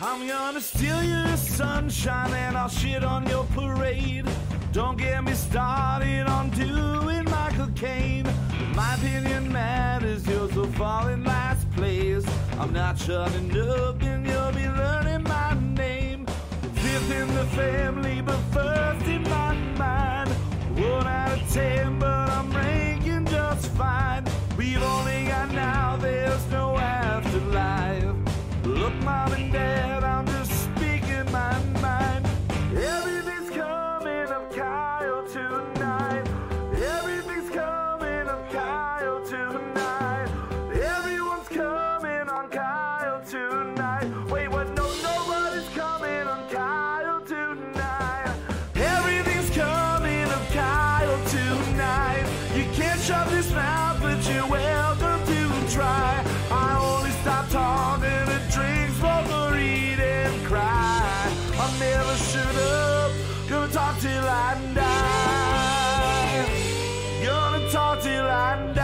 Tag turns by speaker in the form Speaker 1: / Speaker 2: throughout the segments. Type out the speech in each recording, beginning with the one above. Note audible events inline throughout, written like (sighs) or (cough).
Speaker 1: I'm gonna steal your sunshine and I'll shit on your parade. Don't get me started on doing Michael Caine. My opinion matters, yours will fall in last place. I'm not shutting up and you'll be learning my name. Fifth in the family, but first in my mind. One out of ten, but I'm ranking just fine. We've only got now, there's no afterlife. Look, mom and dad, I'm just speaking my mind. Everything's coming up Kyle tonight. Everything's coming up Kyle tonight. Everyone's coming on Kyle tonight. Wait, what? No, nobody's coming on Kyle tonight. Everything's coming up Kyle tonight. You can't shove this mouth, but you're welcome to try. I only stop talking to drink, smoke, or eat and cry. I'll never shut up. Gonna talk till I die. Gonna talk till I die.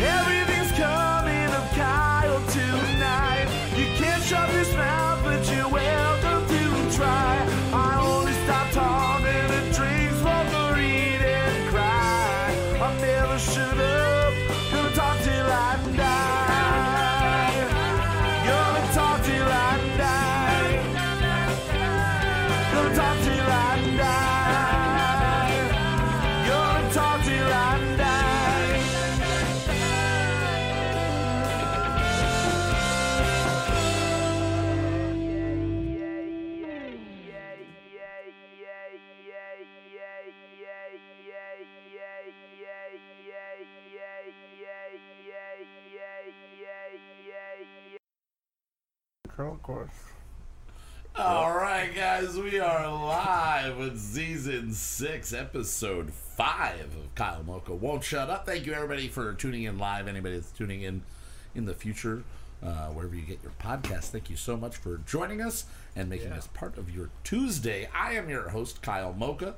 Speaker 1: Everything's coming up Kyle tonight. You can't shove this mouth, but you're welcome to try. I only stop talking to drink, smoke, or eat and cry. I'll never shut up. Gonna talk till I die. Gonna talk till I die. Gonna talk till I die. Gonna talk till I die.
Speaker 2: Curl course.
Speaker 3: All right, guys, we are live with season six, episode five of Kyle Mocha Won't Shut Up. Thank you, everybody, for tuning in live. Anybody that's tuning in in the future, uh, wherever you get your podcast, thank you so much for joining us and making us part of your Tuesday. I am your host, Kyle Mocha.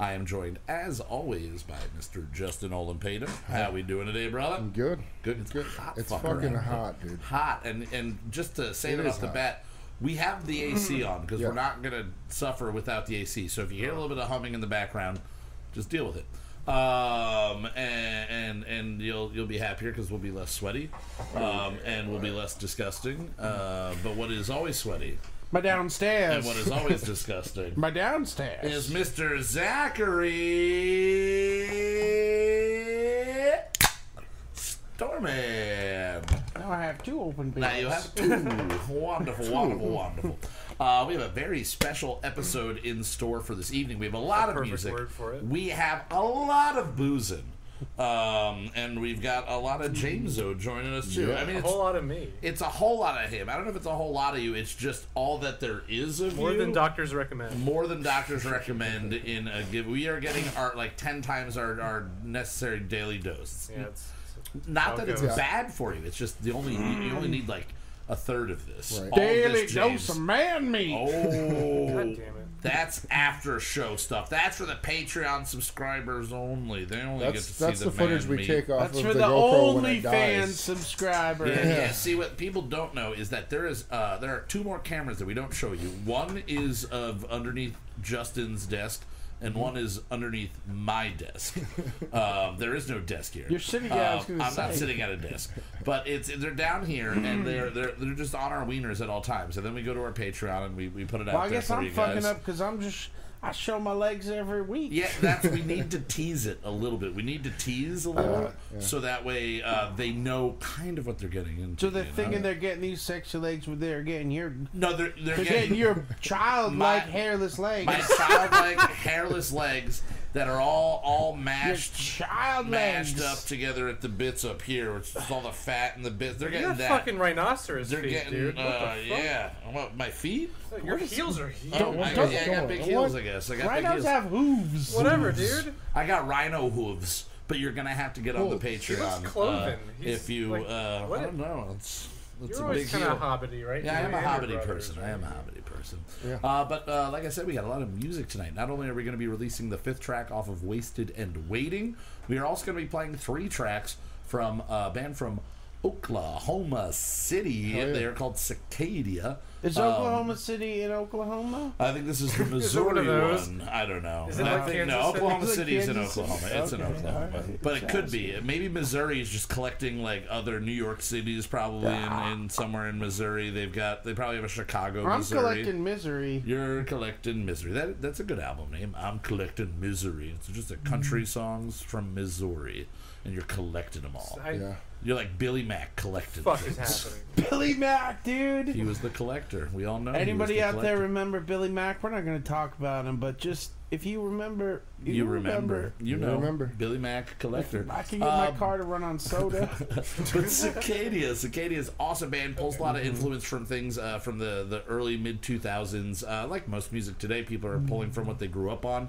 Speaker 3: I am joined, as always, by Mr. Justin Olin Patum. How we doing today, brother?
Speaker 2: Good.
Speaker 3: Good. It's good. Hot
Speaker 2: It's
Speaker 3: fucker
Speaker 2: fucking
Speaker 3: out here.
Speaker 2: hot, dude.
Speaker 3: Hot and and just to say
Speaker 2: It
Speaker 3: that
Speaker 2: is
Speaker 3: off the
Speaker 2: hot. Mm-hmm.
Speaker 3: bat, we have the AC on because we're
Speaker 2: Yeah.
Speaker 3: not gonna suffer without the AC. So if you hear a little bit of humming in the background, just deal with it. Um and and, and you'll you'll be happier because we'll be less sweaty, um and we'll be less disgusting. Uh, but what is always sweaty
Speaker 4: My downstairs.
Speaker 3: and what is
Speaker 2: (laughs)
Speaker 3: always disgusting
Speaker 4: my downstairs?
Speaker 3: is Mr. Zachary Storman.
Speaker 4: now I have two open beers.
Speaker 3: Now you have two. wonderful, wonderful, wonderful. Uh, we have a very special episode in store for this evening. We have a lot of
Speaker 5: perfect
Speaker 3: music.
Speaker 5: word for it.
Speaker 3: We have a lot of boozing. Um, and we've got a lot of James O joining us too. I mean,
Speaker 5: A whole
Speaker 3: it's,
Speaker 5: lot of me.
Speaker 3: it's a whole lot of him. I don't know if it's a whole lot of you. It's just all that there is of
Speaker 5: More
Speaker 3: you.
Speaker 5: than doctors recommend.
Speaker 3: more than doctors recommend in a give. We are getting our like ten times our, our necessary daily dose.
Speaker 5: Yeah, it's, it's-
Speaker 3: Not
Speaker 5: How
Speaker 3: that
Speaker 5: it
Speaker 3: it's
Speaker 5: goes.
Speaker 3: bad for you. It's just the only you
Speaker 5: Mm.
Speaker 3: you only need like a third of this.
Speaker 2: Right.
Speaker 3: All
Speaker 4: Daily
Speaker 3: this
Speaker 4: dose
Speaker 3: James.
Speaker 4: of man meat.
Speaker 3: Oh,
Speaker 5: (laughs) God damn it.
Speaker 3: that's after show stuff. That's for the Patreon subscribers only. They only get
Speaker 2: That's
Speaker 3: to
Speaker 2: that's
Speaker 3: see
Speaker 2: the, footage we take
Speaker 3: off.
Speaker 2: off
Speaker 4: That's
Speaker 2: of
Speaker 4: for
Speaker 2: the,
Speaker 4: the,
Speaker 2: GoPro when it
Speaker 4: OnlyFans
Speaker 2: dies.
Speaker 4: subscriber.
Speaker 3: Yeah,
Speaker 2: Yeah.
Speaker 3: yeah. See what people don't know is that there is uh, there are two more cameras that we don't show you. One is of underneath Justin's desk, and
Speaker 4: Mm-hmm.
Speaker 3: one is underneath my
Speaker 4: (laughs)
Speaker 3: desk. um, there is no desk here.
Speaker 4: You're sitting- yeah, I was
Speaker 3: Um,
Speaker 4: gonna
Speaker 3: I'm not
Speaker 4: say. Mm.
Speaker 3: sitting at a desk, but it's they're down here and they're they're they're just on our wieners at all times. And then we go to our Patreon and we, we put it out
Speaker 4: Well, I
Speaker 3: there
Speaker 4: guess
Speaker 3: for
Speaker 4: I'm
Speaker 3: you
Speaker 4: fucking
Speaker 3: guys.
Speaker 4: up because I'm just I show my legs every week.
Speaker 3: Yeah, that's
Speaker 4: (laughs)
Speaker 3: we need to tease it a little bit. We need to tease a
Speaker 4: Uh,
Speaker 3: little, so that way uh, they know kind of what they're getting into.
Speaker 4: So they're
Speaker 3: you know?
Speaker 4: thinking they're getting these sexy legs, but they're getting your
Speaker 3: no, they're they're,
Speaker 4: they're
Speaker 3: (laughs)
Speaker 4: getting your childlike
Speaker 3: My-
Speaker 4: hairless legs.
Speaker 3: my childlike hairless legs that are all all
Speaker 4: your
Speaker 3: mashed
Speaker 4: child
Speaker 3: mashed
Speaker 4: legs.
Speaker 3: up together at the bits up here which is all the fat and the bits they're getting
Speaker 5: You're a
Speaker 3: that
Speaker 5: fucking rhinoceros
Speaker 3: they're
Speaker 5: feet,
Speaker 3: getting
Speaker 5: dude. What
Speaker 3: uh,
Speaker 5: the fuck?
Speaker 3: yeah what, my feet
Speaker 5: Your heels
Speaker 3: (laughs)
Speaker 5: are huge.
Speaker 3: oh, I,
Speaker 2: don't-
Speaker 3: yeah, I got
Speaker 2: don't-
Speaker 3: big
Speaker 2: don't
Speaker 3: heels
Speaker 2: want-
Speaker 3: I guess I got
Speaker 4: Rhinos
Speaker 3: big heels
Speaker 4: have hooves.
Speaker 5: Whatever, dude.
Speaker 3: I got rhino hooves but you're gonna have to get on the
Speaker 2: Hooves.
Speaker 3: Patreon
Speaker 5: looks cloven.
Speaker 3: uh,
Speaker 5: He's
Speaker 3: if you
Speaker 5: like-
Speaker 3: uh, I
Speaker 5: what?
Speaker 3: don't know it's It's
Speaker 5: You're
Speaker 3: a big
Speaker 5: always kind
Speaker 3: deal.
Speaker 5: of hobbity, right?
Speaker 3: Yeah, I
Speaker 5: You
Speaker 3: am a
Speaker 5: and your
Speaker 3: hobbity
Speaker 5: brothers,
Speaker 3: person. I
Speaker 5: right?
Speaker 3: am a hobbity person.
Speaker 2: Yeah.
Speaker 3: Uh, but uh, like I said, we got a lot of music tonight. Not only are we going to be releasing the fifth track off of Wasted and Waiting, we are also going to be playing three tracks from uh, a band from Oklahoma City.
Speaker 2: yeah.
Speaker 3: They are called Cicadia.
Speaker 4: Is
Speaker 3: Um,
Speaker 4: Oklahoma City in Oklahoma?
Speaker 3: I think this is the
Speaker 5: it one
Speaker 3: Missouri
Speaker 5: of those?
Speaker 3: one. I don't know.
Speaker 5: Is it
Speaker 3: I
Speaker 5: like
Speaker 3: think, no,
Speaker 5: Kansas City?
Speaker 3: Oklahoma
Speaker 4: Is it
Speaker 3: City is in
Speaker 4: Kansas City?
Speaker 3: Oklahoma. It's in
Speaker 4: Okay,
Speaker 3: Oklahoma,
Speaker 4: alright.
Speaker 3: but it could be. Maybe Missouri is just collecting like other New York cities, probably, and in, somewhere in Missouri they've got. They probably have a Chicago.
Speaker 4: I'm
Speaker 3: Missouri.
Speaker 4: collecting misery.
Speaker 3: You're collecting misery. That that's a good album name. I'm collecting misery. It's just a country songs from Missouri, and you're collecting them all.
Speaker 5: I,
Speaker 2: Yeah.
Speaker 3: You're like Billy Mack collected.
Speaker 5: (laughs) Fuck is
Speaker 3: things. (laughs)
Speaker 5: happening.
Speaker 4: Billy Mack, dude.
Speaker 3: He was the collector. We all know. he was
Speaker 4: Anybody
Speaker 3: the
Speaker 4: out there
Speaker 3: collector.
Speaker 4: remember Billy Mack? We're not going to talk about him, but just if you remember,
Speaker 3: You remember? You
Speaker 2: You
Speaker 3: know.
Speaker 2: remember.
Speaker 3: Billy Mack collector.
Speaker 4: I can get my
Speaker 3: Um,
Speaker 4: car to run
Speaker 3: (laughs)
Speaker 4: on soda.
Speaker 3: but Cicadia, Cicadia's awesome band, pulls a lot of influence from things uh, from the, the early mid 2000s. Uh, like most music today, people are pulling from what they grew up on.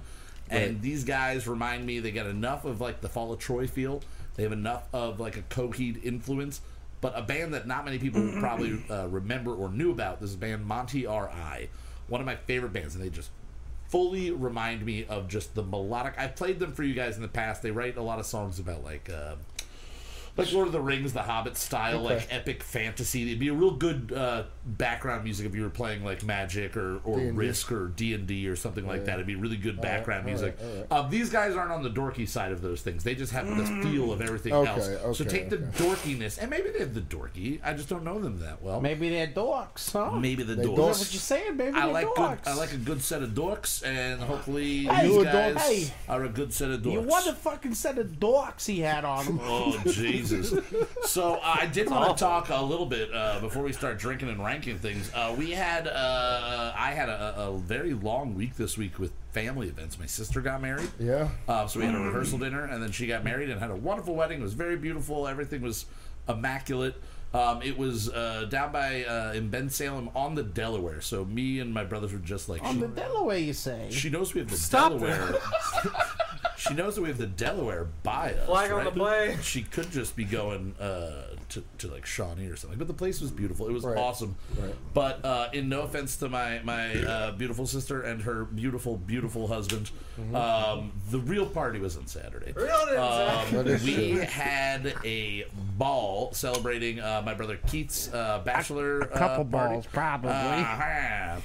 Speaker 3: And these guys remind me they got enough of like the Fall of Troy feel. They have enough of like a Coheed influence, but a band that not many people probably uh, remember or knew about. This band Monty R.I., one of my favorite bands, and they just fully remind me of just the melodic. I've played them for you guys in the past. They write a lot of songs about like. Uh, like Lord of the Rings, the Hobbit style, like epic fantasy. It'd be a real good uh, background music if you were playing like Magic or, or
Speaker 2: D&D.
Speaker 3: Risk or D and D or something like that. It'd be really good background
Speaker 2: all right,
Speaker 3: music.
Speaker 2: all right.
Speaker 3: Uh, these guys aren't on the dorky side of those things. They just have the feel of everything
Speaker 2: Okay,
Speaker 3: else. so
Speaker 2: okay,
Speaker 3: take the
Speaker 2: okay.
Speaker 3: dorkiness, and maybe they have the dorky. I just don't know them that well. Maybe,
Speaker 4: Maybe they're dorks, huh?
Speaker 3: the
Speaker 2: They
Speaker 4: Is
Speaker 3: dorks.
Speaker 4: that what you're saying? Maybe
Speaker 3: I
Speaker 4: they're
Speaker 3: like
Speaker 4: dorks.
Speaker 3: good. I like a good set of dorks, and hopefully
Speaker 4: Hey,
Speaker 3: these
Speaker 4: you a
Speaker 3: guys
Speaker 4: dork. Hey.
Speaker 3: are a good set of dorks.
Speaker 4: You what the fucking set of dorks he had
Speaker 3: (laughs)
Speaker 4: on him?
Speaker 3: Oh
Speaker 4: (laughs)
Speaker 3: Jesus! So uh, I did want to talk a little bit uh, before we start drinking and ranking things. Uh, we had uh, I had a, a very long week this week with family events. My sister got married,
Speaker 2: Yeah.
Speaker 3: uh, so we
Speaker 4: Mm.
Speaker 3: had a rehearsal dinner, and then she got married and had a wonderful wedding. It was very beautiful. Everything was immaculate. Um, it was uh, down by uh, in Ben Salem on the Delaware. So me and my brothers were just like
Speaker 4: On
Speaker 3: she-
Speaker 4: the Delaware, you say?
Speaker 3: she knows we have the
Speaker 5: Stop
Speaker 3: Delaware. (laughs) she knows that we have the Delaware bias.
Speaker 5: Flag on
Speaker 3: right?
Speaker 5: the play.
Speaker 3: She could just be going uh, to, to like Shawnee or something. But the place was beautiful. It was
Speaker 2: Right.
Speaker 3: awesome.
Speaker 2: Right.
Speaker 3: But uh, in no offense to my my uh, beautiful sister and her beautiful beautiful husband, um, the real party was on Saturday.
Speaker 5: Really?
Speaker 3: Um,
Speaker 2: That is
Speaker 3: we
Speaker 2: true.
Speaker 3: had a ball celebrating uh, my brother Keith's uh, bachelor. A,
Speaker 4: couple balls, probably.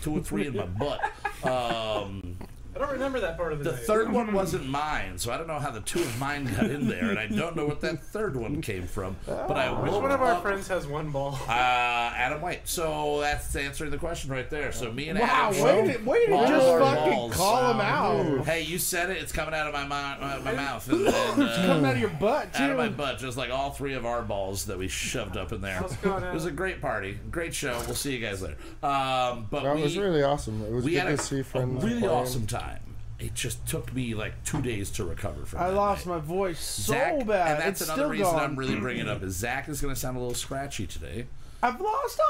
Speaker 3: two or three in my butt. Um,
Speaker 5: (laughs) I don't remember that part of the,
Speaker 3: the
Speaker 5: night.
Speaker 3: third one wasn't mine, so I don't know how the two of mine got in there, and I don't know what that third one came from. But I
Speaker 5: Which
Speaker 3: woke
Speaker 5: one of our
Speaker 3: up,
Speaker 5: friends has one ball?
Speaker 3: Uh, Adam White. So that's answering the question right there. So me and
Speaker 4: wow,
Speaker 3: Adam.
Speaker 4: where did it, where did
Speaker 3: All
Speaker 4: it just
Speaker 3: our
Speaker 4: fucking
Speaker 3: balls
Speaker 4: call him out?
Speaker 3: Hey, you said it. It's coming out of my mouth. Uh, my mouth.
Speaker 4: (laughs)
Speaker 3: And, and,
Speaker 4: It's
Speaker 3: uh,
Speaker 4: coming out of your butt too.
Speaker 3: out of my butt, just like all three of our balls that we shoved up in there.
Speaker 5: Let's go now.
Speaker 3: It was a great party, great show. We'll see you guys later. Um, but
Speaker 2: That
Speaker 3: we,
Speaker 2: was really awesome. It was
Speaker 3: we
Speaker 2: good
Speaker 3: had a,
Speaker 2: to see
Speaker 3: a
Speaker 2: friends.
Speaker 3: really
Speaker 2: playing.
Speaker 3: awesome time. It just took me like two days to recover from.
Speaker 4: I
Speaker 3: that
Speaker 4: lost
Speaker 3: night.
Speaker 4: my voice so
Speaker 3: Zach,
Speaker 4: bad.
Speaker 3: And that's
Speaker 4: it's
Speaker 3: another
Speaker 4: still
Speaker 3: reason
Speaker 4: gone.
Speaker 3: I'm really bringing it up is Zach is going to sound a little scratchy today.
Speaker 4: I've lost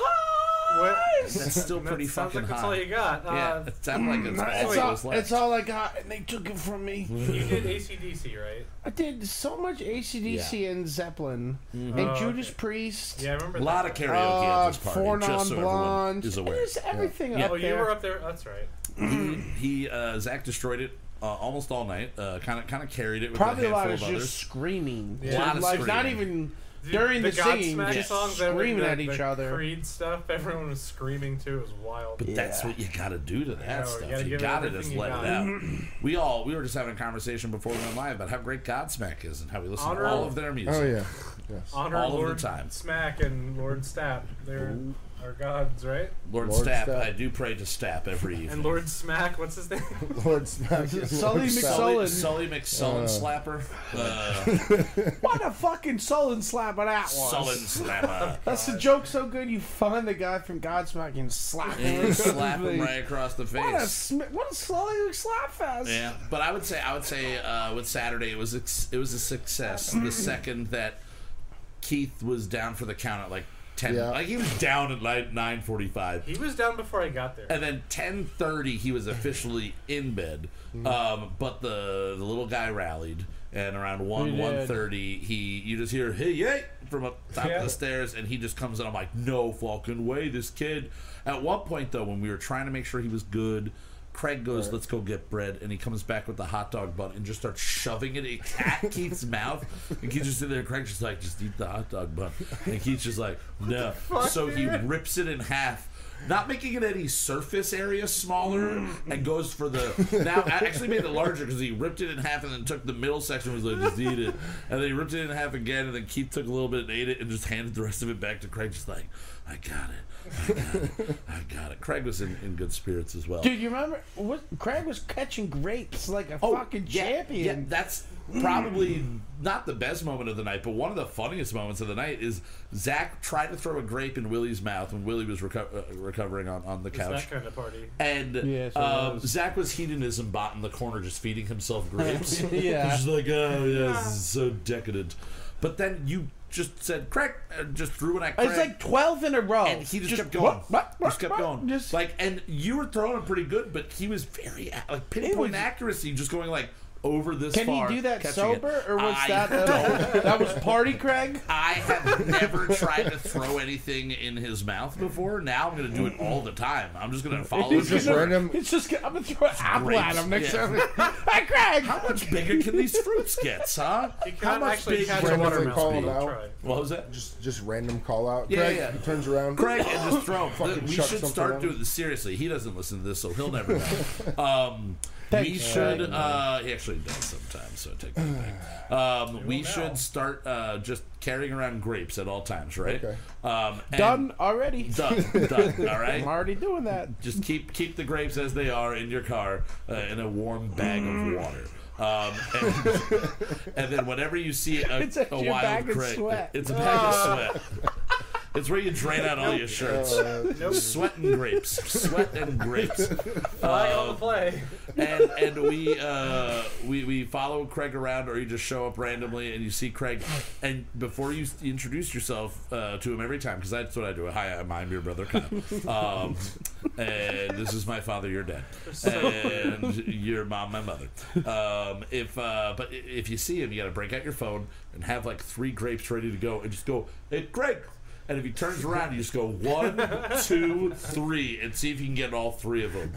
Speaker 4: all the
Speaker 5: (laughs) What?
Speaker 4: highs.
Speaker 3: That's still pretty
Speaker 5: Sounds
Speaker 3: fucking
Speaker 5: like that's
Speaker 3: high.
Speaker 5: all you got.
Speaker 3: yeah,
Speaker 5: Uh,
Speaker 3: it sounded like it's all,
Speaker 4: Mm, It's
Speaker 3: that
Speaker 4: all,
Speaker 3: was left.
Speaker 4: it's all I got, and they took it from
Speaker 5: (laughs)
Speaker 4: me.
Speaker 5: You did ACDC, right?
Speaker 4: I did so much ACDC and Zeppelin and
Speaker 5: Oh,
Speaker 4: Judas
Speaker 5: okay.
Speaker 4: Priest.
Speaker 5: Yeah, I remember
Speaker 3: a lot of
Speaker 5: that.
Speaker 3: karaoke at
Speaker 4: Uh,
Speaker 3: this party,
Speaker 4: four
Speaker 3: just
Speaker 4: non
Speaker 3: so everyone
Speaker 4: blondes.
Speaker 3: is aware.
Speaker 4: Just everything
Speaker 3: Yeah.
Speaker 4: up
Speaker 5: Oh, you
Speaker 4: there.
Speaker 5: were up there. That's right.
Speaker 3: He uh, Zach destroyed it uh, almost all night. Kind of kind of carried it with
Speaker 4: Probably
Speaker 3: a
Speaker 4: a lot
Speaker 3: handful
Speaker 4: of
Speaker 3: of
Speaker 4: just
Speaker 3: others.
Speaker 4: screaming.
Speaker 5: Yeah. Lot
Speaker 3: of
Speaker 4: like not
Speaker 3: screaming.
Speaker 4: even during the, singing,
Speaker 5: Godsmack
Speaker 4: just
Speaker 5: songs that were
Speaker 4: screaming
Speaker 5: the-
Speaker 4: at each
Speaker 5: the
Speaker 4: other.
Speaker 5: Creed stuff. Everyone was screaming too. It was wild.
Speaker 3: But that's what you gotta do to that
Speaker 5: know, you
Speaker 3: stuff.
Speaker 5: gotta
Speaker 3: You
Speaker 5: give it
Speaker 3: gotta,
Speaker 5: everything
Speaker 3: just
Speaker 5: you
Speaker 3: let
Speaker 5: got.
Speaker 3: it out.
Speaker 5: (clears throat)
Speaker 3: we all we were just having a conversation before we went live about how great Godsmack is and how we listen
Speaker 5: Honor-
Speaker 3: to all of their music.
Speaker 2: Oh yeah.
Speaker 3: (laughs)
Speaker 2: Yes.
Speaker 5: Honor
Speaker 3: all of the
Speaker 5: Lord
Speaker 3: time.
Speaker 5: Smack and Lord Stapp. They're our gods, right?
Speaker 3: Lord,
Speaker 2: Lord
Speaker 3: Stapp,
Speaker 2: Stapp.
Speaker 3: I do pray to Stapp every evening.
Speaker 5: And Lord Smack, what's his
Speaker 3: (laughs)
Speaker 5: name?
Speaker 2: Lord Smack. and
Speaker 4: Sully
Speaker 2: Lord Sal-
Speaker 3: Sully,
Speaker 4: McSully. Sullen.
Speaker 3: Sully McSullen Slapper.
Speaker 5: (laughs)
Speaker 3: Uh,
Speaker 4: What a fucking sullen slap on that was.
Speaker 3: Sullen Slapper.
Speaker 5: (laughs)
Speaker 4: That's the joke so good you find the guy from Godsmack and slap him.
Speaker 3: And
Speaker 4: in
Speaker 3: slap
Speaker 4: the
Speaker 3: him
Speaker 4: face.
Speaker 3: right across the (laughs)
Speaker 4: What a,
Speaker 3: face.
Speaker 4: sm- what a slowly slap fest.
Speaker 3: Yeah, but I would say I would say uh, with Saturday it
Speaker 2: (clears throat)
Speaker 3: was ex- it was a success. The second that Keith was down for the count at like ten.
Speaker 2: Yeah.
Speaker 3: Like he was down at like nine forty-five.
Speaker 5: He was down before I got there.
Speaker 3: and then 10:30 he was officially in bed
Speaker 5: Hmm.
Speaker 3: um, but the the little guy rallied and around 1
Speaker 5: did.
Speaker 3: 1:30 he you just hear hey yay from up top of
Speaker 5: Yeah.
Speaker 3: the stairs and he just comes in I'm like no fucking way this kid at one point though when we were trying to make sure he was good Craig goes, let's go get bread, and he comes back with the hot dog bun and just starts shoving it in
Speaker 5: (laughs)
Speaker 3: Cat Keith's mouth. And Keith's just sitting there, and Craig's just like, just eat the hot dog bun. And Keith's just like, no. So he rips it in half, not making it any surface area smaller, and goes for the. Now, I actually made it larger because he ripped it in half and then took the middle section and was like, just eat it. And then he ripped it in half again, and then Keith took a little bit and ate it and just handed the rest of it back to Craig, just like, I got it. I got it. I got it. Craig was in, in good spirits as well.
Speaker 4: Dude, you remember what Craig was catching grapes like a fucking
Speaker 3: Oh, yeah, Yeah,
Speaker 4: champion.
Speaker 3: that's probably not the best moment of the night, but one of the funniest moments of the night is Zach tried to throw a grape in Willie's mouth when Willie was reco- uh, recovering on, on the
Speaker 5: It's
Speaker 3: couch.
Speaker 5: that kind of party.
Speaker 3: And
Speaker 4: Yeah, so
Speaker 3: um,
Speaker 4: it was-
Speaker 3: Zach was hedonism bot in the corner, just feeding
Speaker 4: (laughs)
Speaker 3: himself grapes.
Speaker 4: Yeah.
Speaker 3: He's (laughs) just like, oh yeah, this is so decadent. But then you just said, "Craig," uh, just threw it at Craig.
Speaker 4: It's like twelve in a row.
Speaker 3: and he just, kept going,
Speaker 4: what, what,
Speaker 3: just kept
Speaker 4: what,
Speaker 3: going,
Speaker 4: just-
Speaker 3: like, and you were throwing pretty good, but he was very a- like pinpoint accuracy, just going like over this.
Speaker 4: Can
Speaker 3: far,
Speaker 4: he do that
Speaker 3: catching it.
Speaker 4: sober, or was
Speaker 3: I
Speaker 4: that
Speaker 3: don't-
Speaker 4: that was party Craig?
Speaker 3: (laughs) I have never tried to throw anything in his mouth before. Now I'm going to do it all the time. I'm just going
Speaker 4: (laughs)
Speaker 3: to follow
Speaker 4: It's
Speaker 3: his
Speaker 4: just,
Speaker 2: Just
Speaker 3: work.
Speaker 2: random-
Speaker 4: it's just I'm gonna throw an apple at
Speaker 3: grapes,
Speaker 4: him next
Speaker 3: yeah.
Speaker 4: time. (laughs) hey Craig,
Speaker 3: How much bigger can these fruits (laughs) get, huh?
Speaker 5: You
Speaker 3: How
Speaker 5: can't
Speaker 3: much
Speaker 5: actually
Speaker 3: bigger?
Speaker 5: catch a
Speaker 2: Randomly called
Speaker 5: watermelon. Try.
Speaker 2: out.
Speaker 3: What was that? Just
Speaker 2: Just, just random call out.
Speaker 3: Yeah,
Speaker 2: Craig
Speaker 3: yeah.
Speaker 2: he turns around.
Speaker 3: Craig and just (laughs) throw
Speaker 2: Fucking
Speaker 3: him. we
Speaker 2: chuck
Speaker 3: should
Speaker 2: something
Speaker 3: start
Speaker 2: at
Speaker 3: doing this seriously. He doesn't listen to this, so he'll never (laughs) know. Um, we
Speaker 4: Thanks,
Speaker 3: should. Uh, he actually does sometimes, so I take that (sighs) back. Um, we
Speaker 5: now.
Speaker 3: should start uh, just carrying around grapes at all times, right?
Speaker 2: Okay.
Speaker 3: Um, and-
Speaker 4: done already.
Speaker 3: Done. (laughs) Done. All right.
Speaker 4: I'm already doing that.
Speaker 3: Just keep keep the grapes as they are in your car uh, in a warm bag
Speaker 4: Mm.
Speaker 3: of water. Um, and, and (laughs) then whenever you see a,
Speaker 4: It's
Speaker 3: a
Speaker 4: actually a
Speaker 3: wild
Speaker 4: bag of
Speaker 3: grape,
Speaker 4: sweat. Ah.
Speaker 3: it's a bag of sweat. It's where you drain out all your shirts.
Speaker 4: Uh,
Speaker 5: Nope.
Speaker 3: Sweat and grapes, sweat and grapes,
Speaker 5: Fly
Speaker 3: Uh,
Speaker 5: on the play.
Speaker 3: and and we uh, we we follow Craig around, or you just show up randomly and you see Craig, and before you s- introduce yourself uh, to him every time, because that's what I do. Hi, I'm, I'm your brother Kyle, um, and this is my father, your dad, and your mom, my mother. Um, if uh, but i- if you see him, you got to break out your phone and have like three grapes ready to go, and just go, hey, Craig. And if he turns around, you just go one, two, three, and see if you can get all three of them.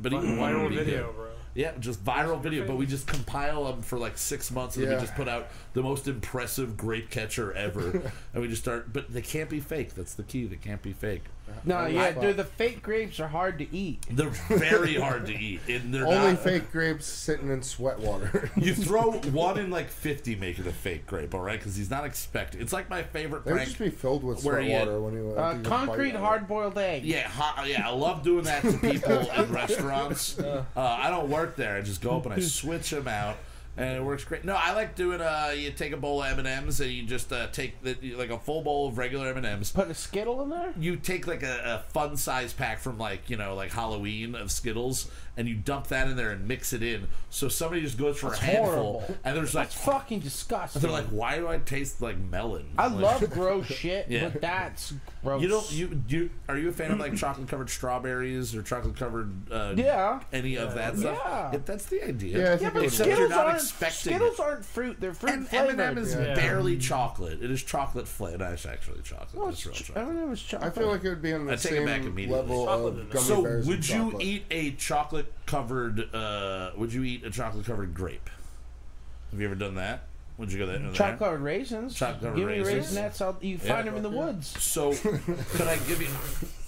Speaker 3: But he
Speaker 5: Viral
Speaker 3: won't be
Speaker 5: video,
Speaker 3: good.
Speaker 5: bro.
Speaker 3: Yeah, just viral video. But we just compile them for like six months, and then
Speaker 2: Yeah.
Speaker 3: we just put out the most impressive grape
Speaker 2: (laughs)
Speaker 3: catcher ever. and we just start. But they can't be fake. That's the key. They can't be fake.
Speaker 4: No, yeah, dude, the fake grapes are hard to eat.
Speaker 3: They're very hard to eat, and they're
Speaker 2: (laughs) Only
Speaker 3: not.
Speaker 2: fake grapes sitting in sweat water. (laughs)
Speaker 3: You throw one in like fifty, make it a fake grape, all right? Because he's not expecting. It's like my favorite
Speaker 2: they would
Speaker 3: prank.
Speaker 2: just be filled with
Speaker 3: Where
Speaker 2: sweat
Speaker 3: you-
Speaker 2: water when you.
Speaker 4: Uh, concrete hard-boiled egg.
Speaker 3: Yeah, hot, yeah, I love doing that to people
Speaker 4: (laughs)
Speaker 3: in restaurants. Uh, I don't work there. I just go up and I switch them out, and it works great. No, I like doing. Uh, you take a bowl of M and M's, and you just uh, take the, like a full bowl of regular M and M's.
Speaker 4: Put a skittle in there.
Speaker 3: You take like a, a fun size pack from like you know like Halloween of Skittles, and you dump that in there and mix it in. So somebody just goes for a handful,
Speaker 4: horrible.
Speaker 3: and there's like
Speaker 4: It's fucking disgusting.
Speaker 3: they're like, why do I taste like melon?
Speaker 4: (laughs) I
Speaker 3: Like-
Speaker 4: love gross shit,
Speaker 3: Yeah.
Speaker 4: but that's gross.
Speaker 3: You don't you you are you a fan of like chocolate covered strawberries or chocolate covered uh,
Speaker 4: Yeah.
Speaker 3: any of that stuff?
Speaker 4: Yeah.
Speaker 3: If that's the idea.
Speaker 2: Yeah, I think
Speaker 4: Yeah, but
Speaker 2: Except
Speaker 3: you're
Speaker 4: Skittles
Speaker 3: not
Speaker 4: aren't
Speaker 3: expecting
Speaker 4: Skittles
Speaker 3: it.
Speaker 4: aren't fruit. They're fruit
Speaker 3: And
Speaker 4: flavored.
Speaker 3: M&M is
Speaker 5: Yeah.
Speaker 3: barely chocolate. It is chocolate flavored. No, It's actually chocolate.
Speaker 4: Oh, it's
Speaker 3: it's real
Speaker 4: ch-
Speaker 3: chocolate.
Speaker 4: M&M is chocolate.
Speaker 2: I feel like it would be on the
Speaker 3: I take it
Speaker 2: same
Speaker 3: back immediately.
Speaker 2: level
Speaker 5: Chocolate in
Speaker 2: of
Speaker 5: it.
Speaker 2: gummy
Speaker 3: So
Speaker 2: bears. and
Speaker 3: would you
Speaker 2: chocolate.
Speaker 3: eat a chocolate covered? uh Would you eat a chocolate covered grape? Have you ever done that? Would you go that?
Speaker 4: chocolate covered raisins.
Speaker 3: Chocolate
Speaker 4: Give
Speaker 3: raisins.
Speaker 4: me raisinets. I'll, you find them in the woods. (laughs)
Speaker 3: So could I give you?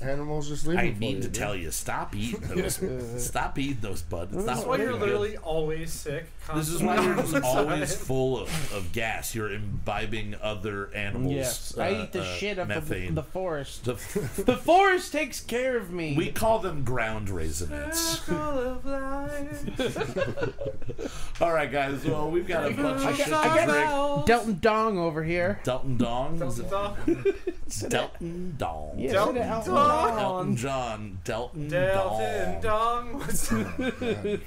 Speaker 2: Animals just leave.
Speaker 3: I
Speaker 2: it for
Speaker 3: need
Speaker 2: you,
Speaker 3: to
Speaker 2: dude.
Speaker 3: tell you, stop
Speaker 4: (laughs)
Speaker 3: eating those. Stop eating those, bud. It's
Speaker 5: That's
Speaker 3: not
Speaker 5: why you're
Speaker 3: working good.
Speaker 5: literally always sick.
Speaker 3: This is
Speaker 4: (laughs)
Speaker 5: constantly.
Speaker 3: why
Speaker 5: (laughs)
Speaker 3: you're just always
Speaker 5: Sorry.
Speaker 3: full of, of gas. You're imbibing other animals.
Speaker 4: Yes,
Speaker 3: uh,
Speaker 4: I eat the
Speaker 3: uh,
Speaker 4: shit up the,
Speaker 3: methane. (laughs)
Speaker 4: the forest.
Speaker 3: The f-
Speaker 4: The forest takes care of me.
Speaker 3: we call them ground
Speaker 5: (laughs)
Speaker 3: raisinets.
Speaker 5: Full of life.
Speaker 3: All right, guys. Well, we've got a bunch
Speaker 4: I
Speaker 3: of
Speaker 4: got,
Speaker 3: shit to
Speaker 4: I
Speaker 3: Rick
Speaker 4: Delton Dong over here.
Speaker 3: Delton Dong. Is it-
Speaker 5: Delta.
Speaker 3: Delton Dong.
Speaker 4: Yeah,
Speaker 5: Delton
Speaker 4: sit down.
Speaker 5: Dong.
Speaker 3: Elton John. Delton Dong.
Speaker 5: Delton
Speaker 3: (laughs)
Speaker 5: Dong. (laughs) What's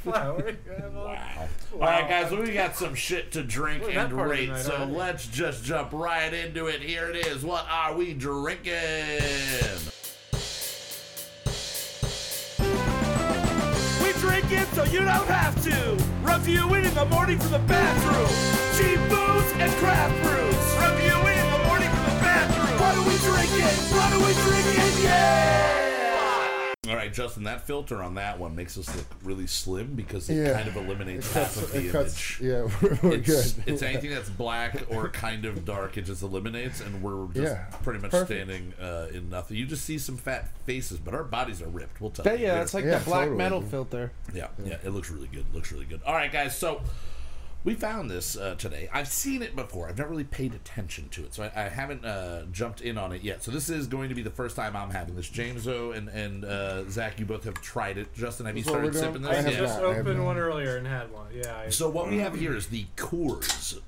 Speaker 5: flower?
Speaker 3: Wow. All right, guys, we got some shit to drink
Speaker 5: Well, that
Speaker 3: and
Speaker 5: part of the
Speaker 3: rate,
Speaker 5: night
Speaker 3: so
Speaker 5: already.
Speaker 3: let's just jump right into it. Here it is. What are we drinking?
Speaker 1: We drink it so you don't have to. Review it in the morning from the bathroom. Cheap booze and craft brews. Review it in the morning from the bathroom. What are we drinking? What are we drinking? Yeah!
Speaker 3: All right, Justin, that filter on that one makes us look really slim because it
Speaker 2: Yeah.
Speaker 3: kind of eliminates half
Speaker 2: Cuts-
Speaker 3: of the
Speaker 2: it cuts. Yeah,
Speaker 3: image.
Speaker 2: (laughs) we're, we're
Speaker 3: It's,
Speaker 2: Oh, good. (laughs)
Speaker 3: it's anything that's black or kind of dark, it just eliminates, and we're just
Speaker 2: Yeah,
Speaker 3: pretty much
Speaker 2: perfect.
Speaker 3: standing uh, in nothing. You just see some fat faces, but our bodies are ripped. We'll tell
Speaker 4: That,
Speaker 3: you.
Speaker 4: yeah,
Speaker 3: They're-
Speaker 4: that's like
Speaker 2: Yeah,
Speaker 4: the black
Speaker 2: totally.
Speaker 4: metal filter.
Speaker 3: yeah, yeah, it looks really good. It looks really good. All right, guys. So we found this uh, today. I've seen it before. I've never really paid attention to it, so I, I haven't uh, jumped in on it yet. So this is going to be the first time I'm having this. James O and and uh, Zach, you both have tried it. Justin, have you
Speaker 2: Is what we're
Speaker 3: started sipping
Speaker 2: doing?
Speaker 3: this?
Speaker 2: I have
Speaker 3: Yeah.
Speaker 5: Just
Speaker 2: not, I have
Speaker 5: opened
Speaker 2: not.
Speaker 5: one earlier and had one. Yeah. I,
Speaker 3: So what we have here is the Coors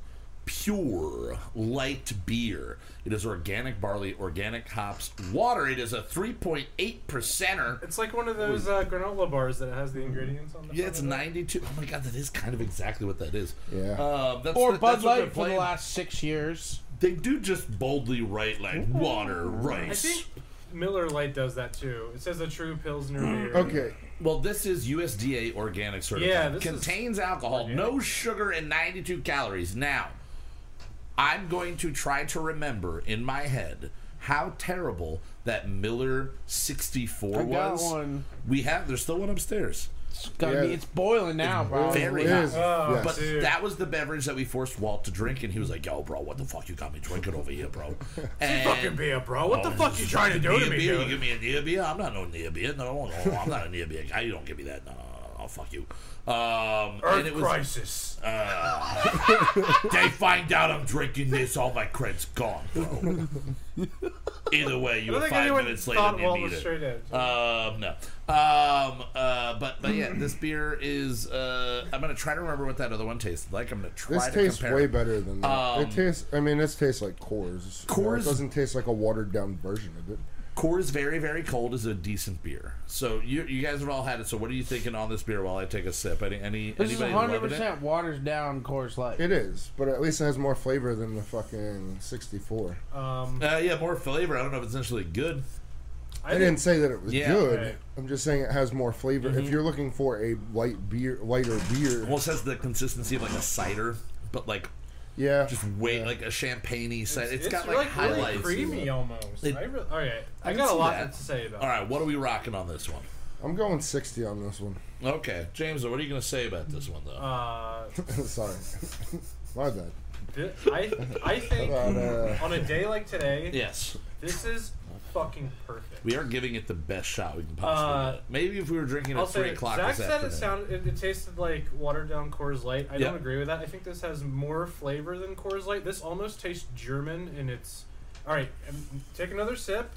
Speaker 3: Pure Light Beer. It is organic barley, organic hops, water. It is a 3.8 percenter.
Speaker 5: it's like one of those uh, granola bars that has the ingredients on the.
Speaker 3: Yeah,
Speaker 5: front
Speaker 3: it's
Speaker 5: of it.
Speaker 3: 92. Oh my god, that is kind of exactly what that is.
Speaker 2: Yeah.
Speaker 3: Uh, that's
Speaker 4: Or
Speaker 3: the-
Speaker 4: Bud
Speaker 3: that's what they're
Speaker 4: Light for the
Speaker 3: playing.
Speaker 4: last six years.
Speaker 3: They do just boldly write like water,
Speaker 5: I
Speaker 3: rice.
Speaker 5: think Miller Lite does that too. It says a true pilsner
Speaker 3: Hmm.
Speaker 5: beer.
Speaker 2: Okay,
Speaker 3: Well, this is USDA organic certified.
Speaker 5: Yeah, this is
Speaker 3: contains alcohol, no sugar, and 92 calories. Now, I'm going to try to remember in my head how terrible that Miller 64
Speaker 4: I got
Speaker 3: was.
Speaker 4: one.
Speaker 3: We have. There's still one upstairs.
Speaker 4: It's, gotta be,
Speaker 2: Yeah.
Speaker 4: it's boiling now, bro.
Speaker 3: Very
Speaker 2: it
Speaker 3: hot.
Speaker 2: is.
Speaker 5: Oh,
Speaker 2: yes.
Speaker 3: But
Speaker 5: Dude.
Speaker 3: that was the beverage that we forced Walt to drink, and he was like, "Yo, bro, what the fuck you got me drinking over here,
Speaker 5: (laughs)
Speaker 3: bro?" And
Speaker 5: Fucking beer, bro.
Speaker 3: Oh,
Speaker 5: What the fuck you trying to do
Speaker 3: Near
Speaker 5: to me,
Speaker 3: beer, You
Speaker 5: dude?
Speaker 3: give me a near beer? I'm not no near beer. No, no, no I'm not a near beer guy. You don't give me that. No, no, no, no, no. Fuck you. Um, and
Speaker 5: Earth
Speaker 3: it was, uh,
Speaker 5: crisis.
Speaker 3: (laughs) They find out I'm drinking this, all my cred's gone, bro. Either way,
Speaker 5: I
Speaker 3: you
Speaker 5: don't
Speaker 3: were
Speaker 5: think
Speaker 3: five
Speaker 5: anyone
Speaker 3: minutes late and
Speaker 5: thought
Speaker 3: you
Speaker 5: Walt
Speaker 3: need
Speaker 5: was
Speaker 3: it.
Speaker 5: straight edge.
Speaker 3: Um, no. Um, uh, but but yeah, this beer is. Uh, I'm gonna try to remember what that other one tasted like. I'm gonna try
Speaker 2: This
Speaker 3: to
Speaker 2: tastes
Speaker 3: compare.
Speaker 2: way better than that.
Speaker 3: Um,
Speaker 2: it tastes. I mean, this tastes like Coors. You know,
Speaker 3: Coors-
Speaker 2: it doesn't taste like a watered down version of it.
Speaker 3: Coors Very Very Cold is a decent beer. So you you guys have all had it. So what are you thinking on this beer while I take a sip? Any any
Speaker 4: This is
Speaker 3: anybody loving it?
Speaker 4: 100% waters down Coors Light.
Speaker 2: It is, but at least it has more flavor than the fucking '64.
Speaker 5: Um,
Speaker 3: Uh, yeah, more flavor. I don't know if it's necessarily good.
Speaker 5: I
Speaker 2: I
Speaker 5: didn't.
Speaker 2: didn't say that it was
Speaker 3: Yeah. Mm-hmm.
Speaker 2: good.
Speaker 5: Right.
Speaker 2: I'm just saying it has more flavor. If you're looking for a light beer, lighter beer,
Speaker 3: Almost has the consistency of like a cider, but like
Speaker 2: yeah,
Speaker 3: just wait
Speaker 2: yeah.
Speaker 3: like a champagne cider. it's got
Speaker 5: really-
Speaker 3: like highlights.
Speaker 5: Really creamy almost.
Speaker 3: It-
Speaker 5: I really, all right, I,
Speaker 3: can
Speaker 5: got a
Speaker 3: see
Speaker 5: lot
Speaker 3: that.
Speaker 5: to say about.
Speaker 3: All right, what are we rocking on this one?
Speaker 2: I'm going 60 on this one. (laughs)
Speaker 3: Okay, James, what are you going to say about this one though?
Speaker 5: it. Uh,
Speaker 2: Sorry, (laughs) my bad.
Speaker 5: thi- I
Speaker 3: (laughs)
Speaker 5: I think
Speaker 2: But, uh,
Speaker 5: on a day like today,
Speaker 3: yes,
Speaker 5: this is fucking perfect.
Speaker 3: we are giving it the best shot we can possibly.
Speaker 5: Uh,
Speaker 3: get. Maybe if we were drinking at
Speaker 5: I'll
Speaker 3: three
Speaker 5: say
Speaker 3: o'clock
Speaker 5: Zach
Speaker 3: this
Speaker 5: said it
Speaker 3: afternoon.
Speaker 5: sounded it, it tasted like watered down Coors Light. I
Speaker 3: Yeah.
Speaker 5: don't agree with that. I think this has more flavor than Coors Light. This almost tastes German and it's all right. um, Take another sip.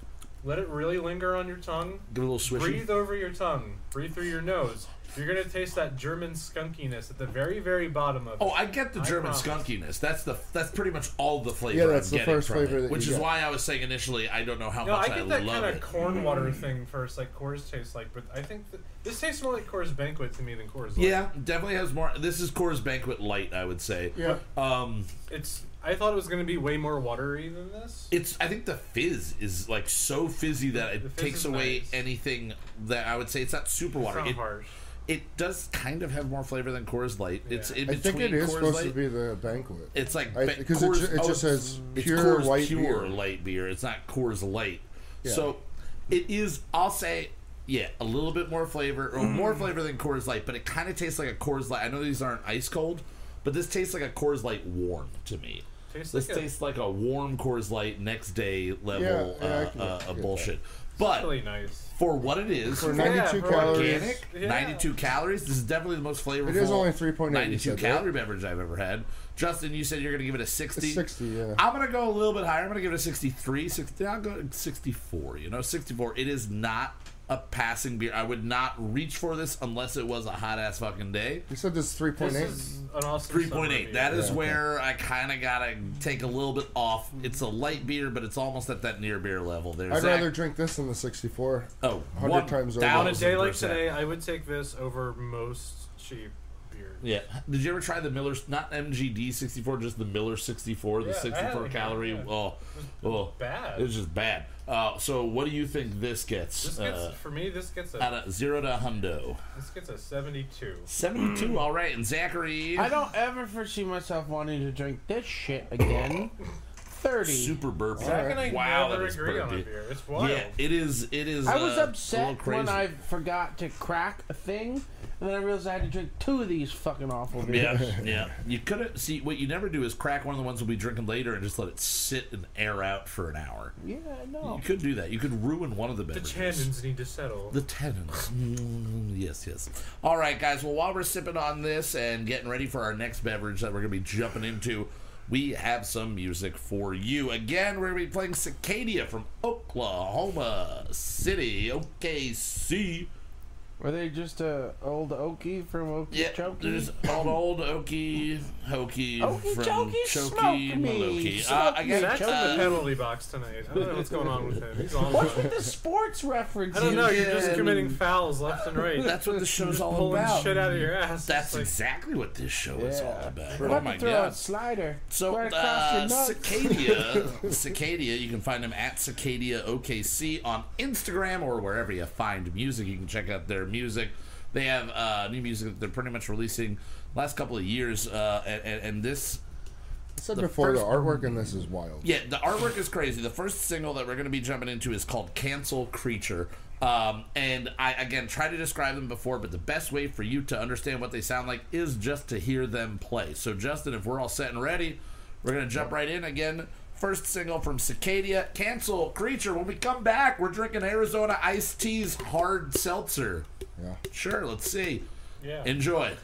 Speaker 5: Let it really linger on your tongue.
Speaker 3: Give it a little swishy.
Speaker 5: Breathe over your tongue. Breathe through your nose. You're gonna taste that German skunkiness at the very, very bottom of it.
Speaker 3: Oh, I get the
Speaker 5: I
Speaker 3: German
Speaker 5: promise.
Speaker 3: skunkiness. That's the that's pretty much all the flavor.
Speaker 2: Yeah, that's the
Speaker 3: I'm getting
Speaker 2: first
Speaker 3: from
Speaker 2: flavor
Speaker 3: it,
Speaker 2: that
Speaker 3: which
Speaker 2: you
Speaker 3: is
Speaker 2: get.
Speaker 3: why I was saying initially I don't know how
Speaker 5: no,
Speaker 3: much
Speaker 5: I get that
Speaker 3: love
Speaker 5: kind of
Speaker 3: it.
Speaker 5: corn water thing first, like Coors tastes like. But I think th- this tastes more like Coors Banquet to me than Coors Light.
Speaker 3: Yeah, definitely has more. This is Coors Banquet Light, I would say.
Speaker 2: Yeah,
Speaker 3: Um,
Speaker 5: it's. I thought it was gonna be way more watery than this.
Speaker 3: it's I think the fizz is like so fizzy that
Speaker 5: The
Speaker 3: it
Speaker 5: fizz
Speaker 3: takes
Speaker 5: is
Speaker 3: away
Speaker 5: nice.
Speaker 3: anything that I would say it's not super
Speaker 5: It's
Speaker 3: water.
Speaker 5: not
Speaker 3: It,
Speaker 5: harsh.
Speaker 3: it does kind of have more flavor than Coors Light. It's
Speaker 5: Yeah.
Speaker 3: in
Speaker 2: I
Speaker 3: between
Speaker 2: think it is
Speaker 3: Coors
Speaker 2: supposed
Speaker 3: Light.
Speaker 2: to be the banquet.
Speaker 3: It's like
Speaker 2: I-
Speaker 3: ba-
Speaker 2: because it
Speaker 3: Coors-
Speaker 2: ju- it
Speaker 3: oh,
Speaker 2: just
Speaker 3: it's-
Speaker 2: says
Speaker 3: it's
Speaker 2: pure
Speaker 3: Coors
Speaker 2: light
Speaker 3: pure
Speaker 2: beer.
Speaker 3: light beer. It's not Coors Light. So it is. I'll say. Yeah, a little bit more flavor, or more
Speaker 5: Mm.
Speaker 3: flavor than Coors Light, but it kind of tastes like a Coors Light. I know these aren't ice cold, but this tastes like a Coors Light warm to me.
Speaker 5: Tastes
Speaker 3: this
Speaker 5: like a-
Speaker 3: tastes like a warm Coors Light next day level
Speaker 2: Yeah, yeah, I
Speaker 3: uh,
Speaker 2: can
Speaker 3: uh,
Speaker 2: get
Speaker 3: of
Speaker 2: that.
Speaker 3: bullshit. But
Speaker 5: Really nice.
Speaker 3: for what it is,
Speaker 2: For
Speaker 3: for
Speaker 2: 92
Speaker 5: for
Speaker 2: calories.
Speaker 3: organic,
Speaker 5: Yeah.
Speaker 3: 92 calories. This is definitely the most flavorful.
Speaker 2: It is only 3.8, you
Speaker 3: 92
Speaker 2: said,
Speaker 3: calorie beverage I've ever had. Justin, you said you're going to give it a 60.
Speaker 2: It's 60, yeah.
Speaker 3: I'm going to go a little bit higher. I'm going to give it a 63, 60, I'll go 64. You know, 64. It is not a passing beer. I would not reach for this unless it was a hot ass fucking day.
Speaker 2: You said this is three point
Speaker 5: This
Speaker 2: eight.
Speaker 5: is an awesome.
Speaker 3: Three point eight. That is
Speaker 2: Yeah, okay.
Speaker 3: where I kind of gotta take a little bit off. It's a light beer, but it's almost at that near beer level. There,
Speaker 2: I'd
Speaker 3: Zach.
Speaker 2: rather drink this than the sixty four.
Speaker 3: oh,
Speaker 2: 100 times over.
Speaker 5: on a
Speaker 3: 1000%.
Speaker 5: day like today, I would take this over most cheap beer.
Speaker 3: Yeah. Did you ever try the Miller, not MGD 64, just the Miller 64, the
Speaker 5: Yeah, I had
Speaker 3: 64
Speaker 5: it,
Speaker 3: calorie?
Speaker 5: yeah.
Speaker 3: Oh, oh,
Speaker 5: Bad.
Speaker 3: it was just bad. Uh, so, what do you think this gets?
Speaker 5: This gets
Speaker 3: uh,
Speaker 5: for me. This gets a
Speaker 3: out of zero to hundo,
Speaker 5: this gets a seventy-two. Mm.
Speaker 3: 72. All right, and Zachary,
Speaker 4: I don't ever foresee myself wanting to drink this shit again.
Speaker 3: (coughs)
Speaker 4: 30.
Speaker 3: super burpee.
Speaker 5: Zach and I
Speaker 3: Wow, that
Speaker 5: never
Speaker 3: is
Speaker 5: agree on a
Speaker 3: burpee.
Speaker 5: beer. It's wild.
Speaker 3: Yeah, it is. It is.
Speaker 4: I was
Speaker 3: uh, a little
Speaker 4: upset
Speaker 3: crazy.
Speaker 4: when I forgot to crack a thing, and then I realized I had to drink two of these fucking awful beers.
Speaker 3: Yeah, yeah. You could have see what you never do is crack one of the ones we'll be drinking later and just let it sit and air out for an hour.
Speaker 4: Yeah, no.
Speaker 3: You could do that. You could ruin one of the
Speaker 5: The
Speaker 3: beverages.
Speaker 5: tannins need to settle.
Speaker 3: The tenants. Mm, yes, yes. All right, guys. Well, while we're sipping on this and getting ready for our next beverage that we're going to be jumping into, we have some music for you. Again, we're going to be playing Cicadia from Oklahoma City, OKC.
Speaker 4: Were they just a old Okie from Okie
Speaker 3: Yeah,
Speaker 4: Chokie?
Speaker 3: there's old, old Okie Hokey
Speaker 4: Okie
Speaker 3: from
Speaker 4: Chokie, smoke
Speaker 3: Chokey
Speaker 4: me,
Speaker 3: Maloki. Uh,
Speaker 4: smoke
Speaker 3: I
Speaker 4: me,
Speaker 3: guess
Speaker 5: Zach's in the
Speaker 3: uh,
Speaker 5: penalty box tonight. I don't know what's going on with him. He's on.
Speaker 4: What's with the sports references?
Speaker 5: I don't know. You're just
Speaker 3: Yeah,
Speaker 5: committing fouls left and right.
Speaker 3: that's what the
Speaker 4: (laughs)
Speaker 3: show's all
Speaker 5: pulling
Speaker 3: about.
Speaker 5: shit out of your ass.
Speaker 3: That's
Speaker 5: It's like,
Speaker 3: exactly what this show is all about.
Speaker 4: I'm
Speaker 3: Oh
Speaker 4: about
Speaker 3: my
Speaker 4: to throw
Speaker 3: god.
Speaker 4: a slider.
Speaker 3: So
Speaker 4: right across
Speaker 3: uh,
Speaker 4: your nuts. (laughs)
Speaker 3: Cicadia, Cicadia, you can find them at Cicadia OKC on Instagram or wherever you find music. You can check out their music. They have uh, new music that they're pretty much releasing last couple of years, uh, and, and, and this
Speaker 2: I said
Speaker 3: The
Speaker 2: before
Speaker 3: first-
Speaker 2: the artwork in this is wild.
Speaker 3: yeah, the artwork is crazy. The first single that we're going to be jumping into is called Cancel Creature. Um, and I, again, tried to describe them before, but the best way for you to understand what they sound like is just to hear them play. So, Justin, if we're all set and ready, we're going to jump right in again. First single from Cicadia, Cancel Creature. When we come back, we're drinking Arizona Iced Tea's Hard Seltzer.
Speaker 2: Yeah.
Speaker 3: Sure, let's see.
Speaker 5: yeah.
Speaker 3: Enjoy.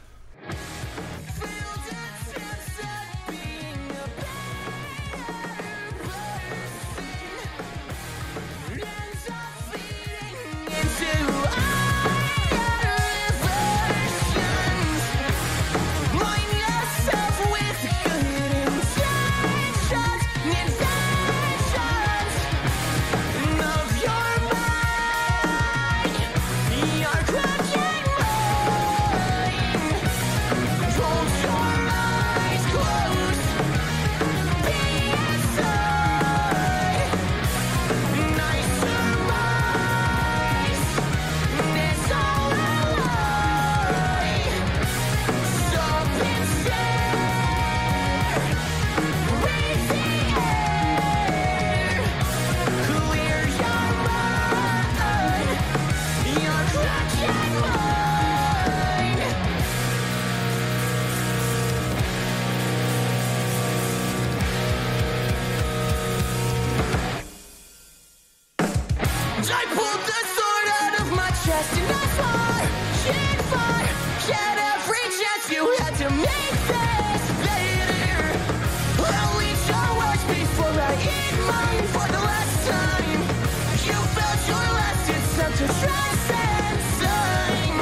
Speaker 6: I pulled the sword out of my chest and I fought, shit fought, shed every chance you had to make this better. I'll eat your words before I eat mine for the last time. You felt your last attempt to transcend time.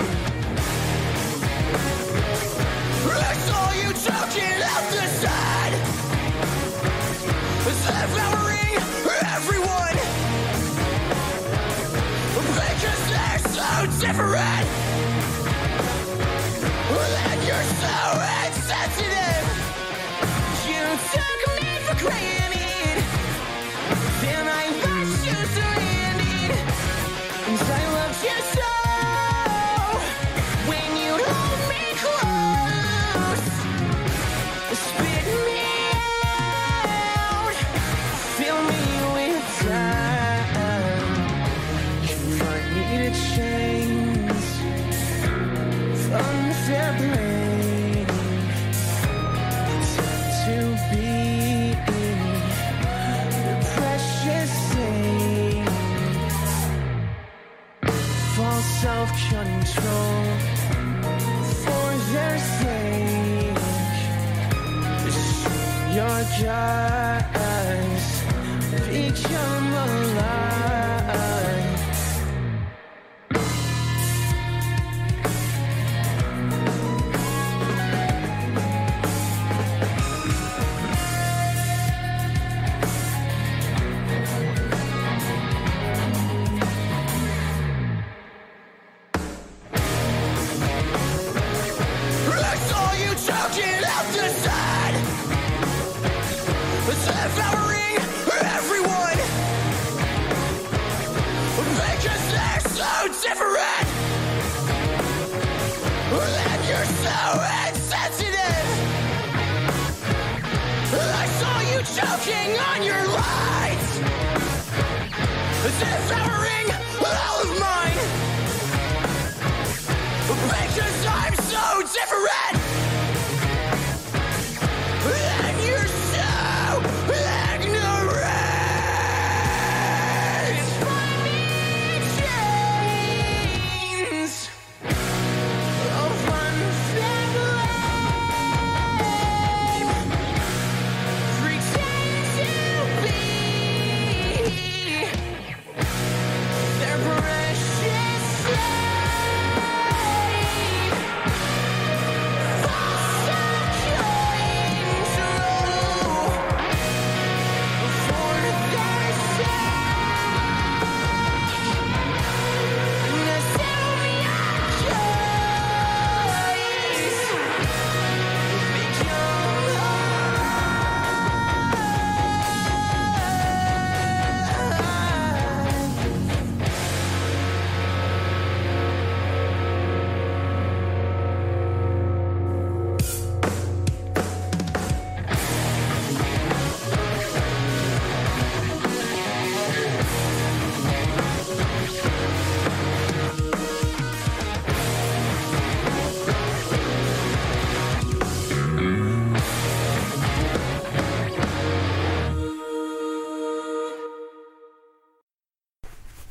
Speaker 6: I saw you choking out the side, devouring everyone. Because they're so different! And you're so insensitive! You took me for granted! Then I let you surrounded! And I loved you so! When you hold me close! Spit me out! Fill me with time! I need a change from fair play to be the precious thing for self-control for their sake. Your just become alive.
Speaker 7: devouring all of mine. Because I'm so different. And you're so ignorant. Find me chains of unfair blame. Pretend to be their precious slave. False control for their sake. Now tell me I chose.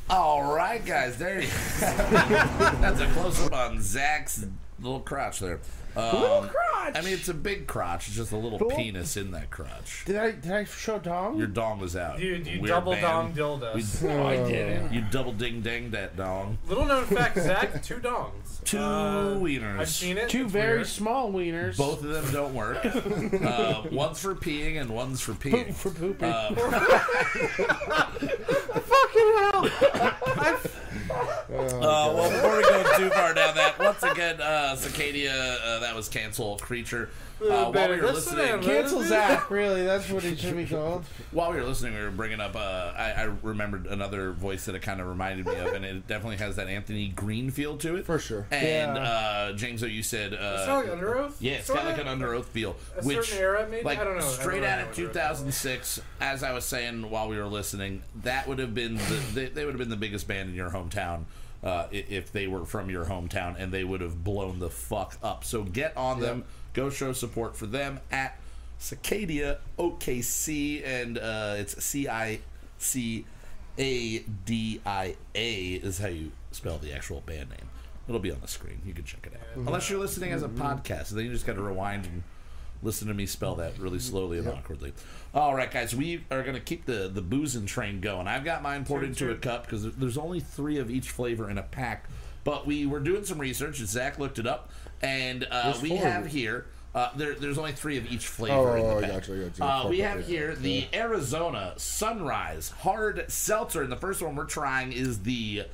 Speaker 3: All right, guys, there you (laughs) That's a close up on Zach's little crotch there. Um,
Speaker 4: Little crotch!
Speaker 3: I mean, it's a big crotch. It's just a little
Speaker 4: Cool.
Speaker 3: penis in that crotch.
Speaker 4: Did I did I show Tom?
Speaker 3: Your dong was out.
Speaker 5: You, you
Speaker 3: Weird
Speaker 5: double dong
Speaker 3: band.
Speaker 5: dildos. Uh,
Speaker 3: We- oh, I did it. You double ding dang that dong.
Speaker 5: Little known fact, Zach, two dongs.
Speaker 3: Two
Speaker 5: Uh,
Speaker 3: wieners.
Speaker 5: I've seen it.
Speaker 4: Two
Speaker 5: It's
Speaker 4: very
Speaker 5: weird.
Speaker 4: small wieners.
Speaker 3: Both of them don't
Speaker 5: (laughs)
Speaker 3: work. uh, one's for peeing and one's for peeing.
Speaker 4: for pooping.
Speaker 3: Uh, well, before we go too far down that, once again, uh, Cicadia, uh, that was cancel creature. Uh, while we
Speaker 5: better
Speaker 3: were
Speaker 5: listen
Speaker 3: listening,
Speaker 5: in.
Speaker 4: Cancel (laughs) Zach, really. That's what it should
Speaker 3: (laughs)
Speaker 4: be called.
Speaker 3: while we were listening, we were bringing up. Uh, I, I remembered another voice that it kind of reminded me of, and it definitely has that Anthony Green feel to it
Speaker 2: For sure.
Speaker 3: And
Speaker 4: Yeah.
Speaker 3: uh, James, O, you said uh,
Speaker 5: It's not like under oath.
Speaker 3: Yeah, it's
Speaker 5: Sorta.
Speaker 3: got like an under oath feel.
Speaker 5: a
Speaker 3: which,
Speaker 5: certain era, maybe?
Speaker 3: Like,
Speaker 5: I don't know. I don't
Speaker 3: Straight
Speaker 5: really
Speaker 3: out
Speaker 5: know
Speaker 3: of
Speaker 5: what era that
Speaker 3: 2006, as I was saying while we were listening, that would have been the, they, they would have been the biggest band in your hometown uh, i- if they were from your hometown, and they would have blown the fuck up. So get on them. Go show support for them at Cicadia OKC, and uh, it's C I C A D I A is how you spell the actual band name. It'll be on the screen. You can check it out.
Speaker 2: Mm-hmm.
Speaker 3: Unless you're listening as a podcast, then you just got to rewind and listen to me spell that really slowly and awkwardly. All right, guys, we are going to keep the the boozing train going. I've got mine poured into a cup because there's only three of each flavor in a pack. But we were doing some research, and Zach looked it up, and uh, we
Speaker 2: four of
Speaker 3: have
Speaker 2: you.
Speaker 3: here. Uh, there, there's only three of each flavor in
Speaker 2: Oh,
Speaker 3: the
Speaker 2: I
Speaker 3: pack.
Speaker 2: gotcha, I gotcha.
Speaker 3: Uh, we
Speaker 2: Fuck,
Speaker 3: have
Speaker 2: yeah.
Speaker 3: here the Arizona Sunrise Hard Seltzer, and the first one we're trying is the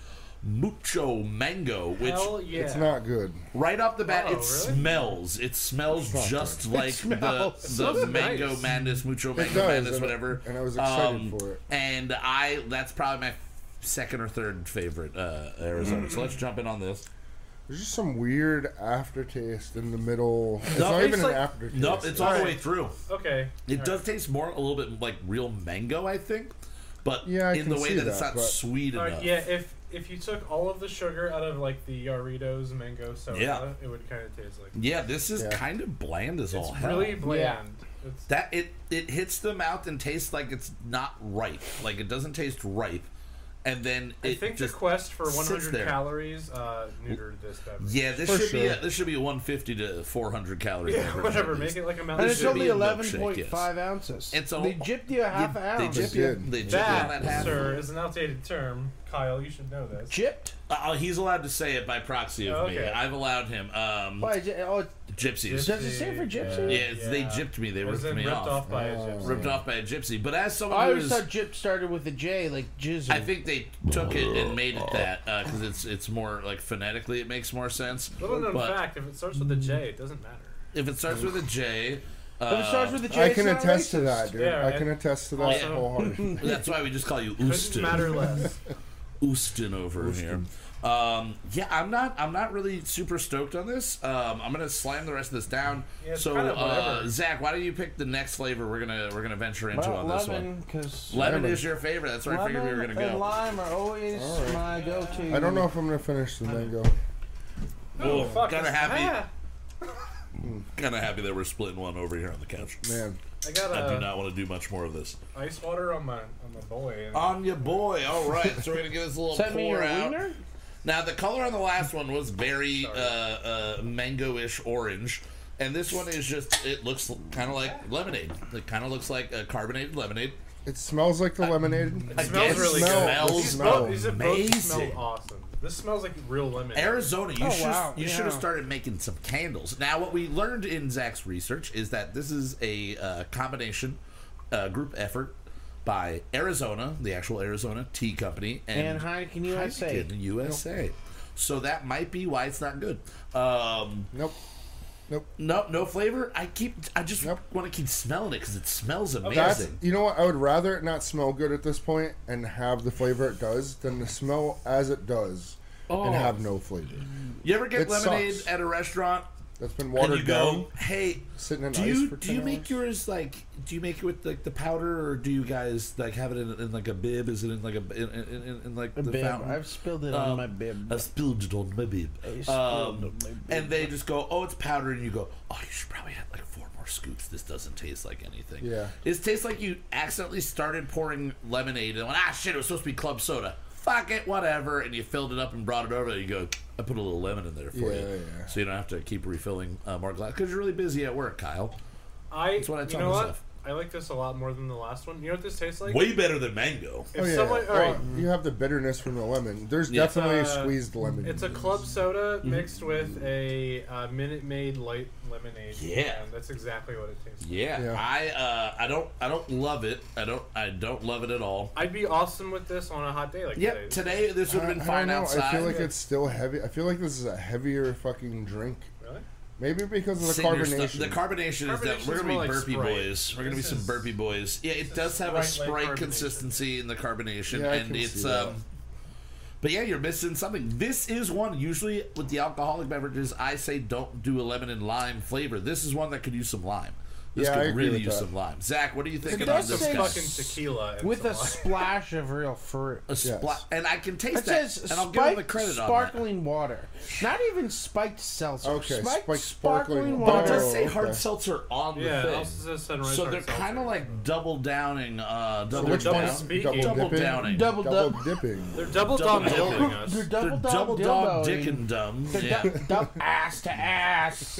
Speaker 3: Mucho Mango, which
Speaker 5: Hell yeah.
Speaker 3: uh,
Speaker 2: It's not good.
Speaker 3: Right off the bat,
Speaker 5: Oh,
Speaker 3: it
Speaker 5: really?
Speaker 3: smells. It smells just
Speaker 2: (laughs)
Speaker 3: like
Speaker 4: smells.
Speaker 3: the, the
Speaker 5: Smells
Speaker 3: mango
Speaker 5: nice.
Speaker 3: madness, mucho mango
Speaker 2: does,
Speaker 3: madness,
Speaker 2: and-
Speaker 3: whatever. Um,
Speaker 2: and I was excited for it.
Speaker 3: And I, that's probably my second or third favorite uh, Arizona. So let's jump in on this.
Speaker 2: There's just some weird aftertaste in the middle. It's not
Speaker 3: it's
Speaker 2: even
Speaker 5: like-
Speaker 2: an aftertaste.
Speaker 3: Nope, it's all the way through.
Speaker 5: Okay.
Speaker 3: It does taste more a little bit like real mango, I think, but
Speaker 2: Yeah, I
Speaker 3: in the
Speaker 2: can
Speaker 3: way
Speaker 2: see
Speaker 3: that, it's
Speaker 2: that,
Speaker 3: not
Speaker 2: but-
Speaker 3: sweet
Speaker 5: All
Speaker 3: enough.
Speaker 5: right, yeah, if if you took all of the sugar out of like the Doritos mango soda,
Speaker 3: Yeah.
Speaker 5: it would kind of taste like.
Speaker 3: Yeah, this is
Speaker 2: Yeah.
Speaker 3: kind of bland as all
Speaker 5: It's
Speaker 3: hell.
Speaker 5: really bland. It's,
Speaker 3: That it it hits the mouth and tastes like it's not ripe. Like it doesn't taste ripe. And then
Speaker 5: I
Speaker 3: it
Speaker 5: think the
Speaker 3: just
Speaker 5: quest for
Speaker 3: sits
Speaker 5: 100
Speaker 3: there.
Speaker 5: calories uh, neutered this beverage.
Speaker 3: Yeah, this
Speaker 2: For
Speaker 3: should be
Speaker 2: sure.
Speaker 3: a, this should be a 150 to 400 calories. beverage
Speaker 5: (laughs) Whatever,
Speaker 3: at
Speaker 5: make
Speaker 3: least.
Speaker 5: it like a
Speaker 4: And
Speaker 5: mountain.
Speaker 4: it's
Speaker 3: should
Speaker 5: Dew.
Speaker 4: only
Speaker 3: be a milkshake,
Speaker 4: 11.5 ounces.
Speaker 3: It's a-
Speaker 4: they gypped you a half
Speaker 3: They-
Speaker 4: ounce.
Speaker 3: They
Speaker 4: They
Speaker 3: chip
Speaker 4: gypped?
Speaker 3: you,
Speaker 2: did.
Speaker 3: they chip you on that
Speaker 5: That,
Speaker 3: half.
Speaker 5: sir, is an outdated term. Kyle, you should know this.
Speaker 3: Oh, he's allowed to say it by proxy of
Speaker 5: Oh,
Speaker 3: me.
Speaker 5: okay.
Speaker 3: I've allowed him. Um,
Speaker 4: Why, is it- oh,
Speaker 3: gypsies.
Speaker 4: Does it stand for gypsy?
Speaker 3: yeah, it's- they
Speaker 5: yeah.
Speaker 3: gypped me. They
Speaker 5: As
Speaker 3: ripped
Speaker 5: in
Speaker 3: me
Speaker 5: ripped
Speaker 3: off.
Speaker 5: off, by a gypsy.
Speaker 3: Ripped off by a gypsy. But as someone
Speaker 4: Oh, I
Speaker 3: who
Speaker 4: always
Speaker 3: is,
Speaker 4: thought gyp started with a J, like jizzing.
Speaker 3: I think they took it and made it that because it's it's more like phonetically it makes more sense.
Speaker 5: Little known
Speaker 3: but
Speaker 5: fact: if it starts with a J, it doesn't matter.
Speaker 3: if it starts with a J,
Speaker 4: If it
Speaker 3: uh,
Speaker 4: starts with a J,
Speaker 2: I
Speaker 4: it's
Speaker 2: can
Speaker 4: not
Speaker 2: attest to
Speaker 4: racist.
Speaker 2: that, dude.
Speaker 5: Yeah,
Speaker 2: I can
Speaker 5: right.
Speaker 2: attest to that
Speaker 3: Also-
Speaker 2: wholeheartedly.
Speaker 3: that's why we just call you (laughs)
Speaker 5: Doesn't matter
Speaker 3: Oostin.
Speaker 5: less.
Speaker 3: Oostin over here. Um, yeah, I'm not. I'm not really super stoked on this. Um, I'm gonna slam the rest of this down.
Speaker 5: Yeah, it's
Speaker 3: so,
Speaker 5: kind of
Speaker 3: uh,
Speaker 5: whatever.
Speaker 3: Zach, why don't you pick the next flavor we're gonna we're gonna venture into
Speaker 4: Well,
Speaker 3: on this one?
Speaker 4: lemon, because
Speaker 3: Lemon is your favorite. That's where I figured we were gonna
Speaker 4: and
Speaker 3: go.
Speaker 4: lime are always my go-to.
Speaker 2: I don't know if I'm gonna finish the mango.
Speaker 4: Oh,
Speaker 3: Well,
Speaker 5: Fuck,
Speaker 3: kinda
Speaker 5: this-
Speaker 3: happy,
Speaker 5: ah,
Speaker 3: kind of happy that we're splitting one over here on the couch.
Speaker 2: Man,
Speaker 5: I got
Speaker 3: I do
Speaker 5: uh,
Speaker 3: not want to do much more of this.
Speaker 5: ice water on my on my boy. And
Speaker 3: On your boy. All right, so we're gonna give this a little
Speaker 4: Send me
Speaker 3: pour
Speaker 4: your
Speaker 3: out.
Speaker 4: wiener.
Speaker 3: Now the color on the last one was very uh, uh, mango-ish orange, and this one is just it looks kind of like lemonade. It kind of looks like a carbonated lemonade.
Speaker 2: it smells like the lemonade.
Speaker 5: it smells
Speaker 3: Again,
Speaker 5: really
Speaker 2: smell.
Speaker 5: good.
Speaker 3: smells
Speaker 5: these,
Speaker 2: smell
Speaker 5: both, these have both smell
Speaker 3: amazing.
Speaker 5: awesome. This smells like real lemon.
Speaker 3: Arizona, you
Speaker 4: Oh,
Speaker 3: should
Speaker 4: wow,
Speaker 3: you
Speaker 4: yeah.
Speaker 3: should have started making some candles. Now, what we learned in Zach's research is that this is a uh, combination uh, group effort by Arizona, the actual Arizona Tea Company, and,
Speaker 4: And Heineken USA.
Speaker 3: Heineken USA. So that might be why it's not good. Um,
Speaker 2: Nope. Nope.
Speaker 3: no, no flavor. I keep. I just
Speaker 2: Nope.
Speaker 3: want to keep smelling it because it smells
Speaker 2: That's
Speaker 3: amazing.
Speaker 2: you know what I would rather it not smell good at this point and have the flavor it does than to smell as it does
Speaker 3: Oh.
Speaker 2: and have no flavor.
Speaker 3: You ever get
Speaker 2: It
Speaker 3: lemonade
Speaker 2: sucks.
Speaker 3: at a restaurant
Speaker 2: That's been
Speaker 3: and
Speaker 2: watered
Speaker 3: you
Speaker 2: down.
Speaker 3: go, "Hey,
Speaker 2: sitting in
Speaker 3: do
Speaker 2: ice
Speaker 3: you
Speaker 2: for
Speaker 3: do you
Speaker 2: 10
Speaker 3: make
Speaker 2: hours.
Speaker 3: yours like do you make it with like the powder or do you guys like have it in, in like a bib? Is it in like a in, in, in, in like
Speaker 4: A
Speaker 3: the
Speaker 4: bib.
Speaker 3: fountain?
Speaker 4: I've spilled it
Speaker 3: Um,
Speaker 4: on my bib.
Speaker 3: I spilled it on my bib.
Speaker 2: Uh,
Speaker 4: I spilled
Speaker 3: Um,
Speaker 4: on my bib.
Speaker 3: and they just go, "Oh, it's powder," and you go, "Oh, you should probably have like four more scoops. This doesn't taste like anything."
Speaker 2: Yeah.
Speaker 3: it tastes like you accidentally started pouring lemonade and went, "Ah, shit! It was supposed to be club soda." Fuck it, whatever. And you filled it up and brought it over. And you go, "I put a little lemon in there for
Speaker 2: Yeah,
Speaker 3: you,
Speaker 2: yeah.
Speaker 3: so you don't have to keep refilling uh, more glass because you're really busy at work, Kyle."
Speaker 5: I,
Speaker 3: That's what I
Speaker 5: you
Speaker 3: tell
Speaker 5: know
Speaker 3: myself.
Speaker 5: What? I like this a lot more than the last one. You know what this tastes like?
Speaker 3: Way better than mango.
Speaker 5: if
Speaker 2: Oh, yeah.
Speaker 5: someone, all
Speaker 2: Well,
Speaker 5: right,
Speaker 2: You have the bitterness from the lemon. There's
Speaker 3: Yeah.
Speaker 2: definitely
Speaker 5: It's, uh,
Speaker 2: squeezed lemon.
Speaker 5: It's a
Speaker 2: in
Speaker 5: club soda
Speaker 3: Mm-hmm.
Speaker 5: mixed with a uh, Minute Maid light lemonade.
Speaker 3: Yeah.
Speaker 5: and that's exactly what it tastes. like.
Speaker 3: Yeah,
Speaker 2: Yeah.
Speaker 3: I uh, I don't I don't love it. I don't I don't love it at all.
Speaker 5: I'd be awesome with this on a hot day like today.
Speaker 3: Yep, today this would
Speaker 2: I-
Speaker 3: have been
Speaker 2: I
Speaker 3: fine
Speaker 2: don't know.
Speaker 3: outside.
Speaker 2: I feel like it's still heavy. I feel like this is a heavier fucking drink.
Speaker 5: Really?
Speaker 2: Maybe because of the
Speaker 3: Senior stuff-
Speaker 2: carbonation.
Speaker 3: The carbonation is that
Speaker 5: Carbonation's
Speaker 3: we're gonna be
Speaker 5: more like
Speaker 3: burpee
Speaker 5: Sprite.
Speaker 3: boys. We're gonna be
Speaker 5: This
Speaker 3: some
Speaker 5: is-
Speaker 3: burpee boys. Yeah, it does have a
Speaker 5: Sprite-like
Speaker 3: sprite
Speaker 5: carbonation.
Speaker 3: consistency in the carbonation,
Speaker 2: Yeah, I
Speaker 3: and
Speaker 2: can
Speaker 3: it's
Speaker 2: see that.
Speaker 3: um. But yeah, you're missing something. This is one usually with the alcoholic beverages. I say don't do a lemon and lime flavor. This is one that could use some lime. This
Speaker 2: Yeah, I
Speaker 3: could
Speaker 2: agree
Speaker 3: really
Speaker 2: with
Speaker 3: use
Speaker 2: that.
Speaker 3: some lime. Zach, what are you thinking on
Speaker 4: does
Speaker 3: this
Speaker 4: say
Speaker 3: guy?
Speaker 5: Fucking tequila and
Speaker 3: (laughs)
Speaker 4: with
Speaker 5: some
Speaker 4: a
Speaker 5: lime.
Speaker 4: splash of real fruit.
Speaker 3: A spla-
Speaker 2: Yes.
Speaker 3: and I can taste
Speaker 4: It
Speaker 3: that,
Speaker 4: says
Speaker 3: and I'll give him the
Speaker 4: spiked
Speaker 3: credit on
Speaker 4: sparkling water, not even spiked seltzer.
Speaker 2: Okay,
Speaker 4: spiked,
Speaker 2: spiked
Speaker 4: sparkling,
Speaker 2: sparkling
Speaker 3: that. But
Speaker 4: water.
Speaker 3: it does say
Speaker 2: Oh,
Speaker 3: hard
Speaker 2: okay.
Speaker 3: seltzer on
Speaker 5: (laughs) yeah, it
Speaker 3: the
Speaker 5: also
Speaker 3: thing,
Speaker 5: says sunrise.
Speaker 3: so
Speaker 5: Hard
Speaker 3: they're
Speaker 5: Seltzer.
Speaker 3: kind of like double downing, uh, double
Speaker 2: Which
Speaker 5: double
Speaker 3: down-
Speaker 2: one's
Speaker 5: speaking.
Speaker 2: double,
Speaker 3: double
Speaker 2: dipping?
Speaker 3: downing,
Speaker 4: double,
Speaker 2: Double
Speaker 4: double
Speaker 2: dipping.
Speaker 5: (laughs) they're double
Speaker 3: Double
Speaker 5: dong dildoing
Speaker 3: dong.
Speaker 5: us.
Speaker 4: They're
Speaker 3: They're
Speaker 4: double
Speaker 3: double
Speaker 4: dog
Speaker 3: dog
Speaker 4: dildoing.
Speaker 3: dick and dumb. Yeah.
Speaker 4: Dou-
Speaker 3: (laughs)
Speaker 4: dou- ass to ass.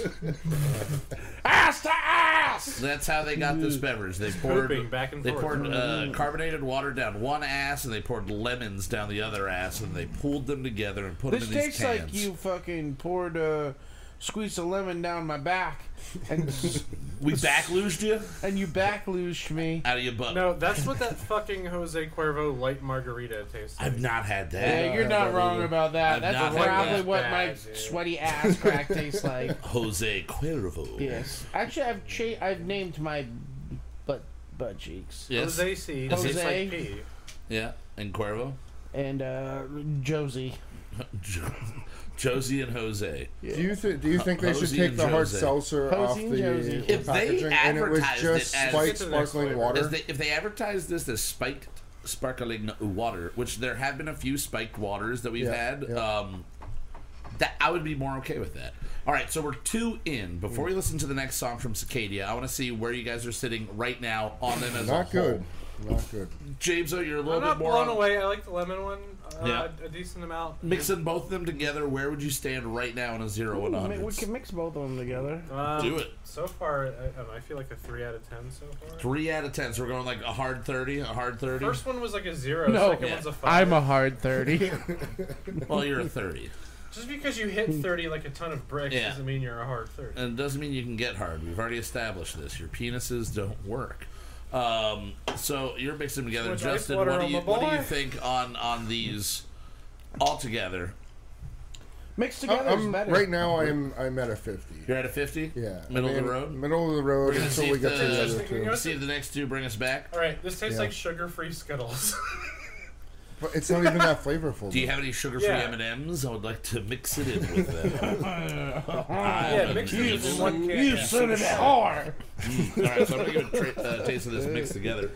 Speaker 4: ass to ass.
Speaker 3: That's how they got
Speaker 4: Mm.
Speaker 3: this beverage. They poured
Speaker 5: pooping back and
Speaker 3: they
Speaker 5: forth.
Speaker 3: poured uh, carbonated water down one ass and they poured lemons down the other ass and they pulled them together and put
Speaker 4: This
Speaker 3: them in these
Speaker 4: tastes
Speaker 3: cans.
Speaker 4: like you fucking poured a squeeze of lemon down my back
Speaker 3: (laughs)
Speaker 4: and s-
Speaker 3: We backluged you
Speaker 4: and you back loosed me.
Speaker 3: out of your butt.
Speaker 5: no, that's what that fucking Jose Cuervo light margarita tastes. like.
Speaker 3: I've not had that.
Speaker 4: Yeah, you're
Speaker 2: not
Speaker 4: not wrong
Speaker 2: really.
Speaker 4: about
Speaker 3: I've
Speaker 4: that.
Speaker 3: not
Speaker 4: That's
Speaker 3: had
Speaker 4: probably
Speaker 3: that.
Speaker 4: what my
Speaker 5: Bad, dude.
Speaker 4: sweaty ass crack tastes like.
Speaker 3: Jose Cuervo.
Speaker 4: Yes. Actually, I've cha- I've named my butt butt cheeks
Speaker 3: Yes.
Speaker 5: Jose C.
Speaker 3: Jose.
Speaker 5: tastes like pee.
Speaker 3: Yeah. And Cuervo.
Speaker 4: and uh, Josie.
Speaker 3: Jo- Josie and Jose.
Speaker 2: Do you think? Do you think they should
Speaker 3: Posey
Speaker 2: take
Speaker 3: and
Speaker 2: the hard
Speaker 3: Josie.
Speaker 2: seltzer
Speaker 4: Posey
Speaker 2: off
Speaker 4: and Josie.
Speaker 2: the
Speaker 3: If they
Speaker 2: packaging, and it was
Speaker 3: advertised
Speaker 2: just
Speaker 3: it as-
Speaker 2: spiked
Speaker 5: Let's get to the next
Speaker 2: sparkling
Speaker 5: flavor.
Speaker 2: water?
Speaker 3: As they, if they advertise this as spiked sparkling water, which there have been a few spiked waters that we've
Speaker 2: Yeah,
Speaker 3: had,
Speaker 2: yeah.
Speaker 3: um, that I would be more okay with that. All right, so we're two in. Before we listen to the next song from Cicadia, I want to see where you guys are sitting right now on them as a
Speaker 2: Not
Speaker 3: whole.
Speaker 2: good. Not good.
Speaker 3: James, oh, you're a little
Speaker 5: I'm not
Speaker 3: bit more
Speaker 5: blown
Speaker 3: on-
Speaker 5: away. I like the lemon one uh,
Speaker 3: Yeah.
Speaker 5: a decent amount.
Speaker 3: Mixing both of them together, where would you stand right now on a zero and a
Speaker 4: Mi- We
Speaker 3: hundred?
Speaker 4: can mix both of them together.
Speaker 5: Um,
Speaker 3: Do it.
Speaker 5: So far, I, um, I feel like a three out of ten so far.
Speaker 3: Three out of ten. So we're going like a hard thirty, a hard thirty.
Speaker 5: First one was like a zero.
Speaker 4: No.
Speaker 5: second
Speaker 3: Yeah.
Speaker 5: one's a five.
Speaker 4: I'm a hard (laughs) thirty.
Speaker 3: Well, you're a thirty,
Speaker 5: Just because you hit thirty like a ton of bricks
Speaker 3: Yeah. Uh,
Speaker 5: doesn't mean you're a hard thirty.
Speaker 3: and it doesn't mean you can get hard. We've already established this. Your penises don't work. Um, so you're mixing them together,
Speaker 5: Much ice
Speaker 3: Justin.
Speaker 5: water
Speaker 3: What do
Speaker 5: on
Speaker 3: you
Speaker 5: my
Speaker 3: what do you
Speaker 5: boy.
Speaker 3: think on on these all together?
Speaker 4: Mixed together is
Speaker 2: I'm,
Speaker 4: better.
Speaker 2: Um, right now, I'm I'm at a fifty.
Speaker 3: You're at a fifty.
Speaker 2: Yeah. I
Speaker 3: middle of
Speaker 2: mean,
Speaker 3: the road.
Speaker 2: Middle of the road
Speaker 3: gonna see
Speaker 2: until we
Speaker 3: if
Speaker 2: get
Speaker 3: the-
Speaker 2: to the other
Speaker 5: Interesting, you
Speaker 2: two.
Speaker 5: know-
Speaker 3: See if the next two bring us back.
Speaker 5: All right, this tastes (laughs)
Speaker 2: Yeah.
Speaker 5: like sugar-free Skittles.
Speaker 2: But it's not even that flavorful.
Speaker 3: Do you
Speaker 2: though.
Speaker 3: have any sugar-free
Speaker 5: Yeah.
Speaker 3: M&Ms? I would like to mix it in with
Speaker 5: (laughs)
Speaker 3: them.
Speaker 5: Yeah, mix it in one can.
Speaker 4: You son of a whore!
Speaker 3: All right, so I'm gonna give a tra- uh, taste of this mixed together.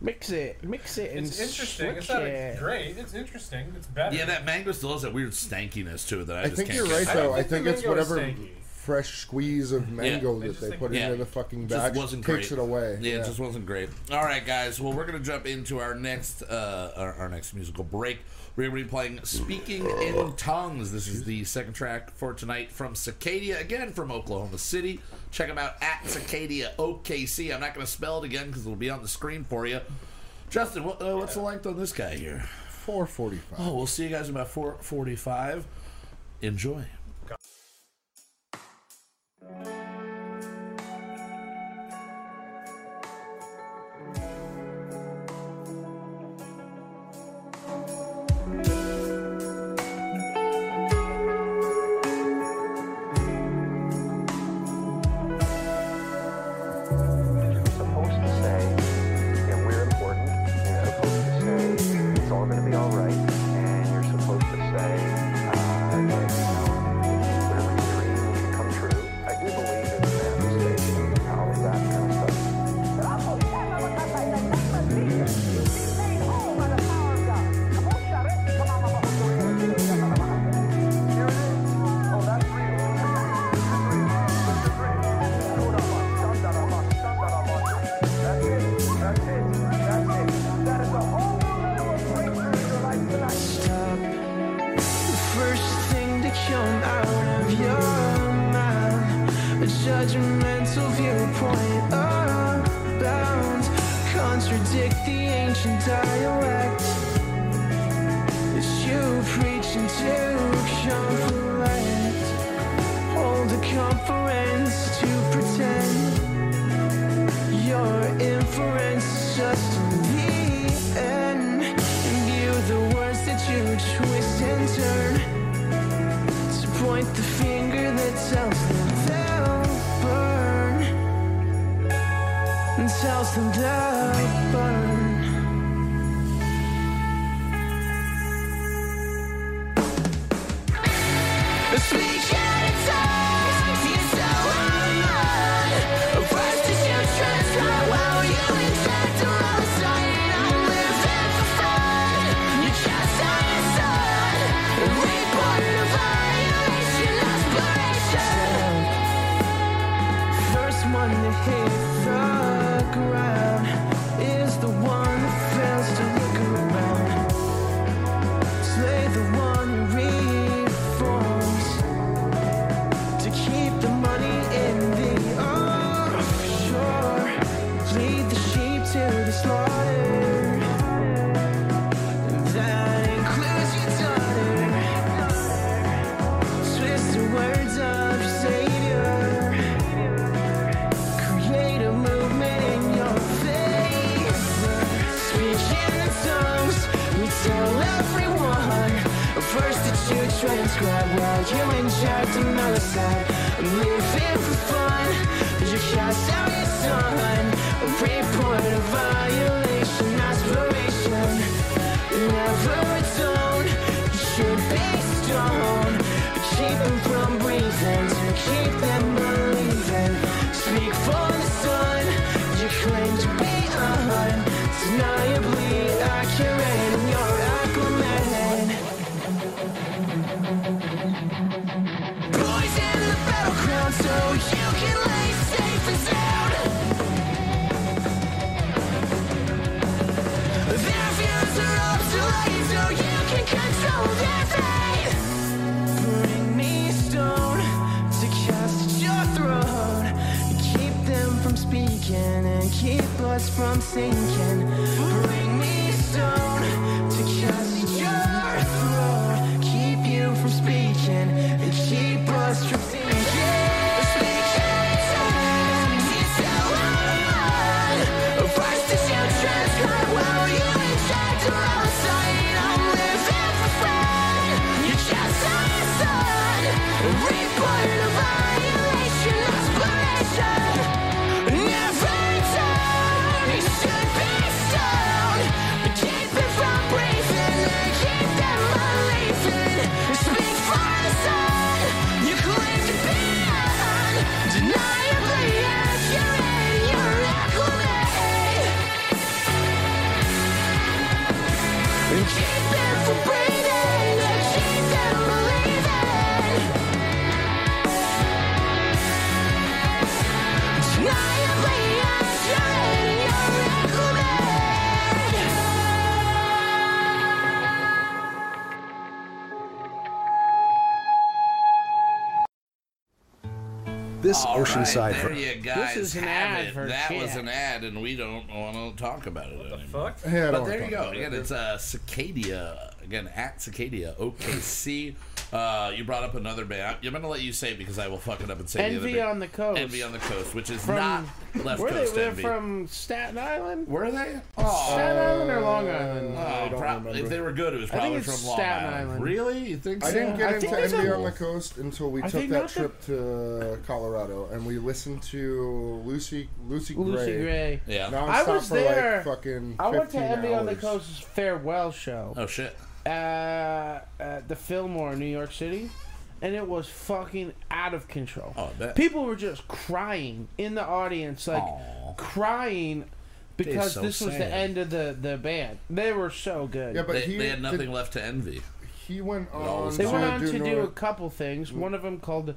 Speaker 4: Mix it, mix it, and
Speaker 5: It's interesting. It's
Speaker 4: switch
Speaker 5: not
Speaker 4: it.
Speaker 5: great. It's interesting. It's better.
Speaker 3: Yeah, that mango still has that weird stankiness to it that I,
Speaker 2: I
Speaker 3: just
Speaker 2: think
Speaker 3: can't
Speaker 2: you're
Speaker 3: get
Speaker 2: right
Speaker 3: past.
Speaker 2: though. I
Speaker 5: think
Speaker 2: think
Speaker 5: the
Speaker 2: it's
Speaker 5: mango is
Speaker 2: whatever
Speaker 5: stanky.
Speaker 2: fresh squeeze of mango
Speaker 5: I
Speaker 2: that
Speaker 5: just
Speaker 2: they
Speaker 5: think-
Speaker 2: put
Speaker 3: Yeah.
Speaker 2: into the fucking
Speaker 3: It just
Speaker 2: batch
Speaker 3: wasn't great.
Speaker 2: takes it away.
Speaker 3: Yeah, it just wasn't great. All right, guys. Well, we're gonna jump into our next uh, our, our next musical break. We're gonna be playing "Speaking in Tongues." This is the second track for tonight from Cicadia, again from Oklahoma City. Check them out at Cicadia OKC. I'm not gonna spell it again because it'll be on the screen for you. Justin, what, uh, what's the length on this guy here?
Speaker 2: 445.
Speaker 3: Oh, we'll see you guys in about 4:45. Enjoy.
Speaker 8: you're supposed to say, and we're important, and you're supposed to say, it's all going to be all right, and you're supposed to say, uh, like, you know, whatever you dream can come true. I do believe in the manifestation and all of that kind of stuff.
Speaker 6: Stop. The first thing to come out of your mouth, a judgmental viewpoint about contradict the ancient dialect that you preaching to conflict. Hold a conference to pretend your inference is just the end. And view the words that you twist and turn to point the finger that tells them they'll burn. And tells them they'll burn.
Speaker 7: Speak out in tongues, you so hard. First is you transfer while you inject a wrong side. I'm living for fun. You cast out your son. Reborn in a violation, aspiration.
Speaker 6: First one to hit the ground is the one who fails to look around. Slay the one who reforms to keep the money in the offshore. Lead the sheep to the slaughter. That includes your daughter. Twist the words of your savior. Create a movement in your favor. Speak in the tongues. We tell everyone. First that you transcribe while you inject another side. Living for fun. You cast out your son. Report a violation, aspiration. Never atone. You should be strong. Keep them from breathing. To keep them believing. Speak for the sun. You claim to be a hun. Deniably accurate in your acclimate.
Speaker 7: Poison the battleground so you can lay safe and sound. Their views are obsolete so you can control their fate.
Speaker 6: Bring me a stone to cast at your throne. Keep them from speaking and keep us from sinking. Bring me a stone to cast at your throne. Keep you from speaking and keep us from thinking.
Speaker 7: Should be stoned, keep it from breathing.
Speaker 9: This
Speaker 3: All right,
Speaker 9: Oceanside.
Speaker 3: there you guys
Speaker 4: is an
Speaker 3: have
Speaker 4: ad
Speaker 3: it.
Speaker 4: for
Speaker 3: That was
Speaker 4: shit.
Speaker 3: an ad, and we don't want to talk about it anymore.
Speaker 5: Fuck.
Speaker 2: Yeah, I
Speaker 3: But
Speaker 2: don't
Speaker 3: there
Speaker 2: wanna talk
Speaker 3: you go.
Speaker 2: about
Speaker 3: Again,
Speaker 2: it.
Speaker 3: it's uh, Cicadia. Again, at Cicadia, OKC. Uh, you brought up another band. I'm going to let you say it because I will fuck it up and say the other
Speaker 4: Envy
Speaker 3: band.
Speaker 4: on the coast.
Speaker 3: Envy on the Coast, which is
Speaker 4: From-
Speaker 3: not Left
Speaker 4: Where
Speaker 3: Coast
Speaker 4: they were
Speaker 3: Envy.
Speaker 4: from Staten Island?
Speaker 3: Were they? Oh,
Speaker 4: Staten Island or Long Island?
Speaker 3: oh,
Speaker 2: don't
Speaker 3: prob-
Speaker 2: remember.
Speaker 3: if they were good, it was
Speaker 4: think
Speaker 3: probably
Speaker 4: it's
Speaker 3: from Long
Speaker 4: Staten Island.
Speaker 3: Really? You think so?
Speaker 2: I didn't
Speaker 4: I
Speaker 2: get
Speaker 4: think
Speaker 2: into
Speaker 4: there's a-
Speaker 2: NBA on the coast until we took
Speaker 4: think
Speaker 2: that
Speaker 4: not the-
Speaker 2: trip to Colorado, and we listened to Lucy Lucy Gray.
Speaker 4: Lucy Gray.
Speaker 3: yeah.
Speaker 2: Nonstop
Speaker 4: I was
Speaker 2: for
Speaker 4: there.
Speaker 2: like fucking. 15
Speaker 4: I went to Envy on the
Speaker 2: hours.
Speaker 4: Coast's farewell show
Speaker 3: Oh, shit.
Speaker 4: uh, at the Fillmore, in New York City, and it was fucking out of control.
Speaker 3: Oh, I bet.
Speaker 4: People were just crying in the audience, like
Speaker 3: Aw.
Speaker 4: crying because
Speaker 3: so
Speaker 4: this was the
Speaker 3: sad.
Speaker 4: end of the, the band. They were so good.
Speaker 2: Yeah, but
Speaker 3: They,
Speaker 2: he
Speaker 3: they had nothing
Speaker 2: did-
Speaker 3: left to envy.
Speaker 2: he went on.
Speaker 3: always
Speaker 4: They
Speaker 3: So
Speaker 4: went on to do a
Speaker 2: North-
Speaker 4: couple things. One of them called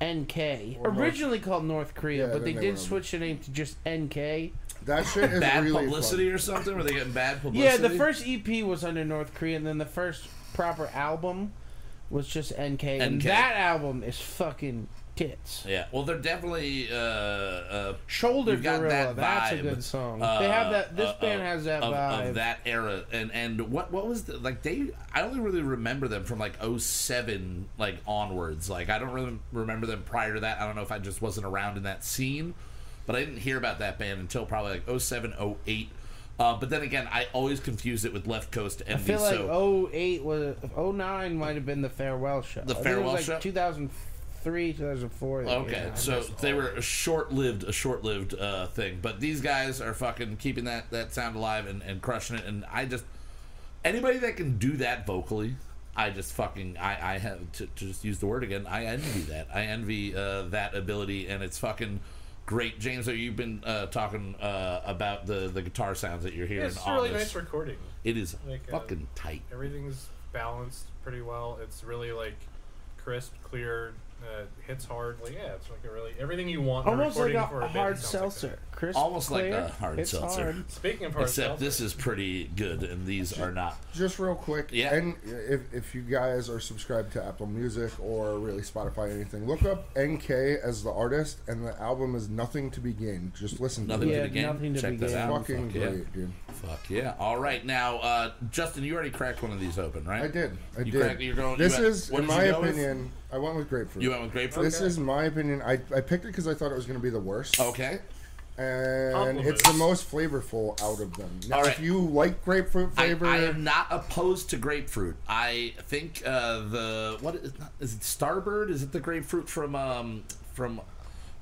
Speaker 4: NK,
Speaker 2: Or North-
Speaker 4: originally called North Korea,
Speaker 2: Yeah,
Speaker 4: but
Speaker 2: then they
Speaker 4: they did
Speaker 2: went over.
Speaker 4: switch the name to just NK.
Speaker 2: that
Speaker 3: (laughs)
Speaker 2: shit is
Speaker 3: Bad
Speaker 2: really
Speaker 3: publicity
Speaker 2: funny.
Speaker 3: or something? Were they getting bad publicity?
Speaker 4: (laughs) Yeah, the first EP was under North Korea, and then the first proper album was just NK, and
Speaker 3: NK.
Speaker 4: that album is fucking tits.
Speaker 3: Yeah. Well, they're definitely uh, uh,
Speaker 4: Shoulder
Speaker 3: You've got
Speaker 4: Gorilla,
Speaker 3: that
Speaker 4: that's a
Speaker 3: vibe,
Speaker 4: good song.
Speaker 3: uh,
Speaker 4: they have that. This
Speaker 3: uh,
Speaker 4: band
Speaker 3: uh,
Speaker 4: has that
Speaker 3: of,
Speaker 4: vibe.
Speaker 3: of that era, and and what what was the, like they? I only really remember them from like 07 like onwards. Like I don't really remember them prior to that. I don't know if I just wasn't around in that scene, but I didn't hear about that band until probably like 07, 08. Uh, but then again, I always confuse it with Left Coast Envy.
Speaker 4: I feel like
Speaker 3: so,
Speaker 4: oh eight was oh nine might have been the farewell show.
Speaker 3: The
Speaker 4: I think
Speaker 3: farewell
Speaker 4: it was
Speaker 3: show?
Speaker 4: like two thousand three, two thousand four.
Speaker 3: Okay, so they were a short-lived, a short-lived uh, thing, but these guys are fucking keeping that that sound alive and, and crushing it. And I just anybody that can do that vocally, I just fucking I I have to, to just use the word again. I envy that. I envy uh, that ability, and it's fucking great. James, you've been uh, talking uh, about the the guitar sounds that you're hearing.
Speaker 5: It's a
Speaker 3: on
Speaker 5: really
Speaker 3: this.
Speaker 5: nice recording.
Speaker 3: It is
Speaker 5: like, uh,
Speaker 3: fucking tight.
Speaker 5: Everything's balanced pretty well. It's really like crisp, clear, uh, hits hard. Like yeah, it's like a really everything you want. in
Speaker 4: almost like
Speaker 5: recording
Speaker 4: a,
Speaker 5: for a band
Speaker 4: hard
Speaker 5: sounds like that.
Speaker 4: seltzer, Chris.
Speaker 3: Almost like
Speaker 4: Clare,
Speaker 3: a hard
Speaker 4: it's
Speaker 3: seltzer.
Speaker 4: hard.
Speaker 5: Speaking of hard
Speaker 3: Except
Speaker 5: seltzer,
Speaker 3: this is pretty good, and these are not.
Speaker 2: Just real quick,
Speaker 3: Yeah.
Speaker 2: And if, if you guys are subscribed to Apple Music or really Spotify or anything, look up NK as the artist, and the album is Nothing to Be Gained. Just listen to
Speaker 3: Nothing
Speaker 2: it.
Speaker 4: Yeah,
Speaker 3: to the game.
Speaker 4: nothing to
Speaker 3: Check
Speaker 4: be
Speaker 3: that
Speaker 4: gained.
Speaker 3: out.
Speaker 2: Fucking
Speaker 3: Fuck yeah.
Speaker 2: great, dude.
Speaker 3: Fuck yeah! All right, now uh, Justin, you already cracked one of these open, right?
Speaker 2: I did. I
Speaker 3: You
Speaker 2: did.
Speaker 3: cracked- you're going-
Speaker 2: this
Speaker 3: you went-
Speaker 2: is,
Speaker 3: what
Speaker 2: in
Speaker 3: did
Speaker 2: my
Speaker 3: you go with?
Speaker 2: opinion, I went with grapefruit.
Speaker 3: You went with grapefruit.
Speaker 2: This is my opinion. I, I picked it because I thought it was going to be the worst.
Speaker 3: Okay.
Speaker 2: And
Speaker 5: Compliments.
Speaker 2: it's the most flavorful out of them. Now,
Speaker 3: All
Speaker 2: if
Speaker 3: right.
Speaker 2: you like grapefruit
Speaker 3: I,
Speaker 2: flavor,
Speaker 3: I am not opposed to grapefruit. I think uh, the what is, not, is it Starbird? Is it the grapefruit from um from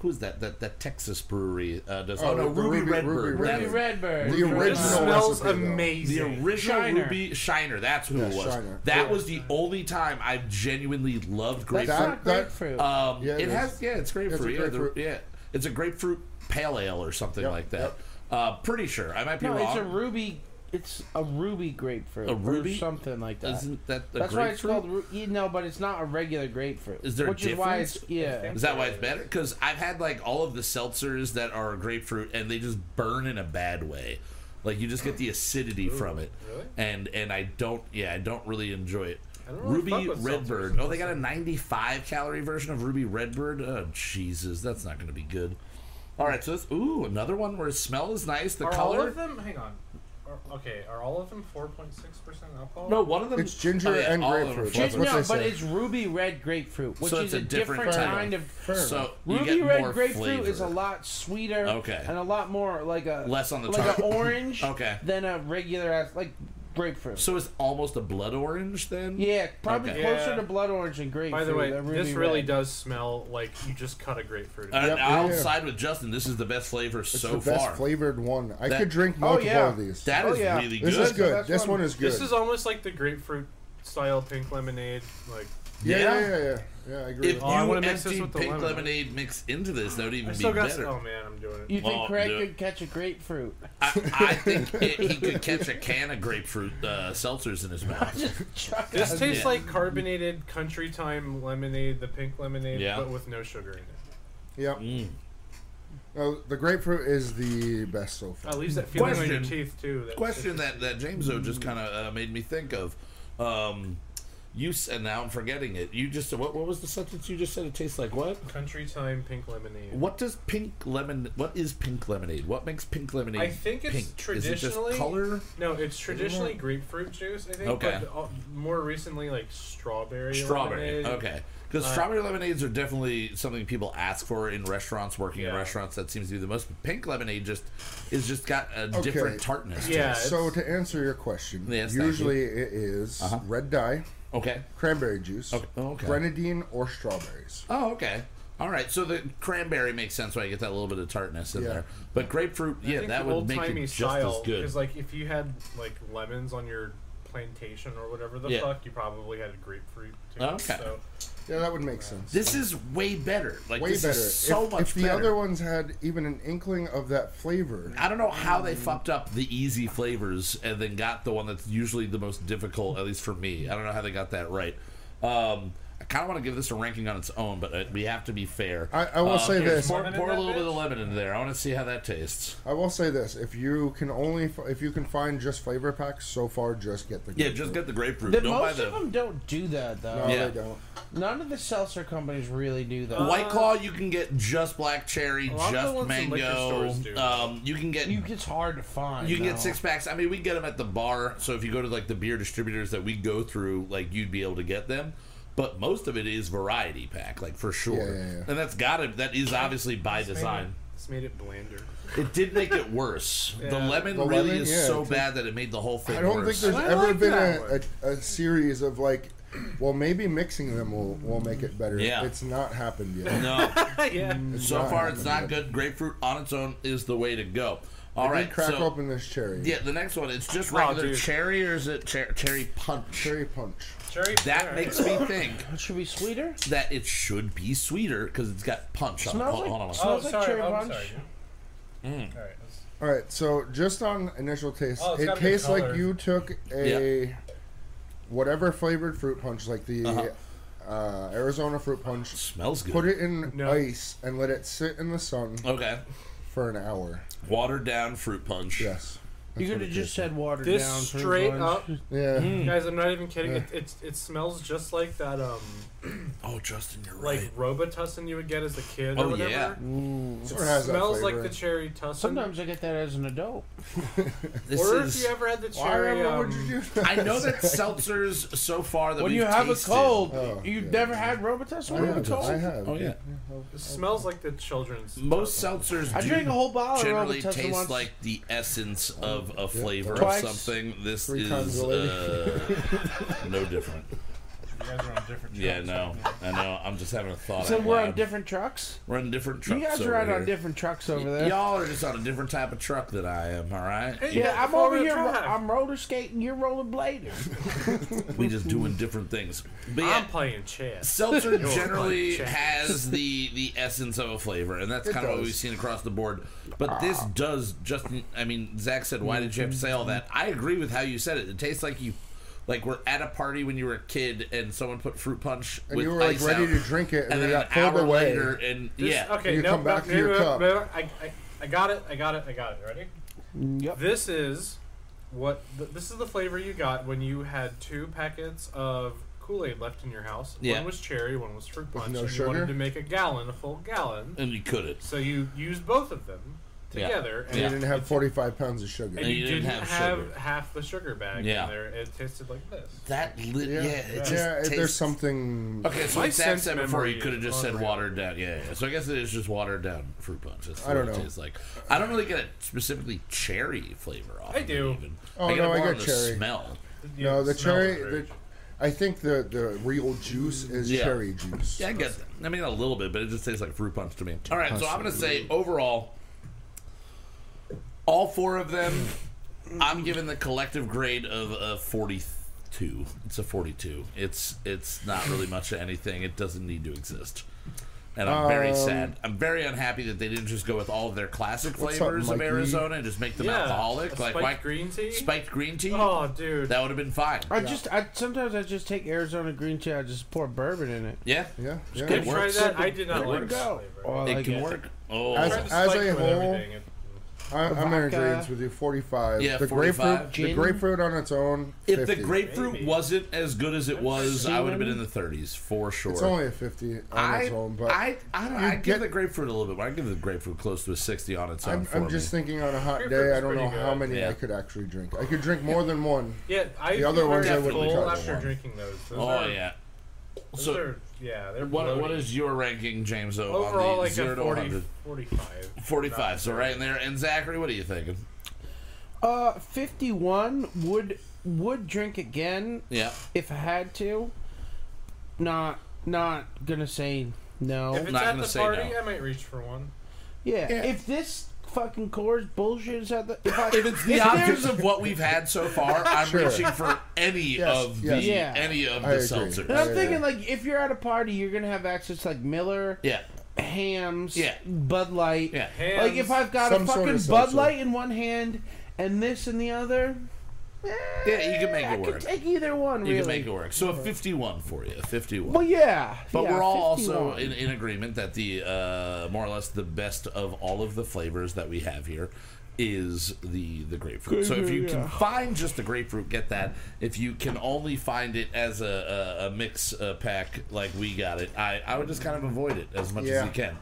Speaker 3: who's that that that Texas brewery uh, does? Oh,
Speaker 2: Oh,
Speaker 3: no,
Speaker 2: the
Speaker 3: Ruby,
Speaker 2: Ruby-
Speaker 3: Redbird.
Speaker 2: Ruby
Speaker 3: That's-
Speaker 4: Ruby Redbird.
Speaker 2: the
Speaker 5: it
Speaker 2: original
Speaker 5: smells
Speaker 2: recipe, though.
Speaker 3: The
Speaker 5: amazing.
Speaker 3: original
Speaker 4: Shiner.
Speaker 3: Ruby Shiner. That's who
Speaker 2: Yeah,
Speaker 3: it was.
Speaker 2: Shiner.
Speaker 3: That
Speaker 2: Yeah.
Speaker 3: was the only time I genuinely loved
Speaker 4: That's
Speaker 3: grapefruit.
Speaker 2: That-
Speaker 4: not
Speaker 2: that-
Speaker 4: grapefruit.
Speaker 3: Um,
Speaker 2: Yeah,
Speaker 3: it,
Speaker 2: it is.
Speaker 3: has yeah, it's grapefruit.
Speaker 2: It's a
Speaker 3: yeah, the-
Speaker 2: grapefruit.
Speaker 3: yeah, it's a grapefruit pale ale or something
Speaker 2: Yep,
Speaker 3: like that.
Speaker 2: yep.
Speaker 3: Uh, pretty sure. I might be
Speaker 4: no,
Speaker 3: wrong.
Speaker 4: it's a ruby. It's a ruby grapefruit.
Speaker 3: A ruby?
Speaker 4: or something like that.
Speaker 3: Isn't that a grapefruit?
Speaker 4: That's why it's called. Ru- you know, but it's not a regular grapefruit.
Speaker 3: Is there a
Speaker 4: which is why
Speaker 3: difference?
Speaker 4: it's yeah.
Speaker 3: Is that why it's better? Because I've had like all of the seltzers that are grapefruit, and they just burn in a bad way. Like you just get the acidity from it,
Speaker 5: really?
Speaker 3: and and I don't. Yeah, I don't really enjoy it.
Speaker 5: don't really
Speaker 3: Ruby
Speaker 5: fuck with
Speaker 3: Redbird.
Speaker 5: seltzers.
Speaker 3: Oh, they got a 95 calorie version of Ruby Redbird. Oh, Jesus, that's not going to be good. All right, so this, ooh, another one where the smell is nice, the
Speaker 5: are
Speaker 3: color.
Speaker 5: all of them? Hang on. Are, okay, are all of them 4.6 percent alcohol?
Speaker 3: No, one of them.
Speaker 2: It's ginger and
Speaker 3: all of them
Speaker 2: grapefruit.
Speaker 3: are
Speaker 4: Gin-
Speaker 2: That's what
Speaker 4: no,
Speaker 2: they
Speaker 4: but
Speaker 2: say.
Speaker 4: it's ruby red grapefruit, which
Speaker 3: So it's
Speaker 4: is a,
Speaker 3: a different
Speaker 4: different
Speaker 3: type.
Speaker 4: kind of.
Speaker 3: So you
Speaker 4: Ruby
Speaker 3: get
Speaker 4: red
Speaker 3: more
Speaker 4: grapefruit
Speaker 3: flavor.
Speaker 4: is a lot sweeter,
Speaker 3: Okay.
Speaker 4: and a lot more like a
Speaker 3: Less on the
Speaker 4: like
Speaker 3: top. (laughs)
Speaker 4: an orange,
Speaker 3: Okay.
Speaker 4: than a regular ass like grapefruit.
Speaker 3: So it's almost a blood orange then.
Speaker 4: yeah, probably
Speaker 3: Okay.
Speaker 4: closer
Speaker 5: Yeah.
Speaker 4: to blood orange and grapefruit.
Speaker 5: By the way,
Speaker 4: than
Speaker 5: this
Speaker 4: ruby
Speaker 5: really
Speaker 4: red.
Speaker 5: does smell like you just cut a grapefruit.
Speaker 3: And
Speaker 2: Yep,
Speaker 3: I'll
Speaker 2: yeah.
Speaker 3: side with Justin. This is the best flavor
Speaker 2: It's
Speaker 3: so
Speaker 2: the best
Speaker 3: far.
Speaker 2: flavored one. I
Speaker 3: That- Oh,
Speaker 2: could drink multiple
Speaker 4: yeah.
Speaker 2: of these.
Speaker 3: That
Speaker 4: Oh,
Speaker 3: is
Speaker 4: yeah.
Speaker 3: really good.
Speaker 2: this is good.
Speaker 4: That's
Speaker 2: this
Speaker 4: one-
Speaker 2: one, is good.
Speaker 5: This is almost like the grapefruit style pink lemonade. Like
Speaker 2: yeah,
Speaker 3: Yeah.
Speaker 2: yeah, yeah, yeah, yeah. I agree.
Speaker 3: If
Speaker 2: with
Speaker 5: Oh, I
Speaker 3: you
Speaker 5: wanna
Speaker 3: empty
Speaker 5: mix this with the
Speaker 3: pink
Speaker 5: lemon.
Speaker 3: lemonade mix into this, that would
Speaker 5: I
Speaker 3: even be
Speaker 5: still got.
Speaker 3: better.
Speaker 5: Oh man, I'm doing
Speaker 4: You
Speaker 5: it.
Speaker 4: think
Speaker 3: Well,
Speaker 4: Craig
Speaker 3: yeah.
Speaker 4: could catch a grapefruit?
Speaker 3: I, I
Speaker 5: (laughs)
Speaker 3: think it, he could catch a can of grapefruit uh, seltzers in his
Speaker 5: (laughs)
Speaker 3: mouth.
Speaker 4: Chuck
Speaker 5: This
Speaker 4: it.
Speaker 5: tastes
Speaker 3: yeah.
Speaker 5: like carbonated country time lemonade, the pink lemonade,
Speaker 3: Yeah.
Speaker 5: but with no sugar in it.
Speaker 2: it. Yep. No, the grapefruit is the best so far.
Speaker 5: At least that feeling on your
Speaker 3: Question.
Speaker 5: teeth too. That
Speaker 3: Question
Speaker 5: it's-
Speaker 3: that that James O just kind of uh, made me think of. Um, You said now I'm forgetting it. You just what? What was the sentence you just said? It tastes like what?
Speaker 5: Country time pink lemonade.
Speaker 3: What does pink lemon? What is pink lemonade? What makes pink lemonade?
Speaker 5: I think it's
Speaker 3: pink?
Speaker 5: traditionally
Speaker 3: Is it just color?
Speaker 5: No, it's traditionally grapefruit juice. I think.
Speaker 3: Okay.
Speaker 5: But uh, more recently, like strawberry.
Speaker 3: Strawberry.
Speaker 5: lemonade.
Speaker 3: Okay. Because strawberry lemonades are definitely something people ask for in restaurants. Working in
Speaker 5: Yeah.
Speaker 3: restaurants, that seems to be the most. Pink lemonade just is just got a different tartness.
Speaker 5: Yeah.
Speaker 3: To it.
Speaker 5: it's-
Speaker 2: So to answer your question,
Speaker 3: Yes, thank you.
Speaker 2: usually it is red dye,
Speaker 3: Okay.
Speaker 2: cranberry juice,
Speaker 3: Uh-huh. Okay, oh, okay.
Speaker 2: grenadine, or strawberries.
Speaker 3: Oh, okay. All right. So the cranberry makes sense why you get that little bit of tartness in
Speaker 2: Yeah.
Speaker 3: there. But grapefruit,
Speaker 5: I
Speaker 3: yeah,
Speaker 5: think
Speaker 3: that
Speaker 5: the
Speaker 3: would make
Speaker 5: old-timey
Speaker 3: it just
Speaker 5: style,
Speaker 3: as good.
Speaker 5: Because like if you had like lemons on your plantation or whatever the
Speaker 3: Yeah.
Speaker 5: fuck, you probably had a grapefruit. Too,
Speaker 3: Okay.
Speaker 5: So
Speaker 2: Yeah, that would make sense.
Speaker 3: This is way better. Like
Speaker 2: Way
Speaker 3: this
Speaker 2: better.
Speaker 3: is so
Speaker 2: if,
Speaker 3: much
Speaker 2: if the
Speaker 3: better.
Speaker 2: other ones had even an inkling of that flavor,
Speaker 3: I don't know how they fucked up the easy flavors and then got the one that's usually the most difficult, at least for me. I don't know how they got that right. Um, I kind of want to give this a ranking on its own, but uh, we have to be fair.
Speaker 2: I- I will
Speaker 3: Um,
Speaker 2: say
Speaker 3: here,
Speaker 2: this.
Speaker 3: Pour,
Speaker 5: Lemon in
Speaker 3: pour a
Speaker 5: that
Speaker 3: little bit of
Speaker 5: bitch?
Speaker 3: lemon in there. I want to see how that tastes.
Speaker 2: I will say this: if you can only, f- if you can find just flavor packs, so far, just get the
Speaker 3: Yeah,
Speaker 2: grapefruit.
Speaker 3: just get the grapefruit.
Speaker 4: The,
Speaker 3: don't buy
Speaker 4: most
Speaker 3: the.
Speaker 4: of them don't do that though.
Speaker 2: No,
Speaker 3: Yeah.
Speaker 2: they don't.
Speaker 4: None of the seltzer companies really do that.
Speaker 3: White Claw, you can get just black cherry,
Speaker 5: Uh, lot of the
Speaker 3: just
Speaker 5: ones in liquor
Speaker 3: mango.
Speaker 5: stores do.
Speaker 3: Um, you can get
Speaker 4: You, it's hard to find.
Speaker 3: You can
Speaker 4: no.
Speaker 3: get six packs. I mean, we get them at the bar. So if you go to like the beer distributors that we go through, like you'd be able to get them. But most of it is variety pack, like for sure.
Speaker 2: yeah, yeah.
Speaker 3: And that's got to That is obviously by design.
Speaker 5: This made it blander.
Speaker 3: It did make it
Speaker 5: (laughs)
Speaker 3: worse. The
Speaker 5: Yeah.
Speaker 3: lemon
Speaker 2: The
Speaker 3: really
Speaker 2: lemon,
Speaker 3: is
Speaker 2: yeah,
Speaker 3: so
Speaker 2: it's-
Speaker 3: bad that it made the whole thing.
Speaker 2: I don't think
Speaker 3: worse.
Speaker 2: there's
Speaker 5: I
Speaker 2: ever
Speaker 5: like
Speaker 2: been
Speaker 5: that
Speaker 2: a, a, a series of like, well, maybe mixing them will, will make it better.
Speaker 3: Yeah.
Speaker 2: It's not happened yet.
Speaker 3: (laughs) no.
Speaker 5: (laughs) yeah.
Speaker 2: It's
Speaker 3: So
Speaker 2: not
Speaker 3: far, it's not
Speaker 2: happened yet.
Speaker 3: good. Grapefruit on its own is the way to go. All
Speaker 2: Let me
Speaker 3: right.
Speaker 2: crack
Speaker 3: so,
Speaker 2: open this cherry.
Speaker 3: yeah, the next one. It's just regular
Speaker 5: Oh, dude.
Speaker 3: cherry, or is it cher- cherry punch?
Speaker 2: Cherry punch.
Speaker 5: Cherry.
Speaker 3: That
Speaker 5: alright.
Speaker 3: makes me think.
Speaker 4: It should be sweeter.
Speaker 3: that it should be sweeter because it's got punch on it.
Speaker 4: Smells
Speaker 3: Hold,
Speaker 4: like-
Speaker 3: hold on. a
Speaker 4: smells
Speaker 3: second.
Speaker 5: Oh,
Speaker 4: like
Speaker 5: sorry.
Speaker 4: cherry
Speaker 5: oh,
Speaker 4: punch.
Speaker 5: sorry.
Speaker 3: Hmm.
Speaker 5: All right. Let's,
Speaker 2: All right, so just on initial taste,
Speaker 5: Oh, it's
Speaker 2: it
Speaker 5: gotta be the
Speaker 2: tastes like
Speaker 5: color.
Speaker 2: you took a whatever flavored fruit punch, like the
Speaker 3: Uh-huh.
Speaker 2: uh Arizona fruit punch,
Speaker 3: Smells good.
Speaker 2: put it in
Speaker 5: No.
Speaker 2: ice and let it sit in the sun
Speaker 3: okay.
Speaker 2: for an hour.
Speaker 3: Watered down fruit punch.
Speaker 2: Yes.
Speaker 4: You could have just said water
Speaker 5: This
Speaker 4: down. fruit
Speaker 5: straight
Speaker 4: punch.
Speaker 5: up-
Speaker 2: Yeah.
Speaker 5: guys, I'm not even kidding. It, it it smells just like that um
Speaker 3: Oh, Justin, you're
Speaker 5: like
Speaker 3: right.
Speaker 5: Robitussin you would get as a kid
Speaker 3: Oh,
Speaker 5: or whatever.
Speaker 3: yeah.
Speaker 2: Sort of
Speaker 5: It
Speaker 2: has that
Speaker 5: smells like
Speaker 2: flavor.
Speaker 5: the cherry tussin.
Speaker 4: Sometimes I get that as an adult.
Speaker 3: This
Speaker 5: or
Speaker 3: is.
Speaker 5: if you ever had the
Speaker 2: Why
Speaker 5: cherry.
Speaker 2: ever would
Speaker 5: um,
Speaker 2: you do that?
Speaker 3: (laughs) I know that seltzers so far that
Speaker 4: When
Speaker 3: we've
Speaker 4: you have
Speaker 3: tasted,
Speaker 4: a cold,
Speaker 2: Oh,
Speaker 4: you've
Speaker 2: yeah.
Speaker 4: never had Robitussin.
Speaker 2: I have.
Speaker 4: Robitussin?
Speaker 2: I have.
Speaker 3: Oh yeah.
Speaker 5: It smells like the children's.
Speaker 3: Most seltzers
Speaker 4: I
Speaker 3: do
Speaker 4: drank a whole bottle of
Speaker 3: generally
Speaker 4: Robitussin
Speaker 3: taste
Speaker 4: once.
Speaker 3: like the essence of a flavor
Speaker 4: Twice.
Speaker 3: of something. This
Speaker 2: Three times
Speaker 3: is uh, no different.
Speaker 5: You guys are on different.
Speaker 3: Yeah, no, I know. I'm just having a thought.
Speaker 4: So
Speaker 3: out
Speaker 4: we're on
Speaker 3: loud.
Speaker 4: different trucks.
Speaker 3: We're on different
Speaker 4: You
Speaker 3: trucks.
Speaker 4: guys are
Speaker 3: over
Speaker 4: out
Speaker 3: here.
Speaker 4: on different trucks over there.
Speaker 3: Y'all are just on a different type of truck than I am. All right.
Speaker 4: yeah, I'm over here.
Speaker 5: Four-wheel drive.
Speaker 4: I'm roller skating. You're roller blading.
Speaker 3: we just doing different things. But yeah,
Speaker 5: I'm playing chess.
Speaker 3: seltzer generally
Speaker 2: (laughs)
Speaker 5: Chad.
Speaker 3: has the the essence of a flavor, and that's
Speaker 2: It
Speaker 3: kind of what
Speaker 2: does. Ah.
Speaker 3: we've seen across the board. But this does just. I mean, Zach said, "Why did you have to say all that?"
Speaker 2: Mm-hmm.
Speaker 3: I agree with how you said it. It tastes like you. Like we're at a party when you were a kid, and someone put fruit punch
Speaker 2: And
Speaker 3: with
Speaker 2: you were like
Speaker 3: ice
Speaker 2: ready
Speaker 3: out,
Speaker 2: to drink it, and,
Speaker 3: and
Speaker 2: then it
Speaker 3: then an
Speaker 2: got pulled
Speaker 3: hour
Speaker 2: away.
Speaker 3: later, and
Speaker 5: This-
Speaker 3: yeah,
Speaker 5: Okay.
Speaker 2: You
Speaker 5: no,
Speaker 2: come
Speaker 5: no,
Speaker 2: back to
Speaker 5: no,
Speaker 2: your
Speaker 5: no,
Speaker 2: cup.
Speaker 5: no, I, I, I got it. I got it. I got it. I got it.
Speaker 2: Mm,
Speaker 5: Ready?
Speaker 4: Yep.
Speaker 5: This is what. Th- this is the flavor you got when you had two packets of Kool Aid left in your house.
Speaker 3: Yeah.
Speaker 5: One was cherry. One was fruit punch.
Speaker 2: no
Speaker 5: and
Speaker 2: sugar?
Speaker 5: You wanted to make a gallon, a full gallon.
Speaker 3: and you couldn't.
Speaker 5: So you used both of them
Speaker 3: Yeah.
Speaker 5: together, and,
Speaker 3: Yeah.
Speaker 2: You didn't have 45 pounds of sugar.
Speaker 5: and you, didn't, have,
Speaker 3: sugar.
Speaker 5: half the sugar bag
Speaker 3: Yeah.
Speaker 5: in there. It tasted like this.
Speaker 3: That lit, yeah, it just
Speaker 2: yeah,
Speaker 3: tastes
Speaker 2: there's something.
Speaker 3: Okay, so
Speaker 5: My
Speaker 3: like Zach
Speaker 5: sense
Speaker 3: said before,
Speaker 5: memory
Speaker 3: you could have
Speaker 5: is
Speaker 3: just said
Speaker 5: unreal.
Speaker 3: watered down. Yeah, yeah. So I guess it is just watered down fruit punch. That's
Speaker 2: I don't
Speaker 3: what It
Speaker 2: know.
Speaker 3: tastes like. I don't really get a specifically cherry flavor off.
Speaker 5: I
Speaker 3: of it
Speaker 5: do.
Speaker 3: even.
Speaker 2: Oh,
Speaker 3: I get
Speaker 2: no,
Speaker 3: it
Speaker 2: I
Speaker 3: more
Speaker 2: get
Speaker 3: on the
Speaker 2: cherry.
Speaker 3: Smell.
Speaker 5: You
Speaker 2: No,
Speaker 5: know,
Speaker 2: the
Speaker 5: it smells
Speaker 2: cherry.
Speaker 5: great.
Speaker 2: The, I think the the real juice is
Speaker 3: Yeah.
Speaker 2: cherry juice.
Speaker 3: Yeah, I get. That. I mean, a little bit, but it just tastes like fruit punch to me. All right, so I'm gonna say overall, all four of them, I'm giving the collective grade of a 42. It's a 42. It's it's not really much of anything. It doesn't need to exist. And I'm very sad. I'm very unhappy that they didn't just go with all of their classic
Speaker 2: What's up,
Speaker 3: flavors of
Speaker 2: Mikey?
Speaker 3: Arizona and just make them
Speaker 5: Yeah,
Speaker 3: alcoholic,
Speaker 5: a
Speaker 3: like
Speaker 5: spiked
Speaker 3: why-
Speaker 5: green tea?
Speaker 3: Spiked green tea.
Speaker 5: Oh, dude.
Speaker 3: That would have been fine.
Speaker 4: I just, I sometimes I just take Arizona green tea. I just pour bourbon in it.
Speaker 3: Yeah,
Speaker 2: Yeah, yeah.
Speaker 3: good.
Speaker 5: I tried
Speaker 3: works.
Speaker 5: that. I did not
Speaker 3: It
Speaker 5: like
Speaker 3: works.
Speaker 5: this
Speaker 4: Go.
Speaker 5: flavor.
Speaker 4: Oh, I
Speaker 3: it
Speaker 4: like
Speaker 3: can work. Oh,
Speaker 5: I tried
Speaker 2: As-
Speaker 5: the
Speaker 2: as
Speaker 5: spike
Speaker 2: a
Speaker 5: with
Speaker 2: whole-
Speaker 5: everything. It-
Speaker 2: I, I'm
Speaker 4: Vodka.
Speaker 2: in agreement with you. 45.
Speaker 3: Yeah,
Speaker 2: the
Speaker 3: 45.
Speaker 2: grapefruit. The
Speaker 4: Gin.
Speaker 2: grapefruit on its own.
Speaker 3: If
Speaker 2: 50.
Speaker 3: the grapefruit
Speaker 5: Maybe.
Speaker 3: wasn't as good as it was, I would have been in
Speaker 4: Cinnamon?
Speaker 3: the 30s for sure.
Speaker 2: It's only a 50 on
Speaker 3: I,
Speaker 2: its own, but
Speaker 3: I, I, don't,
Speaker 2: you
Speaker 3: I give
Speaker 2: get-
Speaker 3: the grapefruit a little bit more. I give the grapefruit close to a 60 on its own
Speaker 2: I'm,
Speaker 3: for
Speaker 2: I'm
Speaker 3: me.
Speaker 2: just thinking on a hot
Speaker 5: Grapefruit's
Speaker 2: day, I don't know
Speaker 5: pretty
Speaker 2: how
Speaker 5: good.
Speaker 2: many I
Speaker 3: Yeah.
Speaker 2: could actually drink. I could drink more than one.
Speaker 5: Yeah, I
Speaker 2: The other
Speaker 5: feel
Speaker 2: ones
Speaker 5: very
Speaker 3: I wouldn't
Speaker 5: full
Speaker 3: touch.
Speaker 5: after drinking those. Those
Speaker 3: oh,
Speaker 5: are-
Speaker 3: yeah.
Speaker 5: those
Speaker 3: So-
Speaker 5: are- yeah, they're
Speaker 3: What, what
Speaker 5: bloated.
Speaker 3: is your ranking, James, though,
Speaker 5: overall
Speaker 3: on the
Speaker 5: like
Speaker 3: 0
Speaker 5: a
Speaker 3: to
Speaker 5: 40,
Speaker 3: 100?
Speaker 5: 45.
Speaker 3: 45, so right in there. And Zachary, what are you thinking?
Speaker 4: Uh, 51 would would drink again
Speaker 3: Yeah.
Speaker 4: if I had to. Not not gonna say no.
Speaker 5: If it's
Speaker 3: not
Speaker 5: at
Speaker 3: gonna
Speaker 5: the
Speaker 3: say
Speaker 5: party,
Speaker 3: no.
Speaker 5: I might reach for one.
Speaker 4: yeah.
Speaker 2: Yeah.
Speaker 4: If this fucking Coors bullshit is at the if, I,
Speaker 3: (laughs) If it's the
Speaker 4: if
Speaker 3: optics
Speaker 4: there's-
Speaker 3: of what we've had
Speaker 2: (laughs)
Speaker 3: so far, I'm
Speaker 2: Sure.
Speaker 3: reaching for any
Speaker 2: Yes,
Speaker 3: of the
Speaker 2: yes.
Speaker 4: Yeah.
Speaker 3: any of
Speaker 2: I
Speaker 3: the
Speaker 2: agree.
Speaker 3: seltzers.
Speaker 4: And I'm
Speaker 2: Yeah,
Speaker 4: thinking
Speaker 2: yeah.
Speaker 4: like if you're at a party, you're gonna have access to like Miller,
Speaker 3: Yeah.
Speaker 4: Hams,
Speaker 3: Yeah.
Speaker 4: Bud Light.
Speaker 3: Yeah.
Speaker 5: Hams,
Speaker 4: Like if I've got
Speaker 2: Some
Speaker 4: a
Speaker 2: sort of
Speaker 4: fucking Bud
Speaker 2: seltzer.
Speaker 4: Light in one hand and this in the other,
Speaker 3: Yeah, you can make
Speaker 4: I
Speaker 3: it
Speaker 4: could
Speaker 3: work.
Speaker 4: take either one.
Speaker 3: You
Speaker 4: really.
Speaker 3: can make it work. So a 51 for you. a 51.
Speaker 4: Well, yeah.
Speaker 3: But
Speaker 4: yeah,
Speaker 3: we're all also
Speaker 4: 51.
Speaker 3: in, in agreement that the uh, more or less the best of all of the flavors that we have here is the the grapefruit. So if you can find just the grapefruit, get that. If you can only find it as a, a, a mix uh, pack like we got it, I, I would just kind of avoid it as much as
Speaker 2: Yeah.
Speaker 3: you can.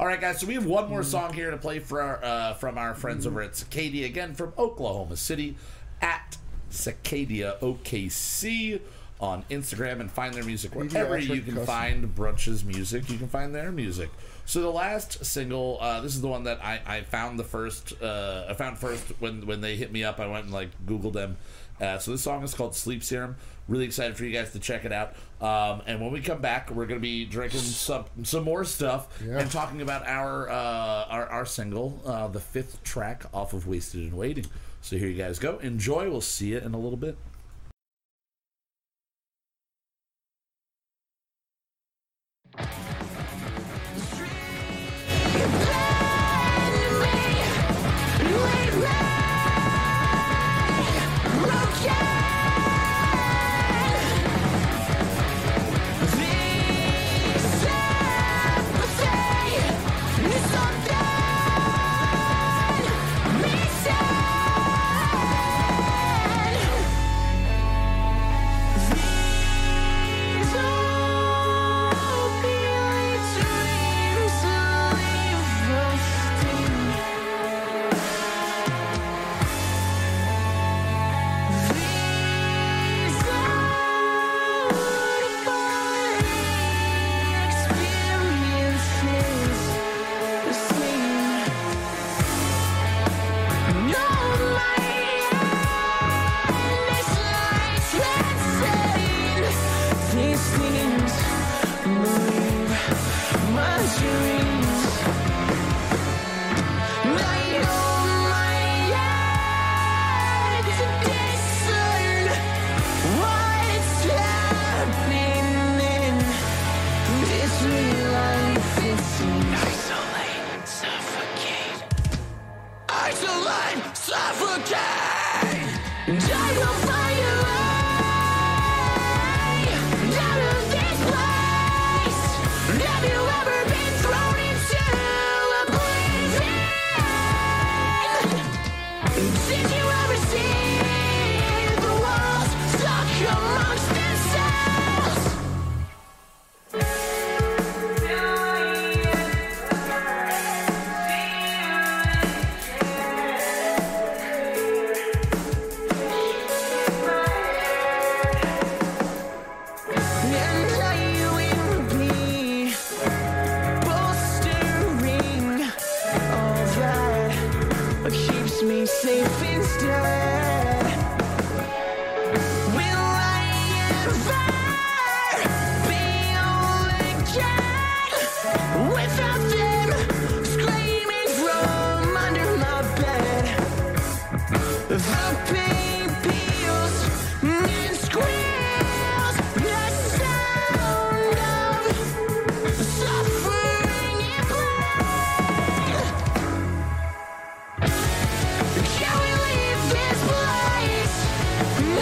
Speaker 3: All right, guys. So we have one more song here to play for our, uh, from our friends over at Cicadia again from Oklahoma City at Cicadia OKC on Instagram and find their music
Speaker 2: can
Speaker 3: wherever
Speaker 2: actually
Speaker 3: you can
Speaker 2: cuss.
Speaker 3: find Brunch's music. You can find their music. So the last single, uh, this is the one that I, I found the first. Uh, I found first when when they hit me up. I went and like Googled them. Uh, so this song is called Sleep Serum. Really excited for you guys to check it out. Um, and when we come back, we're gonna be drinking some some more stuff
Speaker 2: Yeah.
Speaker 3: and talking about our uh, our, our single, uh, the fifth track off of Wasted and Waiting. So here you guys go. Enjoy. We'll see you in a little bit.
Speaker 6: These things move my dreams. Light on my head to discern what's happening. This real life, it seems. Isolate, suffocate. Isolate, suffocate. Die of fire. eh? Keeps me safe instead. Will I ever be all again without them screaming from under my bed? The pain peels and squeals. The sound of suffering and pain. Can we leave this place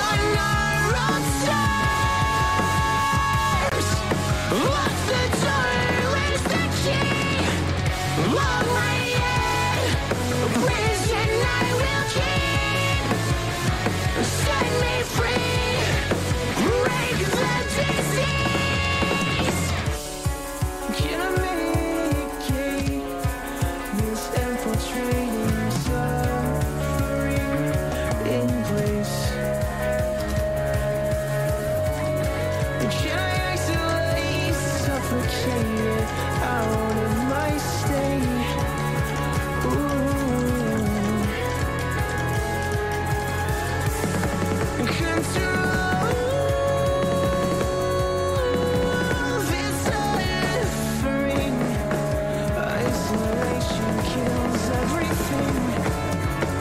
Speaker 6: on our own terms? Lock the door, release the key. Lock my head, prison
Speaker 7: machine. Set me free. Break the disease.
Speaker 6: Can I make it? This infiltrating suffering in place. Can I isolate, suffocate it out of my state? Ooh. Control this suffering. Isolation kills everything.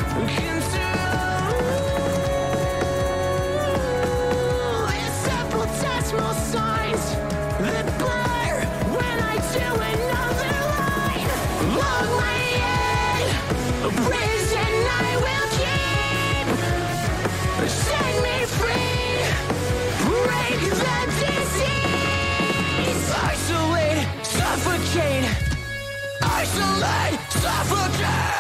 Speaker 7: Control these simple signs that blur when I do another line. Lonely in a prison, I will keep. Set me free. Break the disease. Isolate, suffocate. Isolate, suffocate.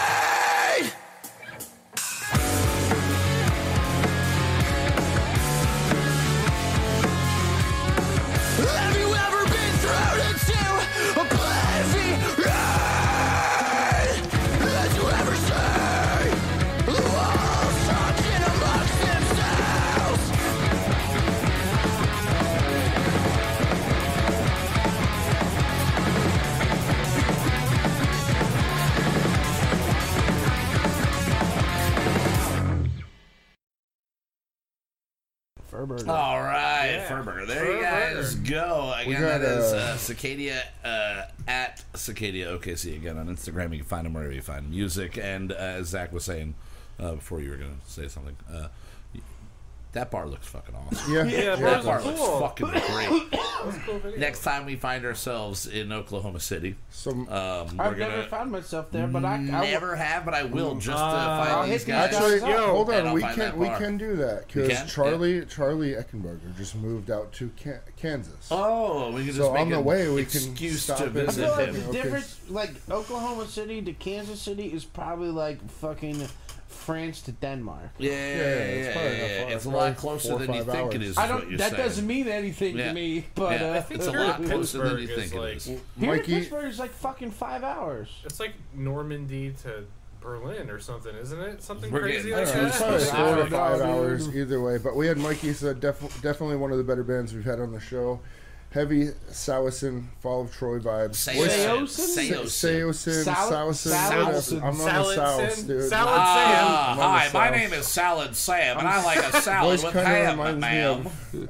Speaker 7: Have you ever been thrown into oblivion? Did you ever see wolves talking amongst themselves?
Speaker 4: Furburger.
Speaker 3: All right, Ferber. There you guys go. Again,
Speaker 2: got,
Speaker 3: that is
Speaker 2: uh,
Speaker 3: uh, Cicadia uh, at Cicadia OKC again on Instagram. You can find them wherever you find music. And uh, as Zach was saying uh, before, you were going to say something. Uh, y- that bar looks fucking awesome.
Speaker 2: Yeah,
Speaker 5: Yeah,
Speaker 3: that
Speaker 5: bars
Speaker 3: bar
Speaker 5: are
Speaker 3: looks
Speaker 5: cool.
Speaker 2: (coughs)
Speaker 3: fucking great.
Speaker 5: That's a cool video.
Speaker 3: Next time we find ourselves in Oklahoma City,
Speaker 2: Some
Speaker 3: um, we're
Speaker 4: I've
Speaker 3: gonna
Speaker 4: never found myself there, but I, I uh, will-
Speaker 3: never have, but I will just to
Speaker 4: I'll
Speaker 3: find
Speaker 4: hit
Speaker 3: these
Speaker 4: these
Speaker 3: guys.
Speaker 2: actually,
Speaker 4: Yo,
Speaker 2: hold
Speaker 3: and
Speaker 2: on.
Speaker 3: I'll
Speaker 2: We
Speaker 3: find
Speaker 2: can
Speaker 3: that
Speaker 2: we
Speaker 3: bar.
Speaker 2: can do that
Speaker 3: You
Speaker 2: because
Speaker 3: can?
Speaker 2: Charlie Charlie Eckenberger just moved out to Can- Kansas.
Speaker 3: Oh, we can just
Speaker 2: So
Speaker 3: make
Speaker 2: on the
Speaker 3: an
Speaker 2: way, we can
Speaker 3: excuse
Speaker 2: stop
Speaker 3: to
Speaker 2: and-
Speaker 4: I
Speaker 3: visit
Speaker 4: feel like
Speaker 3: him.
Speaker 4: the
Speaker 2: Okay.
Speaker 4: difference, like Oklahoma City to Kansas City, is probably like fucking France to Denmark.
Speaker 3: Yeah, yeah,
Speaker 2: it's
Speaker 3: yeah,
Speaker 2: probably
Speaker 3: yeah,
Speaker 2: not
Speaker 3: yeah.
Speaker 2: far.
Speaker 3: It's
Speaker 2: It's
Speaker 3: a
Speaker 2: probably
Speaker 3: lot closer
Speaker 2: four or
Speaker 3: than you
Speaker 2: five
Speaker 3: think it
Speaker 2: hours.
Speaker 3: is. is
Speaker 4: I
Speaker 3: what
Speaker 4: don't.
Speaker 3: you're
Speaker 4: That
Speaker 3: saying.
Speaker 4: doesn't mean anything
Speaker 3: Yeah.
Speaker 4: to me, but
Speaker 3: yeah,
Speaker 4: uh,
Speaker 3: it's a
Speaker 4: (laughs)
Speaker 3: lot
Speaker 5: Pittsburgh
Speaker 3: closer than you
Speaker 5: is
Speaker 3: think
Speaker 5: like-
Speaker 3: it is.
Speaker 4: here to
Speaker 2: Mikey,
Speaker 4: Pittsburgh is like fucking five hours.
Speaker 5: It's like Normandy to Berlin or something, isn't it? Something
Speaker 3: We're
Speaker 5: crazy
Speaker 3: getting-
Speaker 5: like
Speaker 3: I
Speaker 2: Yeah,
Speaker 3: don't
Speaker 5: that.
Speaker 2: it's
Speaker 3: know,
Speaker 2: probably
Speaker 3: Yeah.
Speaker 2: four to
Speaker 3: Yeah.
Speaker 2: five
Speaker 4: Yeah.
Speaker 2: hours either way. But we had Mikey said def- definitely one of the better bands we've had on the show. Heavy Sowison, Fall of Troy vibes.
Speaker 3: Seosin.
Speaker 4: Seosin?
Speaker 2: Sowison,
Speaker 3: Seosin.
Speaker 4: Sal-
Speaker 2: Sowison.
Speaker 4: Sowson.
Speaker 2: I'm on the
Speaker 5: Salad
Speaker 2: South,
Speaker 5: Sin-
Speaker 2: dude.
Speaker 5: Salad
Speaker 3: Ah,
Speaker 2: Sam.
Speaker 3: hi,
Speaker 2: Mama
Speaker 3: my
Speaker 2: Sal.
Speaker 3: name is Salad Sam, and I like
Speaker 2: (laughs)
Speaker 3: a salad
Speaker 2: Voice
Speaker 3: with
Speaker 2: kind of
Speaker 3: ham,
Speaker 2: reminds me
Speaker 3: ma'am.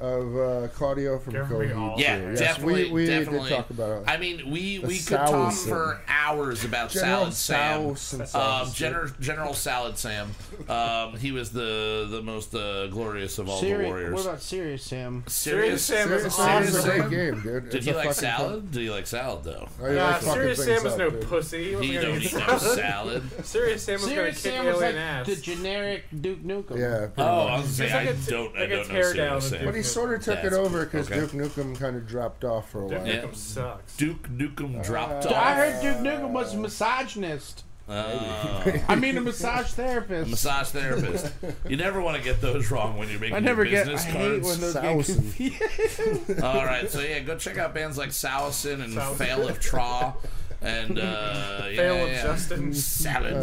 Speaker 2: of, of uh, Claudio from
Speaker 5: There we
Speaker 2: Coheed.
Speaker 5: are.
Speaker 2: too.
Speaker 3: Yeah,
Speaker 2: Yes,
Speaker 3: definitely.
Speaker 2: We, we
Speaker 3: definitely.
Speaker 2: did talk about it.
Speaker 3: I mean, we, we could
Speaker 2: Salad
Speaker 3: talk
Speaker 2: Sam.
Speaker 3: for hours about
Speaker 2: General
Speaker 3: Salad Sam.
Speaker 2: Sowson
Speaker 3: Um,
Speaker 2: Sowson.
Speaker 3: General, General Salad Sam. Um, he was the the most uh, glorious of all the
Speaker 4: Serious. What
Speaker 3: warriors.
Speaker 4: about serious Sam?
Speaker 5: Serious Sam
Speaker 2: Serious
Speaker 5: is
Speaker 2: Sam is a
Speaker 5: awesome.
Speaker 2: great game, dude.
Speaker 3: Did
Speaker 2: It's
Speaker 3: he
Speaker 2: a
Speaker 3: like
Speaker 2: fucking fun-
Speaker 3: salad? Did he like salad though?
Speaker 2: I like
Speaker 5: Nah,
Speaker 2: fucking
Speaker 5: Serious
Speaker 2: things
Speaker 5: Sam is
Speaker 2: up,
Speaker 5: no
Speaker 2: dude.
Speaker 5: pussy. He
Speaker 3: He
Speaker 5: wasn't gonna
Speaker 3: don't
Speaker 5: eat
Speaker 2: (laughs)
Speaker 3: eat no
Speaker 5: salad.
Speaker 3: salad.
Speaker 5: Serious Sam was gonna
Speaker 4: Serious
Speaker 5: kick
Speaker 4: Sam was
Speaker 5: alien
Speaker 4: like
Speaker 5: ass.
Speaker 4: the generic Duke Nukem.
Speaker 2: Yeah. pretty
Speaker 3: Oh,
Speaker 2: much.
Speaker 3: I was gonna say
Speaker 5: like
Speaker 3: I
Speaker 5: a t-
Speaker 3: don't. I
Speaker 5: like a
Speaker 3: don't know
Speaker 5: teardown
Speaker 3: Serious
Speaker 5: of
Speaker 3: Sam.
Speaker 2: But he sort of took
Speaker 3: That's-
Speaker 2: it over because
Speaker 3: okay.
Speaker 2: Duke Nukem kind of dropped off for a while.
Speaker 5: Duke
Speaker 3: Yeah.
Speaker 5: Nukem sucks.
Speaker 3: Duke
Speaker 2: Uh, (laughs)
Speaker 3: Nukem dropped
Speaker 4: So I
Speaker 3: off.
Speaker 4: heard Duke Nukem was a misogynist.
Speaker 2: (laughs)
Speaker 3: Uh,
Speaker 4: I mean, a massage therapist.
Speaker 3: massage therapist. You never want to get those wrong when you're making
Speaker 4: I never
Speaker 3: your
Speaker 4: get. I
Speaker 3: business
Speaker 4: hate when
Speaker 3: cards. (laughs)
Speaker 4: those (laughs) get
Speaker 2: Sowson.
Speaker 4: confused.
Speaker 3: All right, so yeah, go check out bands like Sowson and
Speaker 5: Sowson.
Speaker 3: Fail of Traw and
Speaker 4: (laughs)
Speaker 3: uh, yeah,
Speaker 5: Fail of
Speaker 3: yeah.
Speaker 5: Justin.
Speaker 3: Salad
Speaker 4: Oh,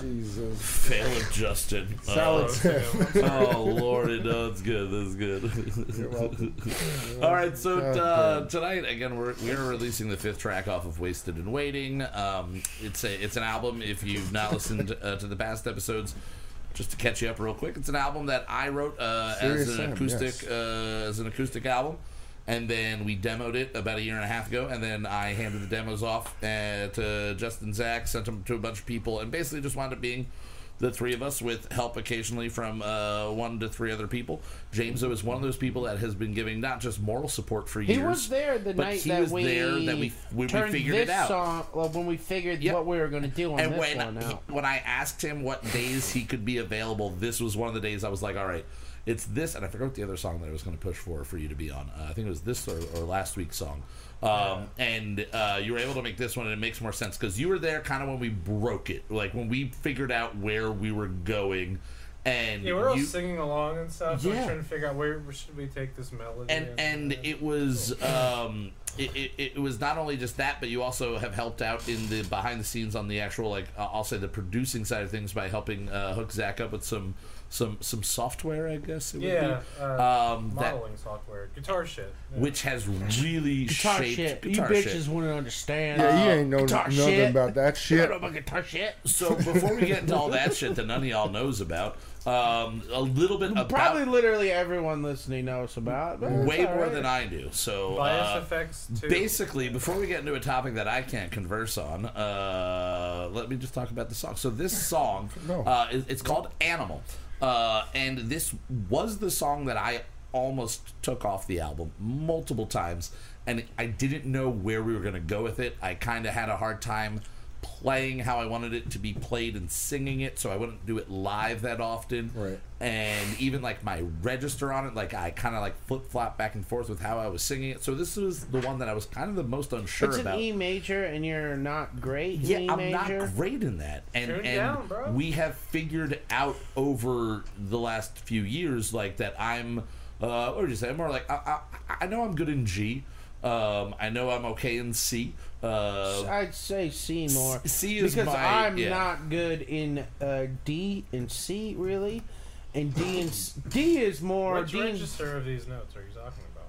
Speaker 2: (laughs) Jesus.
Speaker 3: Fail of Justin.
Speaker 2: Salad
Speaker 3: Uh,
Speaker 2: Sam.
Speaker 3: oh lord, it no, it's good. That's good. (laughs) All right, so
Speaker 2: Oh,
Speaker 3: uh, tonight again, we're we're releasing the fifth track off of "Wasted and Waiting." Um, it's a it's an album. If you've not listened uh, to the past episodes, just to catch you up real quick, it's an album that I wrote uh, as
Speaker 2: Serious
Speaker 3: an
Speaker 2: Sam,
Speaker 3: acoustic
Speaker 2: yes.
Speaker 3: uh, as an acoustic album, and then we demoed it about a year and a half ago, and then I handed the demos off uh, to Justin Zach, sent them to a bunch of people, and basically just wound up being the three of us with help occasionally from uh, one to three other people. James is one of those people that has been giving not just moral support for
Speaker 4: He
Speaker 3: years.
Speaker 4: was there the
Speaker 3: but
Speaker 4: night
Speaker 3: he
Speaker 4: that,
Speaker 3: was
Speaker 4: we
Speaker 3: there that we- when we
Speaker 4: turned
Speaker 3: figured
Speaker 4: this
Speaker 3: it out.
Speaker 4: song. Well, when we figured
Speaker 3: Yep.
Speaker 4: what we were going to do on
Speaker 3: and
Speaker 4: this
Speaker 3: when
Speaker 4: one
Speaker 3: he-
Speaker 4: out.
Speaker 3: when I asked him what days he could be available, this was one of the days I was like, all right, It's this, and I forgot the other song that I was going to push for for you to be on. Uh, I think it was this or, or last week's song. Um, and uh, you were able to make this one, and it makes more sense because you were there kind of when we broke it, like when we figured out where we were going. And
Speaker 5: (laughs) Yeah, we're all
Speaker 3: you-
Speaker 5: singing along and stuff. Yeah.
Speaker 3: Yeah.
Speaker 5: We're trying to figure out where where should we take this melody.
Speaker 3: and and it was um it, it, it was not only just that but you also have helped out in the behind the scenes on the actual like uh, i'll say the producing side of things by helping uh, hook zach up with some some some software i guess it would
Speaker 5: yeah,
Speaker 3: be
Speaker 5: uh,
Speaker 3: um that Uh,
Speaker 5: modeling software, guitar shit. Yeah.
Speaker 3: which has really
Speaker 4: Guitar
Speaker 3: shaped
Speaker 4: shit.
Speaker 3: guitar
Speaker 4: you
Speaker 3: shit.
Speaker 4: bitches wouldn't understand.
Speaker 2: Yeah, you ain't know
Speaker 4: guitar
Speaker 2: nothing
Speaker 4: shit.
Speaker 2: about
Speaker 5: (laughs)
Speaker 2: that
Speaker 4: I
Speaker 2: shit.
Speaker 4: don't know about guitar shit.
Speaker 3: so before we get into all that shit that none of y'all knows about um a little bit about
Speaker 4: Probably literally everyone listening knows about. But it's
Speaker 3: way
Speaker 4: all
Speaker 3: more
Speaker 4: right.
Speaker 3: than i do so
Speaker 5: Bias
Speaker 3: uh,
Speaker 5: effects too.
Speaker 3: Basically, before we get into a topic that I can't converse on, uh, let me just talk about the song. So this song,
Speaker 2: No.
Speaker 3: uh, is- it's called "Animal," uh, and this was the song that I almost took off the album multiple times, and I didn't know where we were going to go with it. I kind of had a hard time playing how I wanted it to be played and singing it, so I wouldn't do it live that often
Speaker 2: Right.
Speaker 3: and even like my register on it, like I kind of like flip flop back and forth with how I was singing it. So this was the one that I was kind of the most unsure
Speaker 4: It's
Speaker 3: about.
Speaker 4: an E major, and you're not great. in
Speaker 3: yeah,
Speaker 4: E
Speaker 3: I'm
Speaker 4: major.
Speaker 3: not great in that, and
Speaker 5: Tune it
Speaker 3: and
Speaker 5: down, bro.
Speaker 3: we have figured out over the last few years like that I'm, uh, what would you say? I'm more like I, I, I know I'm good in G. Um, I know I'm okay in C. Uh,
Speaker 4: I'd say C more.
Speaker 3: C is
Speaker 4: because
Speaker 3: my-
Speaker 4: I'm
Speaker 3: yeah.
Speaker 4: not good in uh, D and C really, and D and s- D is more
Speaker 5: Which
Speaker 4: D and-
Speaker 5: register of these notes are you talking about?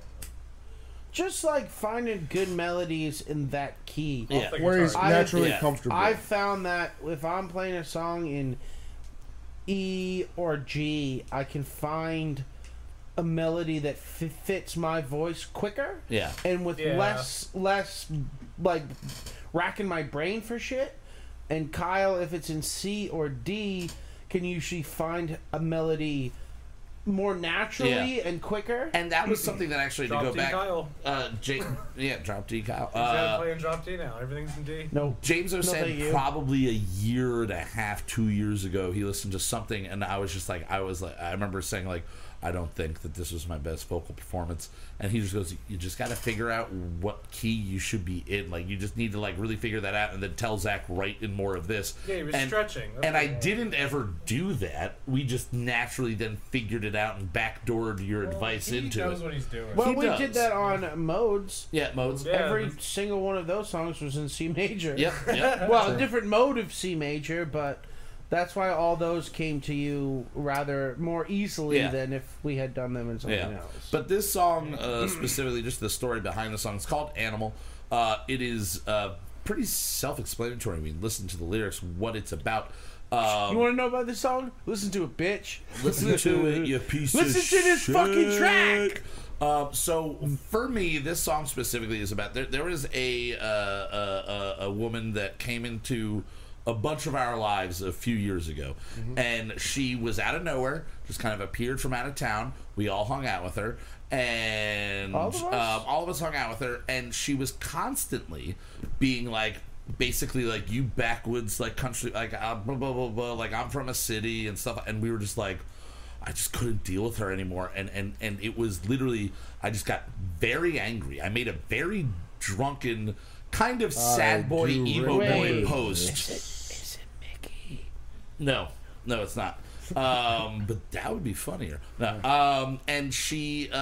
Speaker 4: just like finding good melodies in that key.
Speaker 3: yeah.
Speaker 5: Like
Speaker 2: Where he's
Speaker 5: guitar.
Speaker 4: I-
Speaker 2: naturally
Speaker 3: yeah.
Speaker 2: comfortable.
Speaker 4: I've found that if I'm playing a song in E or G, I can find a melody that f- fits my voice quicker
Speaker 3: yeah.
Speaker 4: and with
Speaker 5: Yeah.
Speaker 4: less less like racking my brain for shit. And Kyle, if it's in C or D, can usually find a melody more naturally and quicker.
Speaker 3: And that
Speaker 4: (laughs)
Speaker 3: was something that actually
Speaker 5: Drop
Speaker 3: to go
Speaker 5: D
Speaker 3: back.
Speaker 5: Kyle.
Speaker 3: Uh, Jake, yeah, drop D Kyle.
Speaker 5: Instead
Speaker 3: Uh,
Speaker 5: of playing drop D now, everything's in D.
Speaker 4: no,
Speaker 3: James
Speaker 4: thank
Speaker 3: O'San
Speaker 4: you.
Speaker 3: probably a year and a half, two years ago, he listened to something, and I was just like, I was like, I remember saying like, I don't think that this was my best vocal performance, and he just goes, you just got to figure out what key you should be in, like you just need to like really figure that out, and then tell Zach write in more of this.
Speaker 5: Yeah, he was
Speaker 3: and,
Speaker 5: stretching. That's
Speaker 3: and I
Speaker 5: what-
Speaker 3: didn't ever do that. We just naturally then figured it out and backdoored your advice
Speaker 5: he
Speaker 3: into
Speaker 5: knows
Speaker 3: it.
Speaker 5: what he's doing.
Speaker 4: Well,
Speaker 3: He
Speaker 4: we
Speaker 3: does.
Speaker 4: did that on modes.
Speaker 3: yeah, modes.
Speaker 5: Yeah.
Speaker 4: Every
Speaker 5: that's-
Speaker 4: single one of those songs was in C major. (laughs)
Speaker 3: Yep. Yep.
Speaker 4: Well, a different mode of C major, but that's why all those came to you rather more easily
Speaker 3: Yeah.
Speaker 4: than if we had done them in something
Speaker 3: Yeah.
Speaker 4: else.
Speaker 3: But this song, (clears throat) uh, specifically, just the story behind the song, it's called Animal. Uh, it is uh, pretty self explanatory. We listen to the lyrics, what it's about.
Speaker 4: you
Speaker 3: Um,
Speaker 4: want to know about this song? Listen to it, bitch.
Speaker 3: listen to
Speaker 4: (laughs)
Speaker 3: it, you piece of
Speaker 4: Listen to this
Speaker 3: shit.
Speaker 4: fucking track.
Speaker 3: Um, so for me, this song specifically is about there. There was a uh, a, a, a woman that came into a bunch of our lives a few years ago,
Speaker 4: Mm-hmm.
Speaker 3: and she was out of nowhere, just kind of appeared from out of town. We all hung out with her, and
Speaker 4: All of us?
Speaker 3: Um, all of us hung out with her, and she was constantly being like. Basically, like you backwoods, like country, like uh, blah blah blah blah. Like I'm from a city and stuff, and we were just like, I just couldn't deal with her anymore, and and and it was literally I just got very angry. I made a very drunken, kind of sad boy,
Speaker 2: do
Speaker 3: emo
Speaker 2: remember
Speaker 3: boy
Speaker 2: this.
Speaker 3: post. No, no, it's not. Um, but that would be funnier. No, um, and she, uh,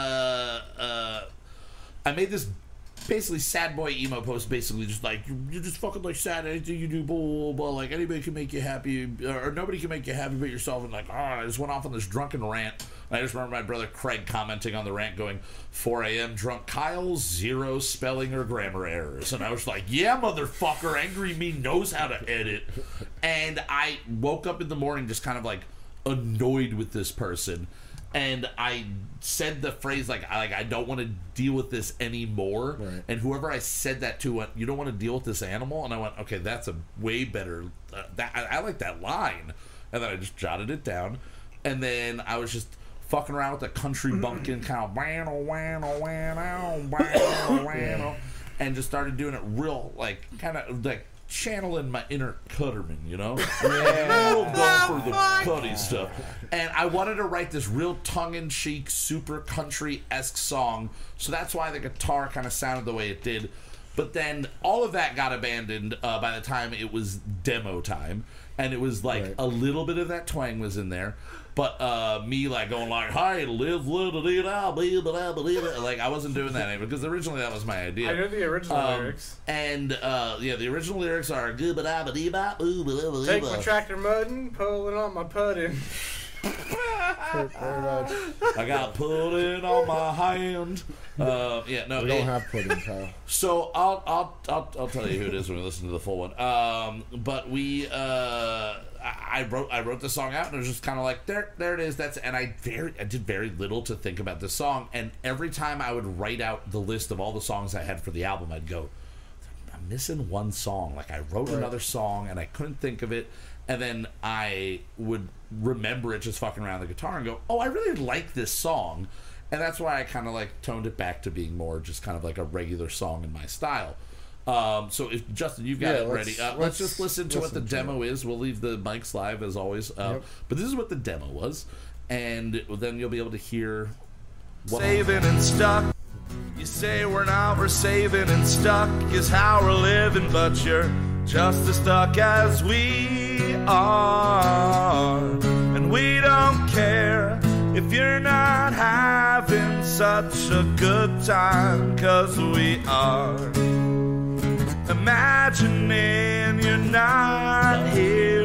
Speaker 3: uh, I made this basically sad boy emo post, basically just like "You- you're just fucking like sad. Anything you do, blah blah blah. Like anybody can make you happy, or or nobody can make you happy but yourself. And like, oh, I just went off on this drunken rant. And I just remember my brother Craig commenting on the rant, going, "4 a.m. drunk Kyle, zero spelling or grammar errors." And I was like, "Yeah, motherfucker, angry me knows how to edit." And I woke up in the morning just kind of like annoyed with this person and I said the phrase like I like I don't want to deal with this anymore.
Speaker 2: Right.
Speaker 3: And whoever I said that to went, "You don't want to deal with this animal," and I went, "Okay, that's a way better uh, that I, I like that line." And then I just jotted it down, and then I was just fucking around with the country bumpkin kind of wano wano (coughs) wano wano wano, and just started doing it real like kind of like channeling my inner Cutterman, you know? (laughs) Yeah. Little go for the putty stuff. And I wanted to write this real tongue in cheek, super country esque song. So that's why the guitar kind of sounded the way it did. But then all of that got abandoned uh, by the time it was demo time. And it was like
Speaker 2: Right.
Speaker 3: a little bit of that twang was in there. But uh, me like going like, "Hi, live, little, dee, da, blah, blah, blah, blah," like I wasn't doing that anymore because originally that was my idea.
Speaker 5: I know the original
Speaker 3: Um,
Speaker 5: lyrics.
Speaker 3: And uh, yeah, the original lyrics are good but I believe I boo boo boo
Speaker 5: Take
Speaker 3: boo.
Speaker 5: my tractor muddin', pulling on my puttin'.
Speaker 2: Very
Speaker 5: (laughs)
Speaker 2: much.
Speaker 3: I got put in on my hand. Uh, yeah, no,
Speaker 2: We
Speaker 3: it-
Speaker 2: don't have pudding, Kyle.
Speaker 3: So I'll, I'll I'll I'll tell you who it is when we listen to the full one. Um, but we uh, I I wrote I wrote the song out and it was just kind of like there there it is. That's and I very I did very little to think about this song. And every time I would write out the list of all the songs I had for the album, I'd go, I'm missing one song. Like I wrote another song and I couldn't think of it. And then I would remember it just fucking around the guitar and go, oh, I really like this song. And that's why I kind of like toned it back to being more just kind of like a regular song in my style. Um, so if Justin, you've got
Speaker 2: Yeah,
Speaker 3: it
Speaker 2: let's-
Speaker 3: ready. Uh, let's,
Speaker 2: let's
Speaker 3: just listen to what the
Speaker 2: listen to
Speaker 3: demo is. We'll leave the mics live as always. Uh,
Speaker 2: Yep.
Speaker 3: But this is what the demo was. And then you'll be able to hear what
Speaker 1: saving and stuck. You say we're not, we're saving and stuck is how we're living, but you're just as stuck as we are. And we don't care if you're not having such a good time, cause we are. Imagining you're not here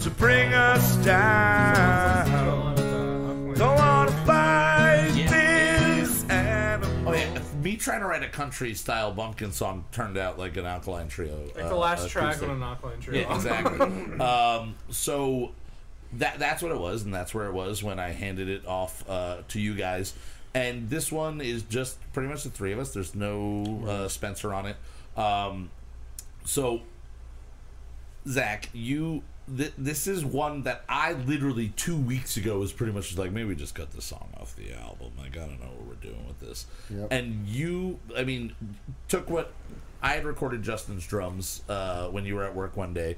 Speaker 1: to bring us down.
Speaker 5: uh,
Speaker 1: Don't wanna fight this animal.
Speaker 3: Oh yeah, (laughs) me trying to write a country style bumpkin song turned out like an alkaline trio.
Speaker 5: Like
Speaker 3: uh,
Speaker 5: the last track
Speaker 3: acoustic.
Speaker 5: on an alkaline trio.
Speaker 3: Yeah, exactly.
Speaker 5: (laughs)
Speaker 3: um, so that that's what it was, and that's where it was when I handed it off uh, to you guys. And this one is just pretty much the three of us. There's no uh, Spencer on it. Um, so Zach, you th- this is one that I literally two weeks ago was pretty much just like maybe we just cut this song off the album. Like I don't know what we're doing with this.
Speaker 2: Yep.
Speaker 3: And you, I mean, took what I had recorded Justin's drums uh, when you were at work one day,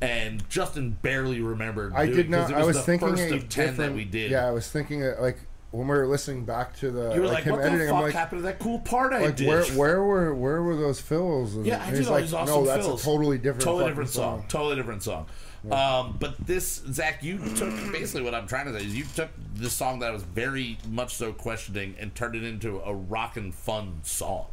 Speaker 3: and Justin barely remembered.
Speaker 2: I
Speaker 3: doing-
Speaker 2: did not.
Speaker 3: 'cause It
Speaker 2: I
Speaker 3: was
Speaker 2: was
Speaker 3: the
Speaker 2: thinking
Speaker 3: first
Speaker 2: a
Speaker 3: of ten that
Speaker 2: different-
Speaker 3: we did.
Speaker 2: Yeah, I was thinking uh, like when we were listening back to the
Speaker 3: you were
Speaker 2: like,
Speaker 3: like,
Speaker 2: him
Speaker 3: "What the
Speaker 2: editing.
Speaker 3: fuck
Speaker 2: I'm like,
Speaker 3: happened to that cool part I
Speaker 2: like
Speaker 3: did?"
Speaker 2: where where were where were those fills? And
Speaker 3: Yeah, I
Speaker 2: and
Speaker 3: did
Speaker 2: he's
Speaker 3: all
Speaker 2: like,
Speaker 3: these
Speaker 2: no,
Speaker 3: awesome
Speaker 2: that's
Speaker 3: fills.
Speaker 2: a totally different,
Speaker 3: totally
Speaker 2: fucking
Speaker 3: different song. Totally different song. Um, but this, Zach, you took basically what I'm trying to say is you took this song that I was very much so questioning and turned it into a rock and fun song.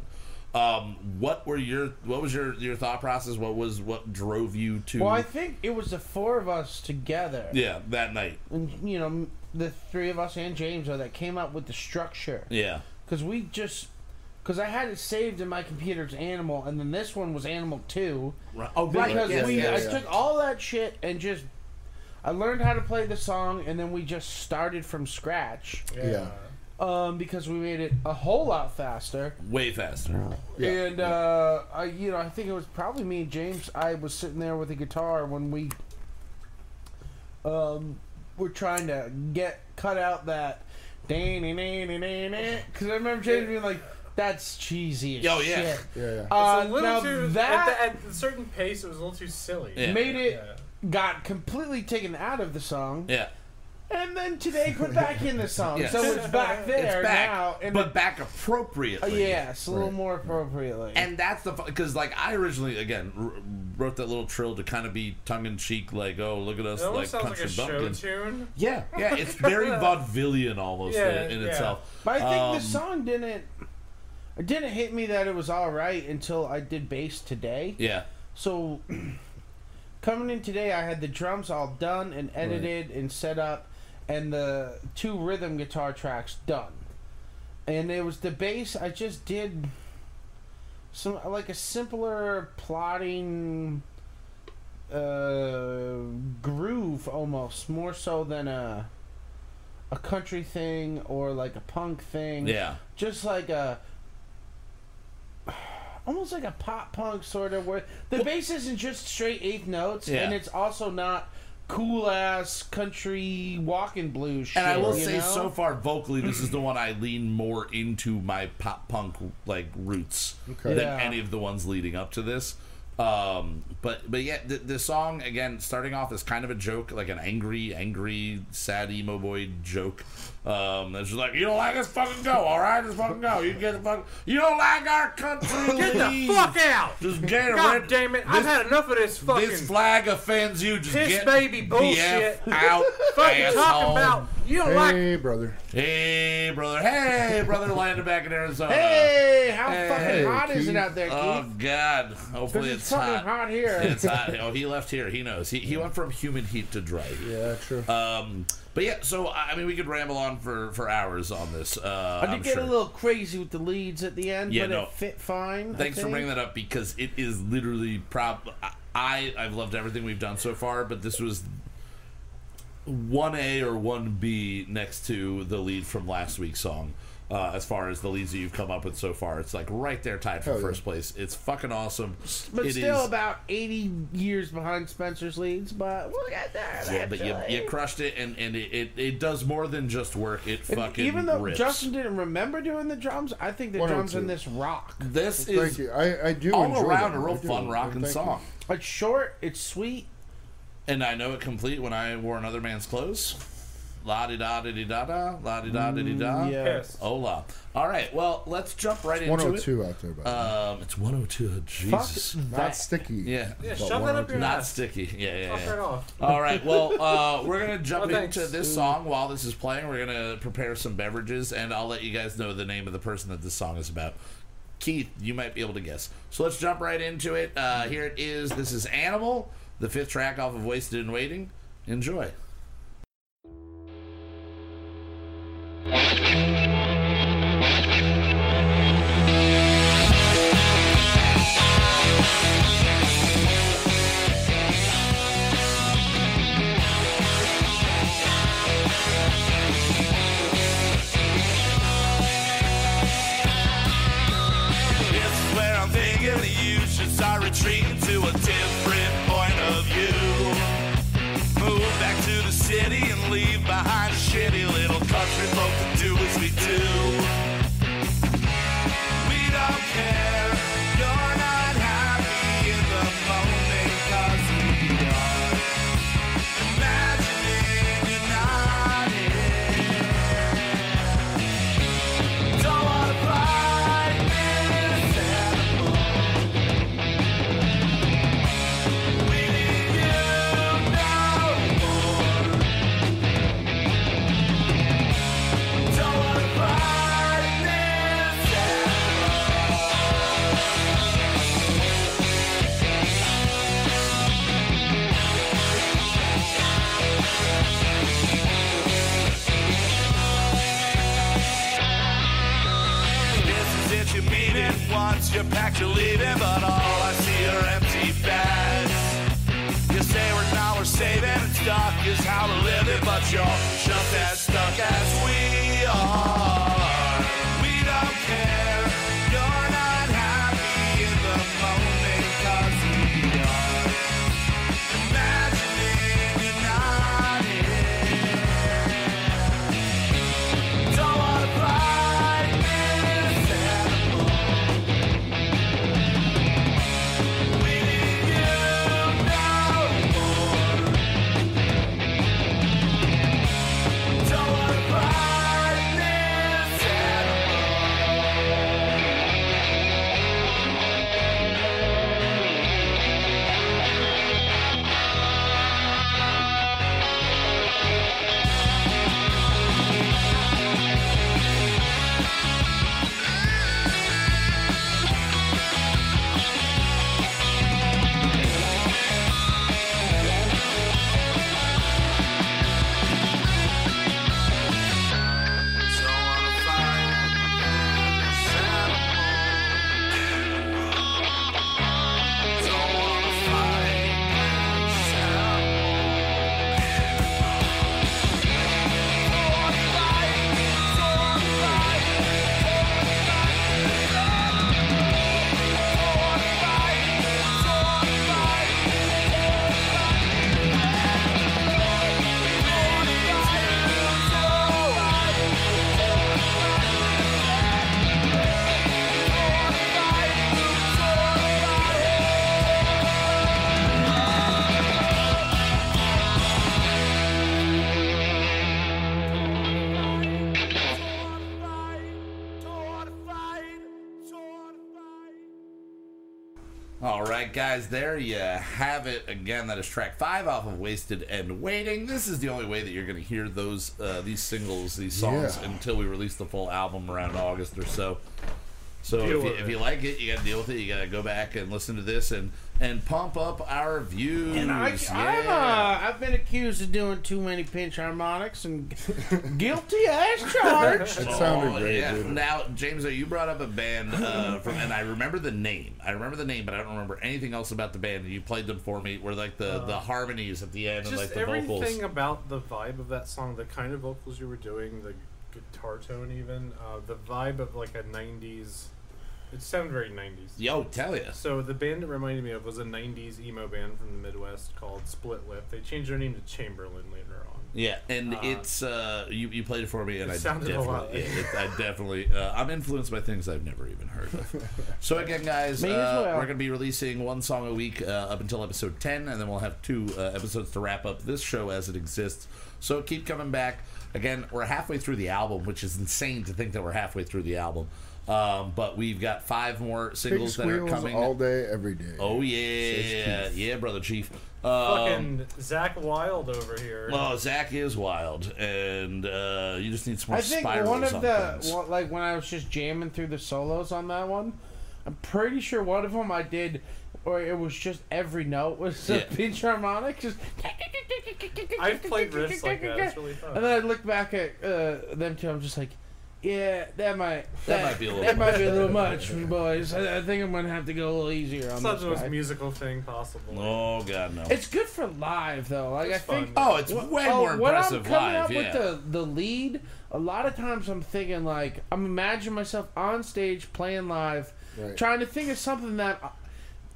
Speaker 3: Um, what were your what was your your thought process? What was what drove you to
Speaker 4: Well, I think it was the four of us together.
Speaker 3: yeah that night
Speaker 4: And, you know, m- the three of us and James are that came up with the structure.
Speaker 3: yeah
Speaker 4: Because we just. Because I had it saved in my computer's Animal, and then this one was Animal 2.
Speaker 3: right. oh right
Speaker 4: Because
Speaker 3: yes,
Speaker 4: we,
Speaker 3: yes.
Speaker 4: I took all that shit and just. I learned how to play the song, and then we just started from scratch.
Speaker 2: Yeah.
Speaker 4: Um, because we made it a whole lot faster.
Speaker 3: way faster
Speaker 2: Yeah.
Speaker 4: And uh, I, you know, I think it was probably me and James. I was sitting there with a guitar when we um, were trying to get cut out that because I remember James being like, "That's cheesy." As
Speaker 3: Oh, yeah.
Speaker 4: shit."
Speaker 2: Yeah, yeah.
Speaker 4: Uh,
Speaker 5: It's a little
Speaker 4: now
Speaker 5: too
Speaker 4: that
Speaker 5: at, the, at a certain pace. It was a little too silly.
Speaker 3: Yeah.
Speaker 4: made it
Speaker 5: Yeah.
Speaker 4: got completely taken out of the song,
Speaker 3: yeah
Speaker 4: and then today put back in the song,
Speaker 3: Yes.
Speaker 4: so it's back there
Speaker 3: it's back
Speaker 4: now, and
Speaker 3: but back
Speaker 4: uh,
Speaker 3: appropriately
Speaker 4: yes, a little more appropriately.
Speaker 3: and that's the because like I originally again r- wrote that little trill to kind of be tongue in cheek, like oh look at us
Speaker 5: It
Speaker 3: like
Speaker 5: almost sounds like
Speaker 3: country
Speaker 5: a show
Speaker 3: bumpkins.
Speaker 5: tune.
Speaker 3: Yeah, yeah, it's
Speaker 5: (laughs)
Speaker 3: very vaudevillian almost uh,
Speaker 5: Yeah,
Speaker 3: in, in
Speaker 5: yeah.
Speaker 3: itself.
Speaker 4: But I think the
Speaker 3: Um,
Speaker 4: song didn't it didn't hit me that it was all right until I did bass today.
Speaker 3: Yeah,
Speaker 4: So (clears throat) coming in today, I had the drums all done and edited and set up, and the two rhythm guitar tracks done. And it was the bass. I just did some like a simpler plotting uh, groove almost more so than a a country thing or like a punk thing
Speaker 3: yeah,
Speaker 4: just like a (sighs) almost like a pop punk sort of where the bass isn't just straight eighth notes
Speaker 3: Yeah.
Speaker 4: and it's also not cool ass country walking blues shit,
Speaker 3: and I will
Speaker 4: you
Speaker 3: say
Speaker 4: know?
Speaker 3: so far vocally, this
Speaker 4: (clears throat)
Speaker 3: is the one I lean more into my pop punk like roots
Speaker 2: Okay.
Speaker 3: than
Speaker 4: Yeah.
Speaker 3: any of the ones leading up to this. Um, but but yeah, the, the song again starting off as kind of a joke, like an angry, angry, sad emo boy joke. Um, it's just like you don't like us, fucking go. All right, just fucking go. You get the fuck. You don't like our country.
Speaker 5: (laughs) Get the
Speaker 3: leave.
Speaker 5: fuck out!
Speaker 3: Just get a
Speaker 5: God
Speaker 3: red-
Speaker 5: damn it! I've
Speaker 3: this-
Speaker 5: had enough of this fucking.
Speaker 3: This flag offends you. Just
Speaker 5: Piss
Speaker 3: get
Speaker 5: baby
Speaker 3: the
Speaker 5: bullshit.
Speaker 3: F out.
Speaker 5: (laughs) fucking talking
Speaker 3: asshole.
Speaker 5: about. You don't like.
Speaker 2: Hey, brother.
Speaker 3: Hey, brother. Hey, brother. Landon back in Arizona.
Speaker 4: Hey, how
Speaker 3: uh, Hey,
Speaker 4: fucking hot is it
Speaker 2: Keith.
Speaker 4: out there, Keith?
Speaker 3: Oh God!
Speaker 4: 'Cause
Speaker 3: Hopefully
Speaker 4: it's,
Speaker 3: it's,
Speaker 4: fucking hot, here.
Speaker 3: It's hot. Oh, he left here. He knows. He, he went from humid heat to dry heat.
Speaker 2: Yeah, true.
Speaker 3: Um, but yeah, so I I mean, we could ramble on for, for hours on this. Uh,
Speaker 4: I did
Speaker 3: am
Speaker 4: get
Speaker 3: sure.
Speaker 4: a little crazy with the leads at the end,
Speaker 3: Yeah,
Speaker 4: but
Speaker 3: no.
Speaker 4: it fit fine.
Speaker 3: Thanks for bringing that up because it is literally prob. I I've loved everything we've done so far, but this was one A or one B next to the lead from last week's song. Uh, as far as the leads that you've come up with so far, it's like right there tied for
Speaker 2: Oh, yeah.
Speaker 3: first place. It's fucking awesome.
Speaker 4: But
Speaker 3: It
Speaker 4: still
Speaker 3: is-
Speaker 4: about 80 years behind Spencer's leads, but we'll get there.
Speaker 3: Yeah, but you,
Speaker 4: eventually.
Speaker 3: you crushed it, and, and it, it, it does more than just work. It
Speaker 4: And
Speaker 3: fucking
Speaker 4: Even though
Speaker 3: rips.
Speaker 4: Justin didn't remember doing the drums, I think the
Speaker 5: oh
Speaker 2: One or
Speaker 4: drums in
Speaker 2: two.
Speaker 4: this rock.
Speaker 3: this
Speaker 2: Thank
Speaker 3: is
Speaker 2: you. I, I do
Speaker 3: all
Speaker 2: enjoy
Speaker 3: around
Speaker 2: that.
Speaker 3: a real
Speaker 2: I do.
Speaker 3: fun rocking
Speaker 2: Thank you.
Speaker 3: song,
Speaker 4: It's short, it's sweet.
Speaker 3: and I know it complete when I wore another man's clothes. La di da di da da, la di da di da.
Speaker 4: Mm, yeah. oh
Speaker 5: Yes.
Speaker 3: Hola. All right. Well, let's jump right into it.
Speaker 2: 102 out there, by the way.
Speaker 3: Um, it's 102. Jesus.
Speaker 4: Fuck
Speaker 2: Not
Speaker 4: that.
Speaker 2: sticky.
Speaker 3: Yeah.
Speaker 5: Yeah,
Speaker 2: But
Speaker 5: shove
Speaker 2: one
Speaker 5: that
Speaker 2: or
Speaker 5: up your
Speaker 3: Oh, Not
Speaker 5: ass.
Speaker 3: sticky. Yeah, yeah,
Speaker 5: Fuck
Speaker 3: yeah.
Speaker 5: right off.
Speaker 3: All right. Well, uh, we're
Speaker 5: (laughs)
Speaker 3: gonna jump
Speaker 5: Oh, thanks.
Speaker 3: into this song while this is playing. We're gonna prepare some beverages, and I'll let you guys know the name of the person that this song is about. Keith, you might be able to guess. So let's jump right into it. Uh, here it is. This is Animal, the fifth track off of Wasted and Waiting. Enjoy.
Speaker 1: It's where I'm thinking that you should start retreating to a different point of view. Move back to the city and leave behind a shitty little country folk to do as we do. We don't care, you're not happy in the moment 'cause we are. Imagining you're not here. Don't wanna fight this animal. We need you no more. Don't wanna fight this animal. This is it, you mean it once, you packed, you're leaving, but all I see are empty bags. You say we're now we're saving, and stuck is how we're living, but you're just as stuck as we are. We don't care, you're not happy in the moment, 'cause we are. Imagining you're not here. Don't wanna fight this animal. We need you no more.
Speaker 3: All right, guys, there you have it. Again, that is track five off of "Wasted and Waiting." This is the only way that you're going to hear those uh, these singles, these songs,
Speaker 2: Yeah.
Speaker 3: until we release the full album around August or so. So
Speaker 5: Deal
Speaker 3: if you,
Speaker 5: with
Speaker 3: if
Speaker 5: it.
Speaker 3: you like it, you got to deal with it. You got to go back and listen to this and and pump up our views.
Speaker 4: And I, I'm,
Speaker 3: Yeah.
Speaker 4: uh, I've been accused of doing too many pinch harmonics
Speaker 5: (laughs)
Speaker 4: and guilty as
Speaker 3: (laughs)
Speaker 4: charged.
Speaker 2: It sounded
Speaker 3: Oh,
Speaker 2: great,
Speaker 3: yeah.
Speaker 2: dude.
Speaker 3: Now, James, you brought up a band, uh, (laughs) from, and I remember the name. I remember the name, but I don't remember anything else about the band. You played them for me, where like the, the harmonies at the end and
Speaker 5: Just
Speaker 3: like the
Speaker 5: everything
Speaker 3: vocals.
Speaker 5: about the vibe of that song, the kind of vocals you were doing, the guitar tone, even uh, the vibe of like a '90s. It sounded very '90s.
Speaker 3: Yo, tell you.
Speaker 5: So the band it reminded me of was a '90s emo band from the Midwest called Split Lip. They changed their name to Chamberlain later on.
Speaker 3: Yeah, and
Speaker 5: Uh,
Speaker 3: it's uh, you, you played it for me, and
Speaker 5: it
Speaker 3: I
Speaker 5: sounded
Speaker 3: definitely,
Speaker 5: a lot
Speaker 3: yeah, it, I definitely, uh, I'm influenced by things I've never even heard of.
Speaker 5: (laughs)
Speaker 3: So again, guys, uh,
Speaker 4: Me as well.
Speaker 3: we're gonna be releasing one song a week uh, up until episode ten, and then we'll have two uh, episodes to wrap up this show as it exists. So keep coming back. Again, we're halfway through the album, which is insane to think that we're halfway through the album. Um, but we've got five more
Speaker 2: Big
Speaker 3: singles that are
Speaker 2: squeals
Speaker 3: coming.
Speaker 2: all day, every day.
Speaker 3: oh yeah, yeah, brother Chief. Um,
Speaker 5: Fucking Zach Wild over here.
Speaker 3: well, Zach is wild, and uh, you just need some more
Speaker 4: I think
Speaker 3: spirals
Speaker 4: one of
Speaker 3: on
Speaker 4: the
Speaker 3: things.
Speaker 4: one, like when I was just jamming through the solos on that one, I'm pretty sure one of them I did, or it was just every note was a
Speaker 3: Yeah.
Speaker 4: pinch harmonic. Just
Speaker 5: I've played riffs like that. It's really fun.
Speaker 4: and then I look back at uh, them two. I'm just like, yeah, that might
Speaker 3: That might be a little
Speaker 4: that might be a little much, boys. I, I think I'm gonna have to go a little easier on
Speaker 5: it's not the
Speaker 4: this
Speaker 5: most
Speaker 4: guy.
Speaker 5: musical thing possible.
Speaker 3: Oh god, no!
Speaker 4: It's good for live though. Like
Speaker 5: It's
Speaker 4: I think
Speaker 5: fun.
Speaker 3: oh, it's
Speaker 4: Wh-
Speaker 3: way
Speaker 4: oh,
Speaker 3: more
Speaker 4: when
Speaker 3: impressive
Speaker 4: I'm coming
Speaker 3: live.
Speaker 4: up
Speaker 3: yeah.
Speaker 4: with the, the lead, a lot of times I'm thinking like I'm imagining myself on stage playing live,
Speaker 2: Right.
Speaker 4: trying to think of something that I-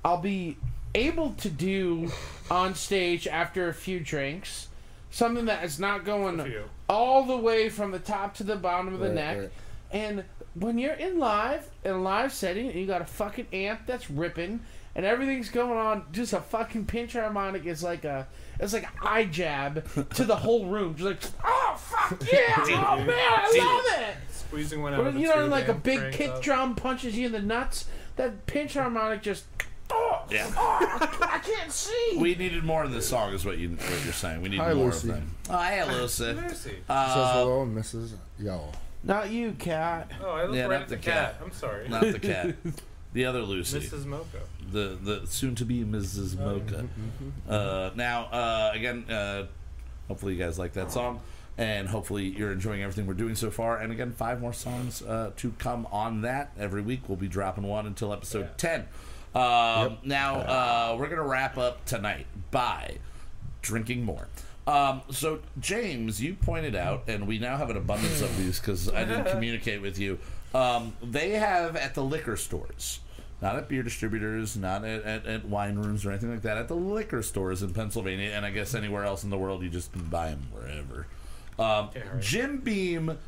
Speaker 4: I'll be able to do on stage after a few drinks. Something that is not
Speaker 5: A
Speaker 4: going
Speaker 5: few.
Speaker 4: all the way from the top to the bottom of the
Speaker 2: Right,
Speaker 4: neck.
Speaker 2: right.
Speaker 4: And when you're in live in a live setting and you got a fucking amp that's ripping and everything's going on, just a fucking pinch harmonic is like a it's like an eye jab to the whole room. Just like oh
Speaker 2: (laughs)
Speaker 4: fuck yeah, oh man, I
Speaker 5: Squeezing one out
Speaker 4: love
Speaker 5: of
Speaker 4: it.
Speaker 5: the
Speaker 4: You know,
Speaker 5: tube
Speaker 4: like a
Speaker 5: and
Speaker 4: big
Speaker 5: crank
Speaker 4: kick
Speaker 5: up.
Speaker 4: drum punches you in the nuts. That pinch harmonic just oh,
Speaker 3: Yeah.
Speaker 4: oh I can't see.
Speaker 3: we needed more in this song, is what you what you're saying. We need
Speaker 2: Hi,
Speaker 3: more
Speaker 2: Lucy.
Speaker 3: of them. Oh, hey,
Speaker 4: (laughs)
Speaker 3: Lucy.
Speaker 5: Lucy.
Speaker 2: Says
Speaker 3: Uh,
Speaker 2: hello, Mrs. Yo.
Speaker 4: Not you, cat.
Speaker 5: Oh, I looked
Speaker 3: Yeah,
Speaker 5: right
Speaker 3: not
Speaker 5: at
Speaker 3: the
Speaker 5: the
Speaker 3: cat.
Speaker 5: cat. I'm sorry.
Speaker 3: not the cat, the other Lucy.
Speaker 5: Mrs. Mocha.
Speaker 3: the the soon to be Mrs. Mocha. Uh, now, uh, again, uh, hopefully you guys like that song, and hopefully you're enjoying everything we're doing so far. And again, five more songs uh, to come on that every week. We'll be dropping one until episode ten. Um, Now uh, we're gonna wrap up tonight by drinking more. Um, so James, you pointed out, and we now have an abundance of these because I didn't communicate with you. Um, they have at the liquor stores, not at beer distributors, not at, at, at wine rooms or anything like that. At the liquor stores in Pennsylvania, and I guess anywhere else in the world, you just can buy them wherever. Um, Jim Beam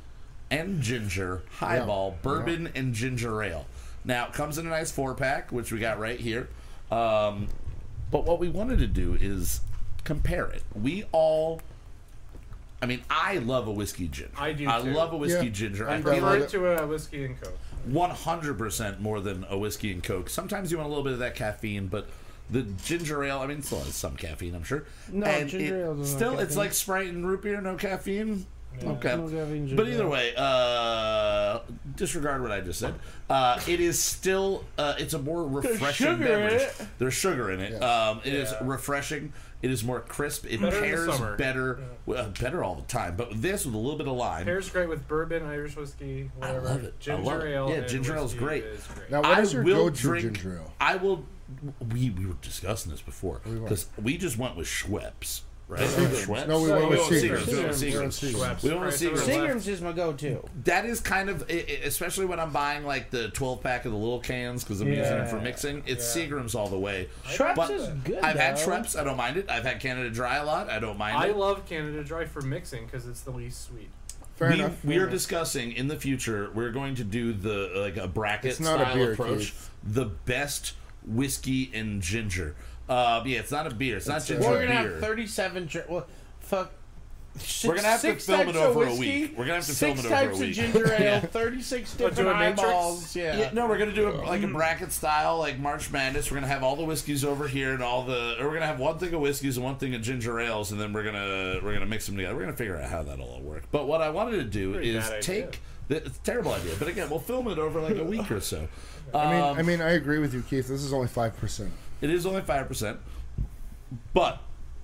Speaker 3: and ginger highball bourbon and ginger ale. Now it comes in a nice four pack, which we got right here. Um, but what we wanted to do is compare it. We all, I mean, I love a whiskey ginger.
Speaker 5: I do,
Speaker 3: I
Speaker 5: too.
Speaker 3: love a whiskey
Speaker 2: Yeah.
Speaker 3: ginger.
Speaker 5: I
Speaker 3: I
Speaker 2: Umbrella.
Speaker 3: feel
Speaker 5: prefer
Speaker 2: like-
Speaker 5: it to a whiskey and coke.
Speaker 3: 100% more than a whiskey and coke. Sometimes you want a little bit of that caffeine, but the ginger ale, I mean, it still has some caffeine, I'm sure.
Speaker 4: No,
Speaker 3: And
Speaker 4: ginger
Speaker 3: it-
Speaker 4: ale doesn't have
Speaker 3: Still, it's
Speaker 4: caffeine.
Speaker 3: like Sprite and root beer, no caffeine. Okay.
Speaker 4: No caffeine,
Speaker 3: but
Speaker 4: ginger
Speaker 3: either
Speaker 4: ale.
Speaker 3: way, uh, disregard what I just said. Uh, it is still, uh, it's a more refreshing
Speaker 4: sugar in
Speaker 3: beverage.
Speaker 4: it.
Speaker 3: There's sugar in it.
Speaker 2: Yes.
Speaker 3: Um, it is
Speaker 5: Yeah.
Speaker 3: refreshing. It is more crisp. It
Speaker 5: Better in the
Speaker 3: pairs
Speaker 5: summer.
Speaker 3: better, well, better all the time. But this with a little bit of lime.
Speaker 5: Pairs great with bourbon, Irish whiskey, whatever.
Speaker 3: love it. I
Speaker 5: Ginger
Speaker 3: love it.
Speaker 5: ale.
Speaker 3: Yeah,
Speaker 5: and
Speaker 3: ginger ale's
Speaker 5: whiskey
Speaker 3: great.
Speaker 5: Is great.
Speaker 2: Now, what
Speaker 3: I
Speaker 2: is your
Speaker 3: will
Speaker 2: go-to
Speaker 3: drink.
Speaker 2: ginger ale?
Speaker 3: I will. We, we were discussing this before because we, just went with Schweppes, right? Schweppes.
Speaker 2: No, we
Speaker 5: No,
Speaker 2: went
Speaker 5: we
Speaker 2: with
Speaker 5: went with
Speaker 2: Seagram's.
Speaker 5: Seagram's.
Speaker 2: We went with
Speaker 4: We
Speaker 3: went
Speaker 2: Seagram's.
Speaker 3: with
Speaker 5: Schweppes.
Speaker 3: We don't want
Speaker 5: Right,
Speaker 3: Seagram's.
Speaker 5: so we're left.
Speaker 4: Seagram's is my go-to.
Speaker 3: That is kind of, i- i- especially when I'm buying like the 12 pack of the little cans because I'm using them for
Speaker 4: Yeah.
Speaker 3: mixing. It's Seagram's all the way.
Speaker 4: Schweppes is good.
Speaker 3: I've had
Speaker 4: though.
Speaker 3: Schweppes. I don't mind it. I've had Canada Dry a lot. I don't mind
Speaker 5: I
Speaker 3: it.
Speaker 5: love Canada Dry for mixing because it's the least sweet.
Speaker 2: Fair
Speaker 3: we,
Speaker 2: enough.
Speaker 3: we are discussing in the future. We're going to do the like a bracket
Speaker 2: It's not a
Speaker 3: style
Speaker 2: beer,
Speaker 3: approach.
Speaker 2: Keith.
Speaker 3: The best whiskey and ginger. Uh, yeah, it's not a beer. It's, not
Speaker 2: a-
Speaker 3: ginger
Speaker 4: Well, we're gonna
Speaker 3: beer.
Speaker 4: have 37. Dr- well, fuck. Six,
Speaker 3: We're gonna have to
Speaker 4: six
Speaker 3: film it
Speaker 4: types
Speaker 3: over
Speaker 4: of
Speaker 3: a
Speaker 4: whiskey,
Speaker 3: week. We're gonna have to
Speaker 4: six
Speaker 3: film it over a
Speaker 4: types
Speaker 3: week.
Speaker 4: of ginger
Speaker 3: (laughs)
Speaker 4: ale, thirty-six
Speaker 5: What, do
Speaker 4: different
Speaker 5: a matrix?
Speaker 4: eyeballs. Yeah.
Speaker 3: Yeah, no, we're gonna do a, like a bracket style, like March Madness. We're gonna have all the whiskeys over here, and all the or we're gonna have one thing of whiskeys and one thing of ginger ales, and then we're gonna we're gonna mix them together. We're gonna figure out how that'll all work. But what I wanted to do
Speaker 5: Pretty
Speaker 3: is
Speaker 5: bad idea.
Speaker 3: take the, it's a terrible idea, but again, we'll film it over like a week or so.
Speaker 2: I mean,
Speaker 3: Um,
Speaker 2: I mean, I agree with you, Keith. This is only five percent.
Speaker 3: It is only five percent, but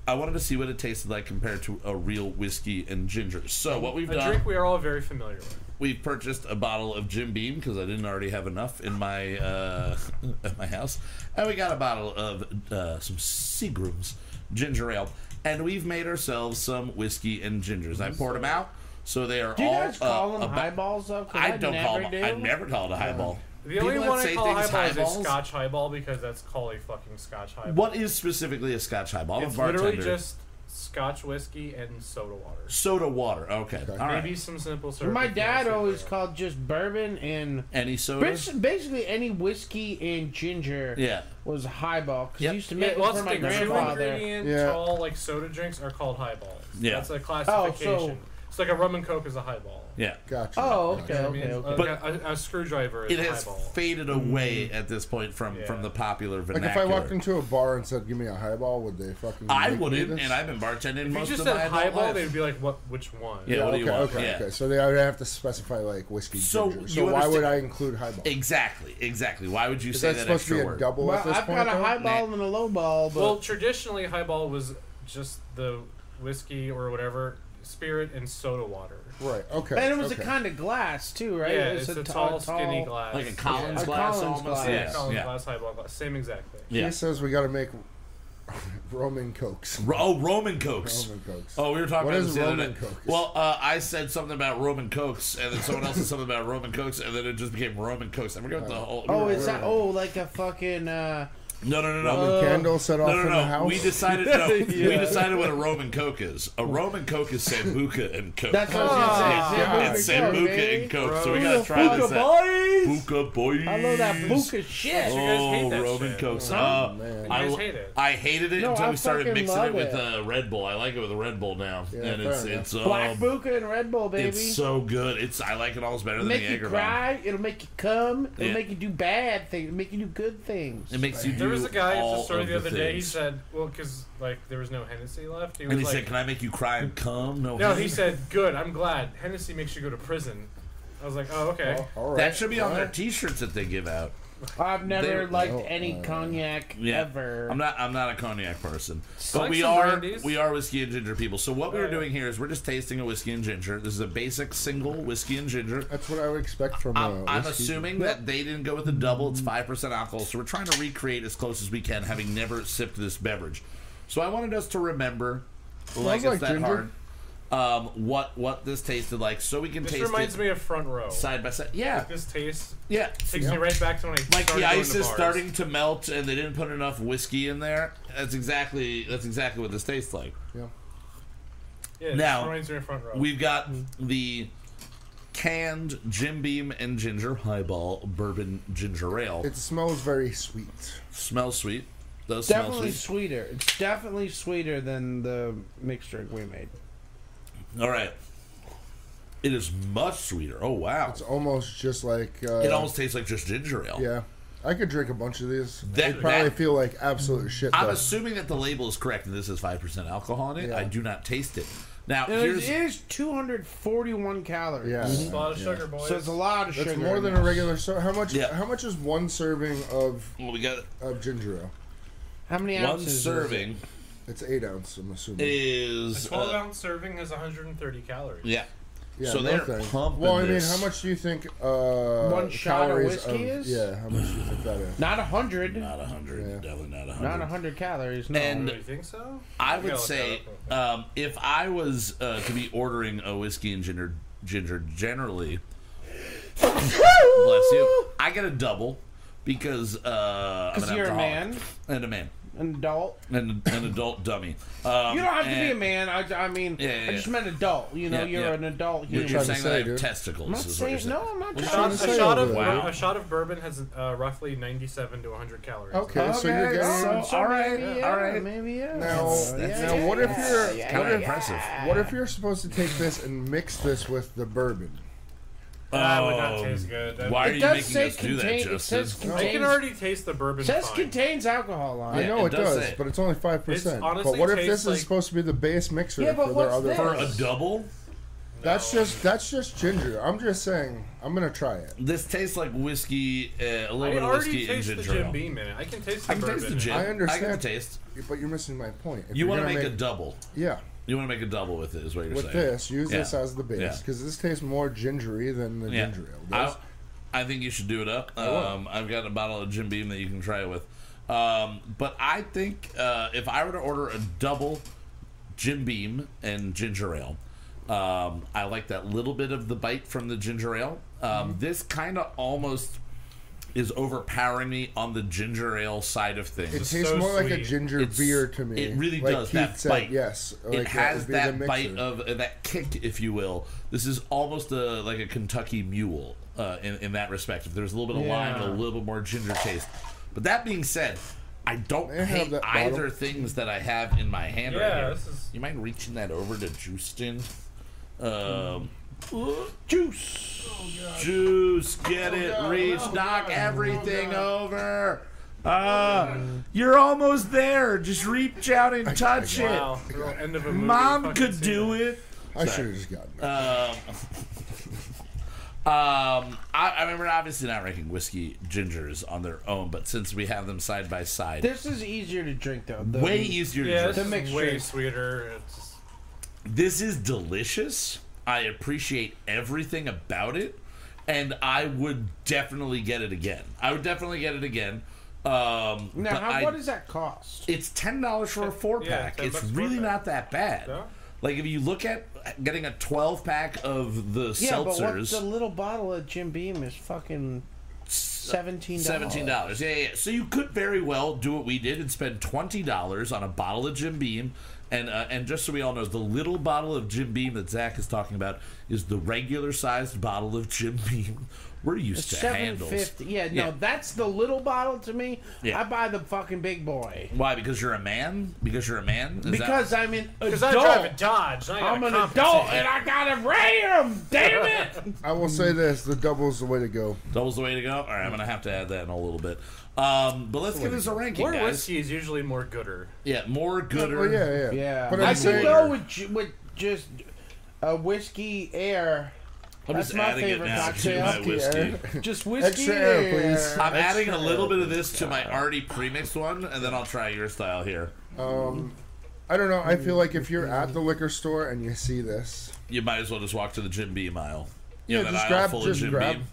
Speaker 3: I wanted to see what it tasted like compared to a real whiskey and ginger. So what we've
Speaker 5: A
Speaker 3: done,
Speaker 5: drink we are all very familiar with.
Speaker 3: we purchased a bottle of Jim Beam because I didn't already have enough in my uh, (laughs) at my house, and we got a bottle of uh, some Seagram's ginger ale, and we've made ourselves some whiskey and gingers. I poured them out, so they are
Speaker 4: Do you
Speaker 3: all.
Speaker 4: guys call
Speaker 3: uh,
Speaker 4: them
Speaker 3: about-
Speaker 4: highballs though? 'Cause
Speaker 3: I don't
Speaker 4: never
Speaker 3: call them.
Speaker 4: Do.
Speaker 3: I never call it a highball.
Speaker 5: The only
Speaker 3: People that
Speaker 5: one I
Speaker 3: say
Speaker 5: call
Speaker 3: things
Speaker 5: highball is a
Speaker 3: highballs-
Speaker 5: Scotch highball because that's called a fucking Scotch highball.
Speaker 3: What is specifically a Scotch highball? I'm a
Speaker 5: It's
Speaker 3: bartender.
Speaker 5: literally just Scotch whiskey and soda water.
Speaker 3: soda water. Okay, all right.
Speaker 5: Maybe some simple syrup.
Speaker 4: My
Speaker 5: if you want
Speaker 4: dad
Speaker 5: to
Speaker 4: always
Speaker 5: say
Speaker 4: called just bourbon and
Speaker 3: Any soda.
Speaker 4: bas- basically any whiskey and ginger.
Speaker 3: Yeah.
Speaker 4: was highball because
Speaker 3: Yep.
Speaker 4: he used to
Speaker 5: that.
Speaker 4: make
Speaker 5: Yeah, well,
Speaker 4: it
Speaker 5: that's
Speaker 4: for
Speaker 5: the
Speaker 4: my
Speaker 5: thing. Two
Speaker 4: grandfather.
Speaker 5: ingredient
Speaker 2: Yeah.
Speaker 5: tall like soda drinks are called highballs.
Speaker 3: Yeah.
Speaker 4: Oh,
Speaker 5: that's a classification. It's like a rum and coke is a highball.
Speaker 3: Yeah.
Speaker 2: Gotcha.
Speaker 4: Oh,
Speaker 2: Gotcha.
Speaker 4: okay,
Speaker 5: I mean,
Speaker 4: okay, okay.
Speaker 3: But-
Speaker 5: like a, a, a screwdriver is
Speaker 3: It
Speaker 5: a
Speaker 3: has
Speaker 5: highball.
Speaker 3: faded away at this point from
Speaker 5: Yeah.
Speaker 3: from the popular
Speaker 2: Mm. Like
Speaker 3: vernacular.
Speaker 2: if I walked into a bar and said, "Give me a highball," would they fucking?
Speaker 3: I
Speaker 2: make me
Speaker 3: wouldn't,
Speaker 2: this?
Speaker 3: and I've been bartending
Speaker 5: if you
Speaker 3: most
Speaker 5: just
Speaker 3: of my
Speaker 5: said
Speaker 3: adult
Speaker 5: highball,
Speaker 3: life.
Speaker 5: they'd be like, "What? Which one?"
Speaker 3: Yeah.
Speaker 2: Yeah,
Speaker 3: what do
Speaker 2: okay,
Speaker 3: you want?
Speaker 2: okay,
Speaker 3: Yeah.
Speaker 2: okay. So they I would have to specify like whiskey.
Speaker 3: So,
Speaker 2: ginger.
Speaker 3: you
Speaker 2: so why would
Speaker 3: understand-
Speaker 2: I include highball?
Speaker 3: Exactly, exactly. Why would you
Speaker 2: Is
Speaker 3: say
Speaker 2: that
Speaker 3: that
Speaker 2: supposed to
Speaker 3: extra
Speaker 2: be a
Speaker 3: word?
Speaker 2: double
Speaker 4: Well,
Speaker 2: at this
Speaker 4: I've
Speaker 2: point?
Speaker 4: got a
Speaker 2: though?
Speaker 4: highball and a lowball, but
Speaker 5: Well, traditionally, highball was just the whiskey or whatever spirit and soda water.
Speaker 2: Right. Okay.
Speaker 4: and it was
Speaker 2: okay.
Speaker 4: a kind of glass too, right?
Speaker 5: Yeah,
Speaker 4: It was
Speaker 5: it's, a,
Speaker 4: t-
Speaker 5: tall, skinny glass,
Speaker 3: Like a Collins
Speaker 4: A
Speaker 3: glass,
Speaker 4: Collins
Speaker 3: almost.
Speaker 4: glass.
Speaker 5: Yeah,
Speaker 3: Yes.
Speaker 5: Collins
Speaker 3: yeah.
Speaker 5: glass, highball glass, same exactly.
Speaker 3: Yeah.
Speaker 2: He says we got to make (laughs) Roman cokes.
Speaker 3: (laughs) Ro- Oh, Roman cokes.
Speaker 2: Roman cokes.
Speaker 3: Oh, we were talking
Speaker 2: What
Speaker 3: about
Speaker 2: is
Speaker 3: this the other
Speaker 2: Roman
Speaker 3: day.
Speaker 2: cokes?
Speaker 3: Well, uh, I said something about Roman cokes, and then someone else said something about Roman cokes, and then it just became Roman cokes. I forget what the whole.
Speaker 4: Oh, is that oh like a fucking uh,
Speaker 3: no, no, no, no.
Speaker 2: Roman candle set off
Speaker 3: uh, No, no,
Speaker 2: in the
Speaker 3: no.
Speaker 2: house.
Speaker 3: We decided.
Speaker 4: (laughs)
Speaker 3: No, We
Speaker 4: Yeah.
Speaker 3: decided what a Roman coke is. A Roman coke is sambuca and coke.
Speaker 4: That's what I was
Speaker 3: Oh.
Speaker 5: Oh,
Speaker 4: gonna
Speaker 3: it's
Speaker 4: say. Sambuca Coke,
Speaker 3: sambuca
Speaker 4: baby.
Speaker 3: and coke. So we
Speaker 5: Bro.
Speaker 3: gotta try this out.
Speaker 4: Buca boys.
Speaker 3: Buka boys.
Speaker 4: I love that buka shit.
Speaker 5: You guys hate
Speaker 3: Oh,
Speaker 5: that
Speaker 3: Roman
Speaker 5: shit.
Speaker 3: Cokes. Uh,
Speaker 2: man. You
Speaker 3: I,
Speaker 5: guys
Speaker 3: l-
Speaker 5: hate it.
Speaker 3: I hated it
Speaker 4: No,
Speaker 3: until
Speaker 4: I
Speaker 3: we started
Speaker 4: fucking
Speaker 3: mixing it
Speaker 4: love
Speaker 3: with
Speaker 4: it.
Speaker 3: uh, Red Bull. I like it with Red Bull now,
Speaker 2: Yeah,
Speaker 3: and
Speaker 2: fair
Speaker 3: it's
Speaker 2: enough.
Speaker 3: it's uh,
Speaker 4: Black buka and Red Bull, baby.
Speaker 3: it's so good. It's I like it almost better than
Speaker 4: make
Speaker 3: the
Speaker 4: you
Speaker 3: Jager
Speaker 4: cry. It'll make you come. It'll
Speaker 3: Yeah.
Speaker 4: make you do bad things. It'll make you do good things.
Speaker 3: It makes you.
Speaker 5: There
Speaker 3: do
Speaker 5: was a guy at
Speaker 3: all
Speaker 5: the store
Speaker 3: of
Speaker 5: the other day. He
Speaker 3: things.
Speaker 5: said, "Well, because like there was no Hennessy left." He was
Speaker 3: and he
Speaker 5: like,
Speaker 3: said, "Can I make you cry and come?" No,
Speaker 5: "No," he
Speaker 3: honey.
Speaker 5: said, "Good, I'm glad. Hennessy makes you go to prison." I was like, "Oh, okay."
Speaker 2: Oh, all right.
Speaker 3: that should be on
Speaker 2: all
Speaker 3: their
Speaker 2: right.
Speaker 3: T-shirts that they give out.
Speaker 4: I've never
Speaker 3: They-
Speaker 4: liked
Speaker 2: No,
Speaker 4: any
Speaker 2: uh,
Speaker 4: cognac
Speaker 3: Yeah.
Speaker 4: ever.
Speaker 3: I'm not. I'm not a cognac person,
Speaker 5: I
Speaker 3: but
Speaker 5: like
Speaker 3: we
Speaker 5: some
Speaker 3: are.
Speaker 5: brandies. Oh.
Speaker 3: We are whiskey and ginger people. So what we're
Speaker 5: Yeah.
Speaker 3: doing here is we're just tasting a whiskey and ginger. This is a basic single whiskey and ginger.
Speaker 2: That's what I would expect from.
Speaker 3: I'm,
Speaker 2: uh,
Speaker 3: I'm
Speaker 2: whiskey.
Speaker 3: assuming that they didn't go with the double. It's five percent alcohol, so we're trying to recreate as close as we can, having never sipped this beverage. So I wanted us to remember,
Speaker 2: like
Speaker 3: like it's that
Speaker 2: ginger.
Speaker 3: hard, um, what what this tasted like, so we can
Speaker 5: This
Speaker 3: taste
Speaker 5: reminds
Speaker 3: it
Speaker 5: me of front row.
Speaker 3: side by side. Yeah,
Speaker 5: This taste
Speaker 3: yeah.
Speaker 5: takes me right back to when I
Speaker 3: Like
Speaker 5: started
Speaker 3: the
Speaker 5: going
Speaker 3: ice
Speaker 5: to
Speaker 3: is
Speaker 5: bars.
Speaker 3: starting to melt, and they didn't put enough whiskey in there. That's exactly that's exactly what this tastes like.
Speaker 2: Yeah.
Speaker 5: Yeah, it
Speaker 3: Now,
Speaker 5: just reminds me of front row.
Speaker 3: We've got the canned Jim Beam and ginger highball bourbon ginger ale.
Speaker 2: It smells very sweet.
Speaker 3: smells sweet. Does smell
Speaker 4: definitely
Speaker 3: sweet.
Speaker 4: sweeter. It's definitely sweeter than the mixed drink we made.
Speaker 3: All right. It is much sweeter. Oh wow!
Speaker 2: It's almost just like. Uh,
Speaker 3: it almost tastes like just ginger ale.
Speaker 2: Yeah. I could drink a bunch of these.
Speaker 3: That-
Speaker 2: I'd probably
Speaker 3: that-
Speaker 2: feel like absolute shit.
Speaker 3: I'm
Speaker 2: though.
Speaker 3: assuming that the label is correct and this is five percent alcohol in it.
Speaker 2: Yeah.
Speaker 3: I do not taste it. Now
Speaker 4: It
Speaker 3: here's
Speaker 4: is, it is 241 calories.
Speaker 2: yeah.
Speaker 5: It's
Speaker 3: Mhm.
Speaker 5: a lot of sugar, boys.
Speaker 4: So it's a lot of
Speaker 2: That's
Speaker 4: sugar.
Speaker 2: more
Speaker 4: in
Speaker 2: than
Speaker 4: this.
Speaker 2: a regular. So how much?
Speaker 3: Yeah.
Speaker 2: How much is one serving of
Speaker 3: well, we got
Speaker 2: of ginger ale?
Speaker 4: How many
Speaker 3: one
Speaker 4: ounces? is it?
Speaker 3: serving
Speaker 2: It's eight ounce. I'm assuming.
Speaker 5: A
Speaker 3: is
Speaker 5: 12
Speaker 3: uh,
Speaker 5: ounce serving has 130 calories.
Speaker 3: yeah.
Speaker 2: Yeah,
Speaker 3: so
Speaker 2: no
Speaker 3: they're
Speaker 2: thing.
Speaker 3: pumping
Speaker 2: Well, I mean,
Speaker 3: this.
Speaker 2: how much do you think uh,
Speaker 4: One shot of
Speaker 2: calories
Speaker 4: whiskey is?
Speaker 2: Yeah, how much do you think that is?
Speaker 4: Not a hundred.
Speaker 3: Not a hundred.
Speaker 2: Yeah.
Speaker 3: Definitely not a
Speaker 4: Not a
Speaker 3: hundred.
Speaker 4: hundred calories. No.
Speaker 3: And-
Speaker 5: Do you think so?
Speaker 3: I
Speaker 5: gotta
Speaker 3: would
Speaker 5: look
Speaker 3: say
Speaker 5: that
Speaker 3: um, if I was uh, to be ordering a whiskey and ginger, ginger generally, bless you, I get a double because uh, I'm
Speaker 4: 'Cause
Speaker 3: an
Speaker 4: you're a
Speaker 3: alcoholic
Speaker 4: man.
Speaker 3: and a man.
Speaker 4: an adult.
Speaker 3: an, an adult dummy. Um,
Speaker 4: You don't have to be a
Speaker 3: and-
Speaker 4: man. I, I mean,
Speaker 3: Yeah, yeah,
Speaker 4: I just
Speaker 3: yeah.
Speaker 4: meant adult. You know,
Speaker 3: Yeah,
Speaker 4: you're
Speaker 3: yeah.
Speaker 4: an adult
Speaker 3: You're,
Speaker 4: human.
Speaker 3: you're
Speaker 2: to
Speaker 3: saying
Speaker 2: say,
Speaker 3: that I have
Speaker 2: dude?
Speaker 3: testicles.
Speaker 4: I'm not
Speaker 3: is what you're
Speaker 4: saying
Speaker 3: saying.
Speaker 4: no. I'm not
Speaker 5: A
Speaker 4: trying
Speaker 5: shot,
Speaker 4: to
Speaker 5: a
Speaker 4: say.
Speaker 5: shot of
Speaker 3: Wow.
Speaker 5: a shot of bourbon has uh, roughly 97 to 100 calories.
Speaker 2: Okay, so you're
Speaker 4: Okay,
Speaker 2: getting
Speaker 4: so-
Speaker 3: all right,
Speaker 4: maybe,
Speaker 3: all
Speaker 4: yeah,
Speaker 3: right.
Speaker 4: maybe yeah.
Speaker 2: now. now, what if you're
Speaker 3: Kind
Speaker 2: what
Speaker 3: of
Speaker 2: if,
Speaker 3: impressive.
Speaker 2: what if you're supposed to take this and mix this with the bourbon?
Speaker 5: That would not
Speaker 3: Um,
Speaker 5: taste good. That-
Speaker 3: Why are
Speaker 4: It
Speaker 3: you
Speaker 4: does
Speaker 3: making
Speaker 4: say
Speaker 3: us do that,
Speaker 4: contain- it
Speaker 3: Justin?
Speaker 4: says
Speaker 5: I can
Speaker 4: contains-
Speaker 5: already taste the bourbon.
Speaker 4: It says
Speaker 5: fine.
Speaker 4: contains alcohol on
Speaker 2: I
Speaker 4: it.
Speaker 3: Yeah,
Speaker 2: know
Speaker 3: it
Speaker 2: it,
Speaker 3: does
Speaker 2: does,
Speaker 3: say-
Speaker 2: but it's only five percent.
Speaker 5: It's honestly
Speaker 2: But what if
Speaker 5: tastes
Speaker 2: this
Speaker 5: like-
Speaker 2: is supposed to be the base mixer
Speaker 4: Yeah, but
Speaker 2: for their
Speaker 4: what's
Speaker 2: other?
Speaker 4: this?
Speaker 3: For a double,
Speaker 2: That's just that's just ginger. I'm just saying. I'm gonna try it.
Speaker 3: this tastes like whiskey, uh, a
Speaker 5: I
Speaker 3: little bit of
Speaker 5: already
Speaker 3: whiskey and
Speaker 5: taste the
Speaker 3: ginger
Speaker 5: Jim
Speaker 3: ale.
Speaker 5: Beam in it. I can taste the
Speaker 3: I can
Speaker 5: bourbon.
Speaker 3: taste the
Speaker 5: in it.
Speaker 3: gin.
Speaker 2: I
Speaker 3: I can
Speaker 2: understand.
Speaker 3: taste.
Speaker 2: But you're missing my point. If
Speaker 3: You
Speaker 2: you're
Speaker 3: want to
Speaker 2: gonna
Speaker 3: make, a double.
Speaker 2: yeah
Speaker 3: You want to make a double with it, is what you're
Speaker 2: with
Speaker 3: saying.
Speaker 2: this. Use this
Speaker 3: Yeah.
Speaker 2: as the base
Speaker 3: Yeah.
Speaker 2: because this tastes more gingery than the
Speaker 3: Yeah.
Speaker 2: ginger ale
Speaker 3: I,
Speaker 2: does.
Speaker 3: I think you should do it up. Um, I've got a bottle of Jim Beam that you can try it with. Um, but I think uh, if I were to order a double Jim Beam and ginger ale, um, I like that little bit of the bite from the ginger ale. Um,
Speaker 2: Mm-hmm.
Speaker 3: This kind of almost is overpowering me on the ginger ale side of things.
Speaker 2: it tastes
Speaker 5: so
Speaker 2: more like a
Speaker 5: sweet.
Speaker 2: ginger
Speaker 3: It's-
Speaker 2: beer to me.
Speaker 3: It really
Speaker 2: like
Speaker 3: does.
Speaker 2: Keith
Speaker 3: that
Speaker 2: said,
Speaker 3: bite,
Speaker 2: Yes, like
Speaker 3: it has
Speaker 2: would be
Speaker 3: that
Speaker 2: the
Speaker 3: bite
Speaker 2: mixer.
Speaker 3: of uh, that kick, if you will. This is almost a, like a Kentucky mule uh, in, in that respect. If there's a little bit of lime and a
Speaker 4: Yeah.
Speaker 3: little bit more ginger taste. But that being said, I don't
Speaker 2: May I have
Speaker 3: hate
Speaker 2: that bottle?
Speaker 3: either things that I have in my hand right
Speaker 5: Yeah,
Speaker 3: here.
Speaker 5: this is-
Speaker 3: You mind reaching that over to Justin? Um,
Speaker 4: Juice.
Speaker 3: Juice, get it,
Speaker 5: Oh,
Speaker 3: reach, knock everything over. Uh, you're almost there. Just reach out and touch it.
Speaker 5: Wow. real End of a movie.
Speaker 3: Mom could do it.
Speaker 2: I should have just gotten. it.
Speaker 3: Um, (laughs) um, I, I mean, we're obviously not ranking whiskey gingers on their own, but since we have them side by side,
Speaker 4: This is easier to drink though. The-
Speaker 3: way e-, easier
Speaker 5: Yeah,
Speaker 3: to
Speaker 5: this
Speaker 3: drink.
Speaker 4: The
Speaker 5: is way
Speaker 4: mixture.
Speaker 5: sweeter. It's
Speaker 3: This is delicious. I appreciate everything about it, and I would definitely get it again. I would definitely get it again. Um,
Speaker 4: Now,
Speaker 3: but
Speaker 4: how,
Speaker 3: I-
Speaker 4: what does that cost?
Speaker 3: it's ten dollars for a four
Speaker 5: Yeah,
Speaker 3: pack.
Speaker 5: 10
Speaker 3: it's
Speaker 5: bucks a
Speaker 3: really
Speaker 5: four-pack.
Speaker 3: not that bad.
Speaker 5: No.
Speaker 3: Like if you look at getting a twelve pack of the
Speaker 4: Yeah, but what
Speaker 3: seltzers,
Speaker 4: the little bottle of Jim Beam is fucking seventeen.
Speaker 3: Seventeen dollars. Yeah, yeah. So you could very well do what we did and spend twenty dollars on a bottle of Jim Beam, and uh, and just so we all know, the little bottle of Jim Beam that Zach is talking about is the regular sized bottle of Jim Beam. (laughs) We're used to
Speaker 4: Seven
Speaker 3: handles.
Speaker 4: fifty. Yeah, no,
Speaker 3: Yeah.
Speaker 4: that's the little bottle to me.
Speaker 3: Yeah.
Speaker 4: I buy the fucking big boy
Speaker 3: Why? Because you're a man. Because you're a man. Is that-
Speaker 4: because I'm an
Speaker 5: because
Speaker 4: adult.
Speaker 5: I drive a Dodge. And I gotta
Speaker 4: I'm an
Speaker 5: compensate.
Speaker 4: adult and I got a ram. Damn it!
Speaker 2: I will say this: the double's the way to go.
Speaker 3: double's the way to go. All right, I'm gonna have to add that in a little bit. Um, but let's give this a ranking,
Speaker 5: More
Speaker 3: guys.
Speaker 5: whiskey is usually more gooder.
Speaker 3: Yeah, more gooder.
Speaker 2: Well, yeah, yeah,
Speaker 4: (laughs) Oh, yeah,
Speaker 2: But
Speaker 4: I
Speaker 2: I'm
Speaker 4: could
Speaker 2: saying,
Speaker 4: go with ju- with just a whiskey
Speaker 2: (laughs)
Speaker 4: air.
Speaker 3: I'm
Speaker 4: That's
Speaker 3: just
Speaker 4: my
Speaker 3: adding it
Speaker 4: favorite
Speaker 3: now to
Speaker 4: cocktail.
Speaker 3: my whiskey.
Speaker 4: Just whiskey
Speaker 2: Extra air,
Speaker 4: air.
Speaker 2: please.
Speaker 3: I'm adding a little bit of this to my already premixed one, and then I'll try your style here.
Speaker 2: I don't know. I feel like if you're at the liquor store and you see this,
Speaker 3: You might as well just walk to the Jim Beam aisle. You
Speaker 2: Yeah,
Speaker 3: know,
Speaker 2: just
Speaker 3: that aisle
Speaker 2: grab-
Speaker 3: full
Speaker 2: just
Speaker 3: of Jim
Speaker 2: grab.
Speaker 3: Beam.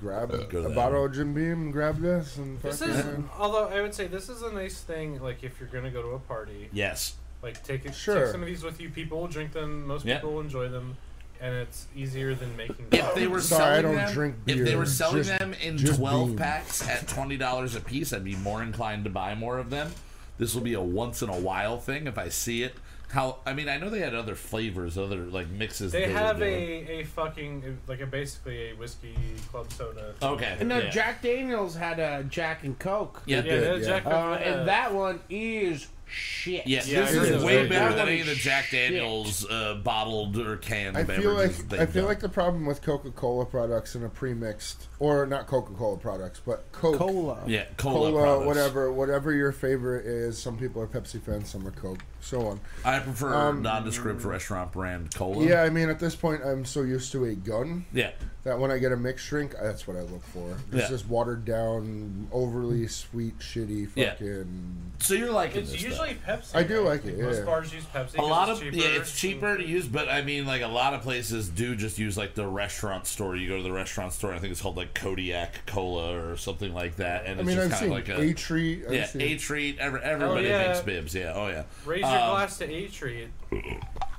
Speaker 2: grab
Speaker 3: Uh, go to
Speaker 2: a
Speaker 3: that
Speaker 2: bottle of Jim Beam, grab this, and
Speaker 5: This
Speaker 2: fucking-
Speaker 5: is, although I would say this is a nice thing. Like if you're gonna go to a party,
Speaker 3: Yes.
Speaker 5: like take, it,
Speaker 2: Sure.
Speaker 5: take some of these with you. People will drink them. Most
Speaker 3: Yeah.
Speaker 5: people will enjoy them, and it's easier than making.
Speaker 3: If they were
Speaker 2: Sorry, I
Speaker 3: selling
Speaker 2: don't
Speaker 3: them,
Speaker 2: drink
Speaker 3: if they
Speaker 2: beer,
Speaker 3: were selling
Speaker 2: just-
Speaker 3: them in
Speaker 2: just
Speaker 3: 12
Speaker 2: Beam.
Speaker 3: packs at $20 a piece, I'd be more inclined to buy more of them. This will be a once in a while thing if I see it. How I mean, I know they had other flavors, other like mixes. that
Speaker 5: they
Speaker 3: were
Speaker 5: have
Speaker 3: doing.
Speaker 5: a, a fucking like a basically a whiskey club soda.
Speaker 3: okay.
Speaker 4: No,
Speaker 3: yeah.
Speaker 4: Jack Daniels had a Jack and Coke.
Speaker 3: Yeah,
Speaker 5: yeah,
Speaker 3: yeah,
Speaker 5: there's Jack
Speaker 4: Uh,
Speaker 5: Daniel's, uh,
Speaker 4: and that one is shit.
Speaker 3: yeah,
Speaker 5: Yeah,
Speaker 3: This
Speaker 5: it
Speaker 3: is
Speaker 5: is
Speaker 3: way
Speaker 2: really
Speaker 3: better
Speaker 2: good.
Speaker 3: than
Speaker 4: That
Speaker 3: any
Speaker 4: one
Speaker 3: of the
Speaker 4: is
Speaker 3: Jack
Speaker 4: shit.
Speaker 3: Daniels uh, bottled or canned
Speaker 2: I feel like
Speaker 3: beverages.
Speaker 2: I
Speaker 3: they've
Speaker 2: feel
Speaker 3: done.
Speaker 2: like the problem with Coca Cola products and a premixed, or not Coca Cola products, but Coke,
Speaker 4: Cola.
Speaker 3: yeah, cola,
Speaker 2: Cola,
Speaker 3: products.
Speaker 2: whatever, whatever your favorite is. Some people are Pepsi fans, some are Coke, so on.
Speaker 3: I prefer nondescript restaurant brand cola.
Speaker 2: Um, Yeah, I mean, at this point, I'm so used to a gun
Speaker 3: yeah.
Speaker 2: that when I get a mixed drink, that's what I look for. It's
Speaker 3: Yeah.
Speaker 2: just watered down, overly sweet, shitty,
Speaker 3: Yeah.
Speaker 2: fucking.
Speaker 3: So you're liking
Speaker 5: it's
Speaker 3: this,
Speaker 5: usually Pepsi.
Speaker 2: I do like it,
Speaker 5: Most
Speaker 2: yeah.
Speaker 5: bars use Pepsi.
Speaker 3: though. a
Speaker 5: 'cause
Speaker 3: lot
Speaker 5: it's
Speaker 3: of
Speaker 5: cheaper.
Speaker 3: yeah, it's cheaper to use, but I mean, like a lot of places do just use like the restaurant store. You go to the restaurant store, I think it's called like Kodiak Cola or something like that, and
Speaker 2: I
Speaker 3: it's
Speaker 2: mean,
Speaker 3: just
Speaker 2: I've
Speaker 3: kind of
Speaker 2: seen
Speaker 3: like a
Speaker 2: a treat. I've
Speaker 3: yeah,
Speaker 2: seen-
Speaker 3: a treat. Every, everybody
Speaker 5: Oh, yeah.
Speaker 3: makes bibs. Yeah, oh yeah,
Speaker 5: Raise your glass to A Tree.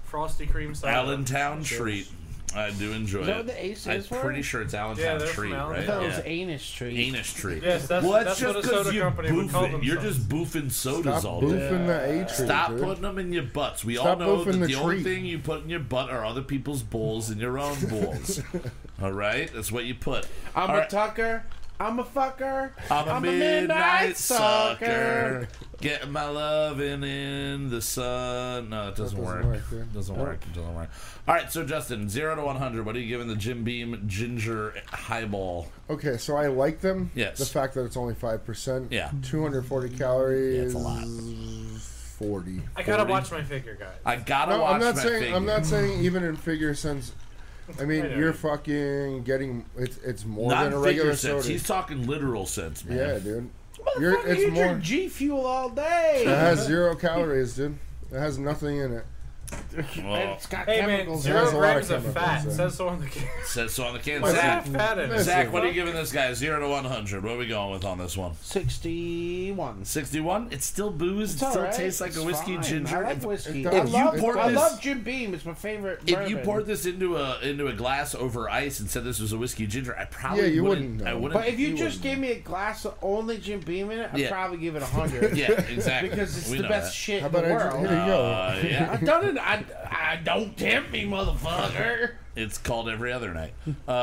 Speaker 5: Frosty cream soda.
Speaker 3: Allentown treat. I do enjoy
Speaker 4: Is that
Speaker 3: it.
Speaker 4: what the ace
Speaker 3: I'm
Speaker 4: is for?
Speaker 3: pretty sure it's
Speaker 5: Yeah,
Speaker 3: Allentown
Speaker 5: they're
Speaker 3: Tree,
Speaker 5: from
Speaker 3: right?
Speaker 4: I thought it was
Speaker 3: Yeah.
Speaker 4: anus tree.
Speaker 3: Anus Tree.
Speaker 5: Yes, that's,
Speaker 3: Well, it's
Speaker 5: that's what a
Speaker 3: just because
Speaker 5: soda
Speaker 3: you're
Speaker 5: company would call
Speaker 3: boofing.
Speaker 5: themselves.
Speaker 3: You're just boofing sodas
Speaker 2: Stop
Speaker 3: all day.
Speaker 2: boofing that A tree,
Speaker 3: Stop
Speaker 2: dude.
Speaker 3: putting them in your butts. We all
Speaker 2: Stop
Speaker 3: know
Speaker 2: boofing
Speaker 3: that the,
Speaker 2: the
Speaker 3: only
Speaker 2: treat.
Speaker 3: thing you put in your butt are other people's balls and your own
Speaker 2: (laughs)
Speaker 3: balls. all right, that's what you put.
Speaker 4: I'm
Speaker 3: All
Speaker 4: a
Speaker 3: right.
Speaker 4: tucker. I'm a fucker.
Speaker 3: I'm a midnight, sucker. Get my loving in the sun. No, it doesn't,
Speaker 2: doesn't
Speaker 3: work.
Speaker 2: work, Oh. yeah.
Speaker 3: Doesn't work. It doesn't work. All right, so Justin, zero to one hundred. What are you giving the Jim Beam Ginger Highball?
Speaker 2: Okay, so I like them.
Speaker 3: Yes.
Speaker 2: The fact that it's only five percent.
Speaker 3: Yeah.
Speaker 2: 240 calories.
Speaker 3: Yeah, it's a lot.
Speaker 2: Forty.
Speaker 5: I gotta
Speaker 3: 40.
Speaker 5: watch my figure, guys.
Speaker 3: I gotta
Speaker 2: No,
Speaker 3: watch
Speaker 2: I'm not
Speaker 3: my
Speaker 2: saying.
Speaker 3: figure.
Speaker 2: I'm not saying even in figure sense. I mean,
Speaker 5: I know.
Speaker 2: you're fucking getting. It's it's more
Speaker 3: Not
Speaker 2: than a
Speaker 3: figure
Speaker 2: regular
Speaker 3: sense.
Speaker 2: soda.
Speaker 3: He's talking literal sense, man.
Speaker 2: yeah, dude.
Speaker 4: You're,
Speaker 2: You're, it's
Speaker 4: you
Speaker 2: more.
Speaker 4: drink G Fuel all
Speaker 2: It
Speaker 4: day.
Speaker 2: has zero calories, dude. It has nothing in it.
Speaker 4: And it's got
Speaker 5: Hey man,
Speaker 4: chemicals.
Speaker 2: It
Speaker 5: zero
Speaker 2: has a lot of
Speaker 5: grams of
Speaker 2: chemicals
Speaker 5: fat
Speaker 2: in it.
Speaker 5: says so on the can.
Speaker 3: Says so on the can.
Speaker 5: What's
Speaker 3: Zach,
Speaker 5: that fat in it?
Speaker 3: Zach, what are you giving this guy? Zero to one hundred. Where are we going with on this one?
Speaker 4: Sixty-one.
Speaker 3: Sixty-one. It's still booze.
Speaker 4: It's
Speaker 3: it still
Speaker 4: alright.
Speaker 3: tastes like
Speaker 4: It's
Speaker 3: a whiskey
Speaker 4: fine.
Speaker 3: ginger.
Speaker 4: I like
Speaker 3: If-
Speaker 4: whiskey.
Speaker 2: if
Speaker 4: I,
Speaker 2: you
Speaker 4: love,
Speaker 3: pour
Speaker 4: I
Speaker 3: this-
Speaker 4: love Jim Beam. It's my favorite.
Speaker 3: If you
Speaker 4: bourbon.
Speaker 3: poured this into a into a glass over ice and said this was a whiskey ginger, I probably
Speaker 2: Yeah, you
Speaker 3: wouldn't.
Speaker 2: wouldn't
Speaker 3: I
Speaker 2: know.
Speaker 3: wouldn't.
Speaker 4: but if you just gave me a glass of only Jim Beam in it, I'd
Speaker 3: Yeah.
Speaker 4: probably
Speaker 3: (laughs)
Speaker 4: give it a hundred. (laughs)
Speaker 3: yeah, exactly.
Speaker 4: because it's
Speaker 3: We
Speaker 4: the
Speaker 3: know
Speaker 4: best
Speaker 3: that.
Speaker 4: shit
Speaker 2: How
Speaker 4: in the
Speaker 2: about I just,
Speaker 4: world.
Speaker 2: here you go?
Speaker 3: Uh, yeah,
Speaker 4: (laughs) I've done it. I, I don't tempt me, motherfucker.
Speaker 3: it's called every other night,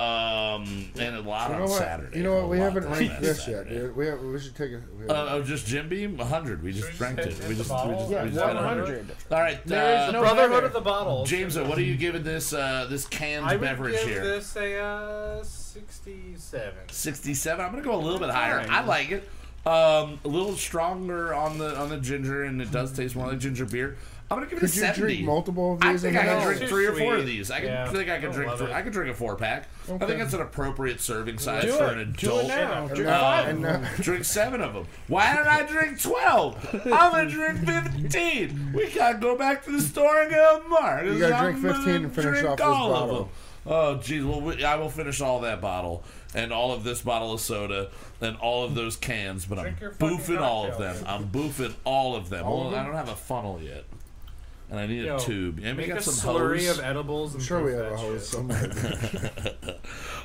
Speaker 3: um, and a lot
Speaker 2: You know
Speaker 3: on
Speaker 2: what?
Speaker 3: Saturday.
Speaker 2: You know what? We
Speaker 3: A lot
Speaker 2: haven't
Speaker 3: on
Speaker 2: ranked this
Speaker 3: Saturday.
Speaker 2: yet, dude. We have, we should take a. we have-
Speaker 3: Uh, oh, just Jim Beam, hundred. We just
Speaker 5: Should we
Speaker 3: ranked it.
Speaker 5: just hit-
Speaker 3: We
Speaker 5: hit the
Speaker 3: just, we
Speaker 5: bottle?
Speaker 3: just,
Speaker 4: Yeah,
Speaker 3: we just had
Speaker 4: 100.
Speaker 3: All right,
Speaker 4: There is
Speaker 3: uh,
Speaker 4: no
Speaker 5: Brotherhood
Speaker 4: better.
Speaker 5: of the Bottles.
Speaker 3: James, what are you giving this uh, this canned
Speaker 5: I would
Speaker 3: beverage
Speaker 5: give
Speaker 3: here?
Speaker 5: this a uh, 67.
Speaker 3: 67. I'm gonna go a little bit higher. I like it. Um, a little stronger on the on the ginger, and it does taste more like ginger beer. I'm gonna give it a
Speaker 2: Could you
Speaker 3: 70.
Speaker 2: drink multiple of
Speaker 3: I
Speaker 2: these?
Speaker 3: think
Speaker 2: in
Speaker 3: I
Speaker 2: a
Speaker 3: can
Speaker 2: row?
Speaker 3: drink
Speaker 5: Too
Speaker 3: three or four of
Speaker 5: sweet.
Speaker 3: these. I can
Speaker 5: Yeah.
Speaker 3: I think I can
Speaker 5: I
Speaker 3: drink
Speaker 5: love
Speaker 3: three,
Speaker 5: it.
Speaker 3: I can drink a four pack. I think
Speaker 2: Okay.
Speaker 3: that's an appropriate serving size
Speaker 4: Do
Speaker 3: for
Speaker 4: it.
Speaker 3: an
Speaker 4: Do
Speaker 3: adult.
Speaker 4: it now. Drink
Speaker 3: Uh,
Speaker 4: five.
Speaker 2: And, uh,
Speaker 3: (laughs) Drink seven of them. Why did I drink twelve? I'm gonna drink fifteen. We gotta go back to the store and get a mark.
Speaker 2: You gotta drink 15 and finish off this bottle.
Speaker 3: Oh, geez. Well, we, I will finish all that bottle and all of this bottle of soda and all of those cans, but
Speaker 5: Drink
Speaker 3: I'm
Speaker 5: your fucking
Speaker 3: boofing all of
Speaker 5: cocktail.
Speaker 3: them. I'm boofing all of them.
Speaker 2: of
Speaker 3: Well, I
Speaker 2: them?
Speaker 3: don't have a funnel yet. And I need
Speaker 5: Yo,
Speaker 3: a tube. And we
Speaker 5: Make a
Speaker 3: got some
Speaker 5: slurry
Speaker 3: hose.
Speaker 5: of edibles. And
Speaker 2: sure, we
Speaker 5: drink
Speaker 2: have a
Speaker 5: that
Speaker 2: hose
Speaker 5: shit.
Speaker 3: (laughs)
Speaker 2: somewhere.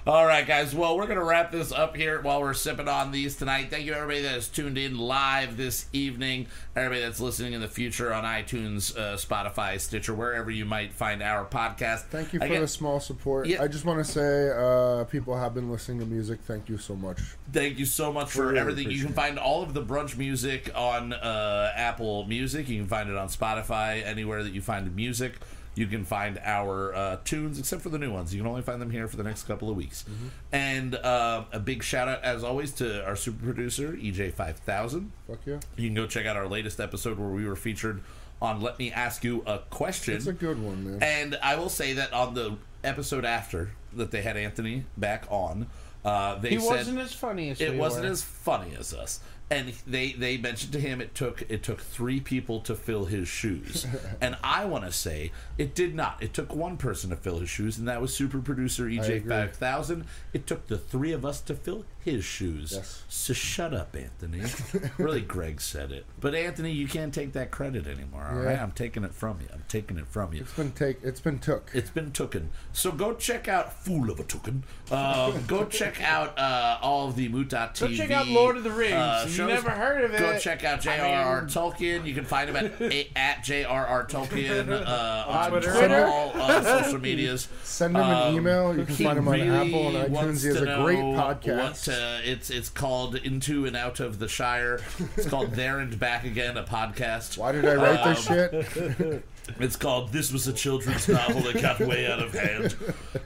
Speaker 3: All right, guys. Well, we're going to wrap this up here while we're sipping on these tonight. Thank you, everybody that has tuned in live this evening. Everybody that's listening in the future on iTunes, uh, Spotify, Stitcher, wherever you might find our podcast.
Speaker 2: Thank you for
Speaker 3: Again,
Speaker 2: the small support.
Speaker 3: Yeah.
Speaker 2: I just want to say, uh, people have been listening to music. Thank you so much.
Speaker 3: Thank you so much for
Speaker 2: Really
Speaker 3: everything. You can
Speaker 2: appreciate it.
Speaker 3: find all of the brunch music on uh, Apple Music. You can find it on Spotify, anywhere that you find music. You can find our uh, tunes, except for the new ones. You can only find them here for the next couple of weeks.
Speaker 2: Mm-hmm.
Speaker 3: And uh, a big shout out, as always, to our super producer, E EJ5000.
Speaker 2: Fuck yeah.
Speaker 3: You can go check out our latest episode where we were featured on Let Me Ask You a Question.
Speaker 2: It's a good one, man.
Speaker 3: And I will say that on the episode after that they had Anthony back on, uh, they
Speaker 4: He
Speaker 3: said
Speaker 4: wasn't as funny as
Speaker 3: it
Speaker 4: we
Speaker 3: wasn't
Speaker 4: were.
Speaker 3: as funny as us. And they they mentioned to him it took it took three people to fill
Speaker 2: (laughs)
Speaker 3: his shoes, and I want to say it did not. It took one person to fill his shoes, and that was super producer EJ
Speaker 2: agree.
Speaker 3: Five Thousand. It took the three of us to fill his shoes.
Speaker 2: Yes.
Speaker 3: So shut up,
Speaker 2: (laughs)
Speaker 3: Anthony. really, Greg said it, but Anthony, you can't take that credit anymore. All
Speaker 2: Yeah.
Speaker 3: right, I'm taking it from you. I'm taking it from you.
Speaker 2: It's been take. It's been took.
Speaker 3: It's been tooken. So go check out Fool of a Tooken. Um, go check out uh, all of the Muta TV.
Speaker 4: Go check out Lord of the Rings.
Speaker 3: uh,
Speaker 4: You
Speaker 3: shows.
Speaker 4: never heard of it.
Speaker 3: Go check out
Speaker 4: I
Speaker 3: J.R.R.
Speaker 4: mean-
Speaker 3: Tolkien. You can find him at, a- at J.R.R.
Speaker 4: (laughs)
Speaker 3: Tolkien uh, on
Speaker 5: Twitter.
Speaker 3: Twitter, all uh, social medias.
Speaker 2: Send him an
Speaker 3: Um,
Speaker 2: email. You can
Speaker 3: he
Speaker 2: find him on Apple and
Speaker 3: really
Speaker 2: iTunes.
Speaker 3: wants
Speaker 2: He has
Speaker 3: to
Speaker 2: a great
Speaker 3: know
Speaker 2: podcast.
Speaker 3: what, uh, it's it's called Into and Out of the Shire.
Speaker 2: (laughs)
Speaker 3: It's called There and Back Again, a podcast. Um,
Speaker 2: Why did I write this
Speaker 3: (laughs)
Speaker 2: shit?
Speaker 3: It's called This Was a Children's Novel That Got Way Out of Hand.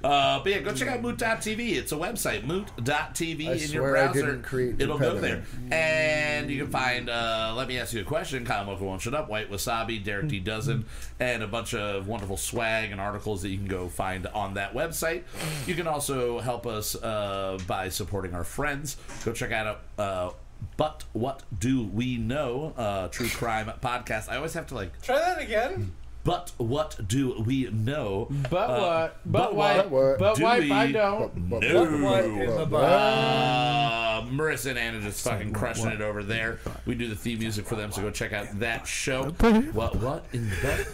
Speaker 3: Uh, but yeah, go check out moot.tv. It's a website, moot.tv
Speaker 2: I
Speaker 3: in your
Speaker 2: swear I
Speaker 3: browser.
Speaker 2: didn't create
Speaker 3: It'll go there.
Speaker 2: impediment.
Speaker 3: And you can find, uh, let me ask you a question, Kyle Mocha Won't Shut Up, White Wasabi, Derek D. Dozen, and a bunch of wonderful swag and articles that you can go find on that website. You can also help us uh, by supporting our friends. Go check out uh, But What Do We Know, uh, True Crime Podcast. I always have to like
Speaker 5: Try
Speaker 3: (laughs)
Speaker 5: that again.
Speaker 3: but what do we know?
Speaker 4: But
Speaker 3: Uh,
Speaker 4: what? But what?
Speaker 2: But what?
Speaker 4: But
Speaker 3: Do
Speaker 4: what? I
Speaker 3: we-
Speaker 4: don't.
Speaker 2: But-
Speaker 3: No.
Speaker 2: but-
Speaker 5: What in the
Speaker 2: but-
Speaker 5: bottle?
Speaker 3: Uh, Marissa and Anna just fucking crushing it over there. We do the theme music for (laughs) them, so go check out that show. What? What (laughs) in the butt?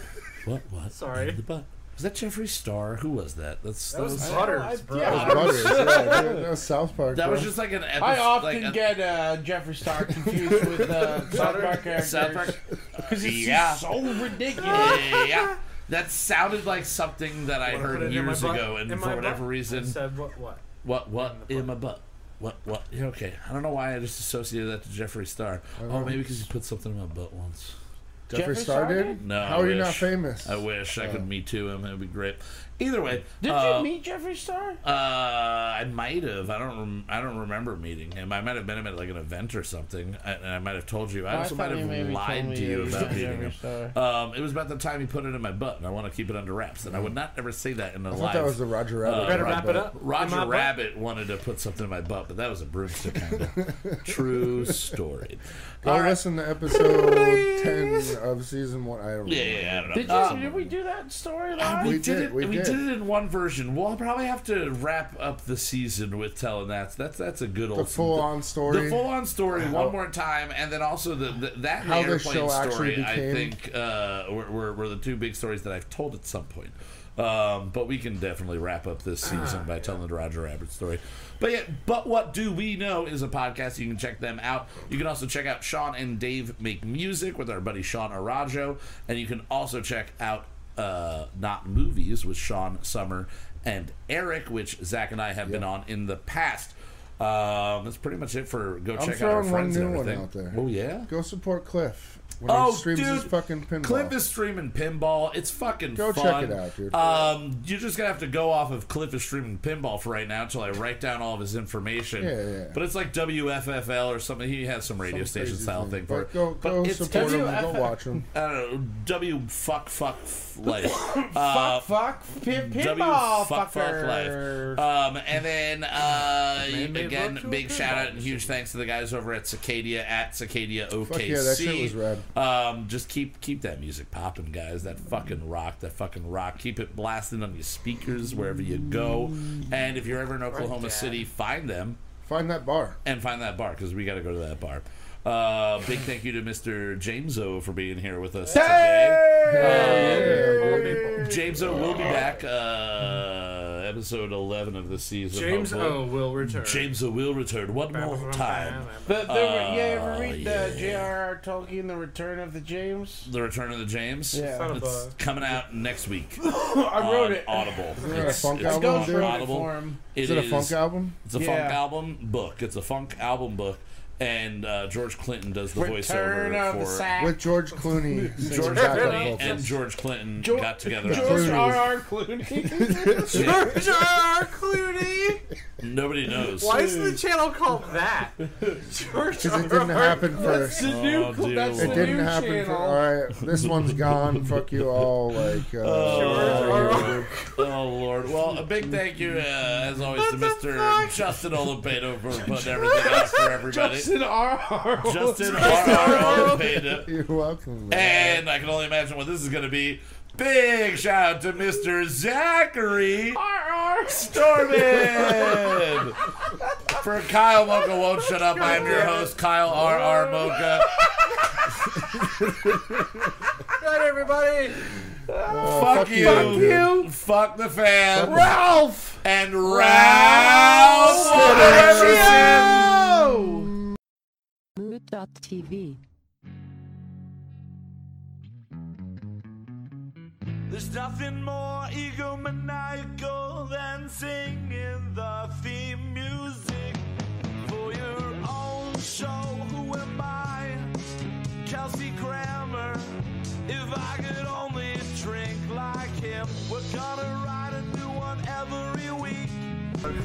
Speaker 3: What? What?
Speaker 5: Sorry.
Speaker 3: In the butt? Was that Jeffree Star? Who was that? That's
Speaker 5: That was
Speaker 3: was-
Speaker 5: Butters, bro.
Speaker 4: yeah.
Speaker 2: Butters,
Speaker 3: (laughs)
Speaker 2: yeah, that was South Park.
Speaker 3: that was
Speaker 2: bro.
Speaker 3: just like an episode.
Speaker 4: I often
Speaker 3: like a-
Speaker 4: get uh, Jeffree
Speaker 3: (laughs)
Speaker 4: Star confused with uh, South Park characters.
Speaker 3: South Park.
Speaker 4: (laughs) Because it's
Speaker 3: Yeah.
Speaker 4: just so ridiculous.
Speaker 5: (laughs)
Speaker 3: yeah, that sounded like something that I
Speaker 5: Wanna put
Speaker 3: heard
Speaker 5: it in my
Speaker 3: years
Speaker 5: butt?
Speaker 3: ago, and
Speaker 5: In my
Speaker 3: for whatever
Speaker 5: butt? I
Speaker 3: reason,
Speaker 5: said what? What?
Speaker 3: what what
Speaker 5: in the
Speaker 3: in my butt. What what? Yeah, okay, I don't know why I just associated that to Jeffree Star. Oh, maybe because he put something in my butt once.
Speaker 2: Jeffree Star did.
Speaker 3: No,
Speaker 2: How
Speaker 3: I
Speaker 2: are you not
Speaker 3: wish.
Speaker 2: famous? Oh.
Speaker 3: I wish I could me too him. It would be great. Either way,
Speaker 4: Did
Speaker 3: uh,
Speaker 4: you meet Jeffree Star?
Speaker 3: Uh, I might have. I don't. Rem- I don't remember meeting him. I might have met him at like an event or something, I, and I might have told you. I also
Speaker 4: thought
Speaker 3: might
Speaker 4: you
Speaker 3: have
Speaker 4: maybe told
Speaker 3: lied
Speaker 4: me
Speaker 3: to you
Speaker 4: you
Speaker 3: about
Speaker 4: were
Speaker 3: meeting
Speaker 4: Jeffree
Speaker 3: him. Um, it was about the time he put it in my butt, and I want to keep it under wraps. And I would not ever say that in a
Speaker 2: Mm. I
Speaker 3: live.
Speaker 2: thought that was the Roger
Speaker 3: Uh,
Speaker 2: Rabbit.
Speaker 5: Better
Speaker 2: one,
Speaker 5: wrap
Speaker 2: but-
Speaker 5: it up. In my
Speaker 3: Roger
Speaker 5: butt?
Speaker 3: Rabbit wanted to put something in my butt, but that was a broomstick kind of true story.
Speaker 2: Go listen to
Speaker 3: (laughs)
Speaker 2: episode ten of season one. I don't.
Speaker 3: Yeah,
Speaker 2: remember.
Speaker 3: yeah, I don't know.
Speaker 4: Did, you,
Speaker 3: Um,
Speaker 4: did we do that story
Speaker 3: Uh,
Speaker 4: live?
Speaker 3: we,
Speaker 2: We
Speaker 3: did,
Speaker 2: did,
Speaker 3: it. We,
Speaker 2: we
Speaker 3: did.
Speaker 2: did.
Speaker 3: it in one version. We'll probably have to wrap up the season with telling that. That's that's a good old
Speaker 2: The full-on story.
Speaker 3: The full on story
Speaker 2: How-
Speaker 3: one more time, and then also the, the that and
Speaker 2: How
Speaker 3: the
Speaker 2: the
Speaker 3: airplane
Speaker 2: show actually
Speaker 3: story. I
Speaker 2: became-
Speaker 3: think uh, were, were were the two big stories that I've told at some point. Um, but we can definitely wrap up this season
Speaker 2: Ah,
Speaker 3: by telling the Roger Rabbit story. But yeah, but what do we know is a podcast. You can check them out. You can also check out Sean and Dave make music with our buddy Sean Arajo, and you can also check out uh, not movies with Sean Summer and Eric, which Zach and I have been on in the past. Um, that's pretty much it for go
Speaker 2: I'm
Speaker 3: check out our
Speaker 2: throwing one
Speaker 3: friends
Speaker 2: new
Speaker 3: and
Speaker 2: one
Speaker 3: everything.
Speaker 2: out there.
Speaker 3: Oh yeah.
Speaker 2: Go support Cliff when
Speaker 3: Oh,
Speaker 2: he streams his
Speaker 3: dude,
Speaker 2: fucking pinball.
Speaker 3: Cliff is streaming pinball. It's fucking
Speaker 2: Go check
Speaker 3: fun.
Speaker 2: it out, dude.
Speaker 3: Um, you're just gonna have to go off of Cliff is streaming pinball for right now until I write down all of his information.
Speaker 2: Yeah, yeah.
Speaker 3: But it's like WFFL or something. He has some radio
Speaker 2: Some
Speaker 3: station
Speaker 2: crazy
Speaker 3: style thing, for
Speaker 2: But
Speaker 3: it.
Speaker 2: go,
Speaker 3: but
Speaker 2: go
Speaker 3: it's
Speaker 2: support him. and Go
Speaker 4: WFF.
Speaker 2: watch him.
Speaker 3: I don't know. W fuck fuck
Speaker 2: (laughs)
Speaker 3: f- life. uh,
Speaker 4: Ah, fuck, fuck, pin,
Speaker 3: W
Speaker 4: pinball,
Speaker 3: fuck fuck
Speaker 4: fucker.
Speaker 3: life. Um, and then uh,
Speaker 5: Man-made
Speaker 3: again,
Speaker 5: virtual
Speaker 3: big
Speaker 5: pinball
Speaker 3: shout out and
Speaker 5: machine.
Speaker 3: huge thanks to the guys over at Cicadia at Cicadia OKC.
Speaker 2: Fuck yeah, that shit was rad.
Speaker 3: Um, just keep keep that music popping, guys. That fucking rock, that fucking rock. Keep it blasting on your speakers wherever you go. And if you're ever in Oklahoma City, find them
Speaker 2: Find that bar.
Speaker 3: and find that bar because we got to go to that bar. Uh, big thank you to Mr. James O for being here with us Uh, today. Um, James O will be back. Uh, episode eleven of the season.
Speaker 5: James
Speaker 3: hopefully.
Speaker 5: O will return.
Speaker 3: James O will return one more time.
Speaker 4: The, the,
Speaker 3: Uh,
Speaker 4: you ever read
Speaker 3: yeah.
Speaker 4: the J.R.R. Tolkien, The Return of the James?
Speaker 3: The Return of the James.
Speaker 4: Yeah. Son
Speaker 5: of
Speaker 3: It's
Speaker 5: a-
Speaker 3: coming out next week.
Speaker 4: I wrote
Speaker 3: on
Speaker 4: it.
Speaker 3: Audible.
Speaker 2: it a funk album,
Speaker 4: Go
Speaker 2: Ghost
Speaker 4: through
Speaker 2: Wrote it
Speaker 4: it for him.
Speaker 3: It
Speaker 2: Is it a funk
Speaker 3: is-
Speaker 2: album?
Speaker 3: It's a
Speaker 4: Yeah.
Speaker 3: funk album book. It's a funk album book, and uh, George Clinton does the
Speaker 4: Return
Speaker 3: voiceover
Speaker 4: of the
Speaker 3: for
Speaker 4: sack.
Speaker 2: With George Clooney. singing
Speaker 3: (laughs) George
Speaker 2: backup
Speaker 3: Clooney
Speaker 2: vocals.
Speaker 3: and George Clinton
Speaker 4: Geor-
Speaker 3: got together. on
Speaker 4: George
Speaker 3: this.
Speaker 4: R.R. Clooney.
Speaker 5: George
Speaker 3: (laughs)
Speaker 5: R. Clooney.
Speaker 3: Nobody knows.
Speaker 5: Why is the channel called
Speaker 4: (laughs)
Speaker 5: that? George
Speaker 2: Because
Speaker 5: R.
Speaker 2: it didn't happen
Speaker 4: That's
Speaker 2: first.
Speaker 4: the new,
Speaker 3: Oh, dear
Speaker 4: that's the
Speaker 2: It
Speaker 3: Lord.
Speaker 2: didn't
Speaker 4: new
Speaker 2: happen. For,
Speaker 4: channel.
Speaker 2: all right, this one's gone. Fuck you all. Like, uh,
Speaker 5: George
Speaker 3: Oh Lord! Well, a big thank you uh, as always to Mister Justin Oliveto for putting everything out for everybody.
Speaker 4: Justin R.R.
Speaker 3: Justin R.R.
Speaker 2: (laughs)
Speaker 3: Oliveto.
Speaker 2: you're welcome. man.
Speaker 3: And I can only imagine what this is going to be. Big shout out to Mr. Zachary
Speaker 4: R.R.
Speaker 3: Storman. For Kyle Mocha Won't Shut Up, I'm your host, Kyle R.R. Mocha.
Speaker 5: Good night, everybody.
Speaker 3: Fuck you. Fuck
Speaker 2: Uh, you.
Speaker 3: the fan.
Speaker 4: Ralph!
Speaker 3: and Ralph Stevenson.
Speaker 9: Mood.tv.
Speaker 1: There's nothing more egomaniacal than singing the theme music for your own show. Who am I? Kelsey Grammer. If I could only drink like him, we're gonna write a new one every week.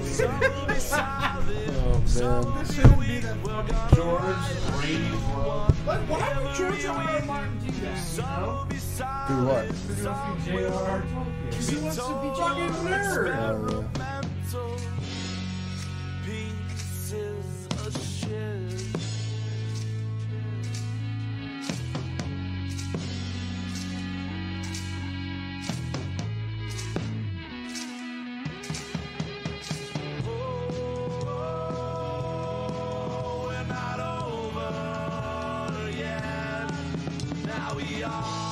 Speaker 1: Some will be solid, some will be weak. We're gonna write
Speaker 4: Like, why would George R.R. Martin do that?
Speaker 1: some will be solid.
Speaker 2: Do what?
Speaker 1: some
Speaker 4: He wants to be fucking nerd.
Speaker 2: Uh,
Speaker 1: Experimental pieces of shit. Oh, we're not over yet. Now we are.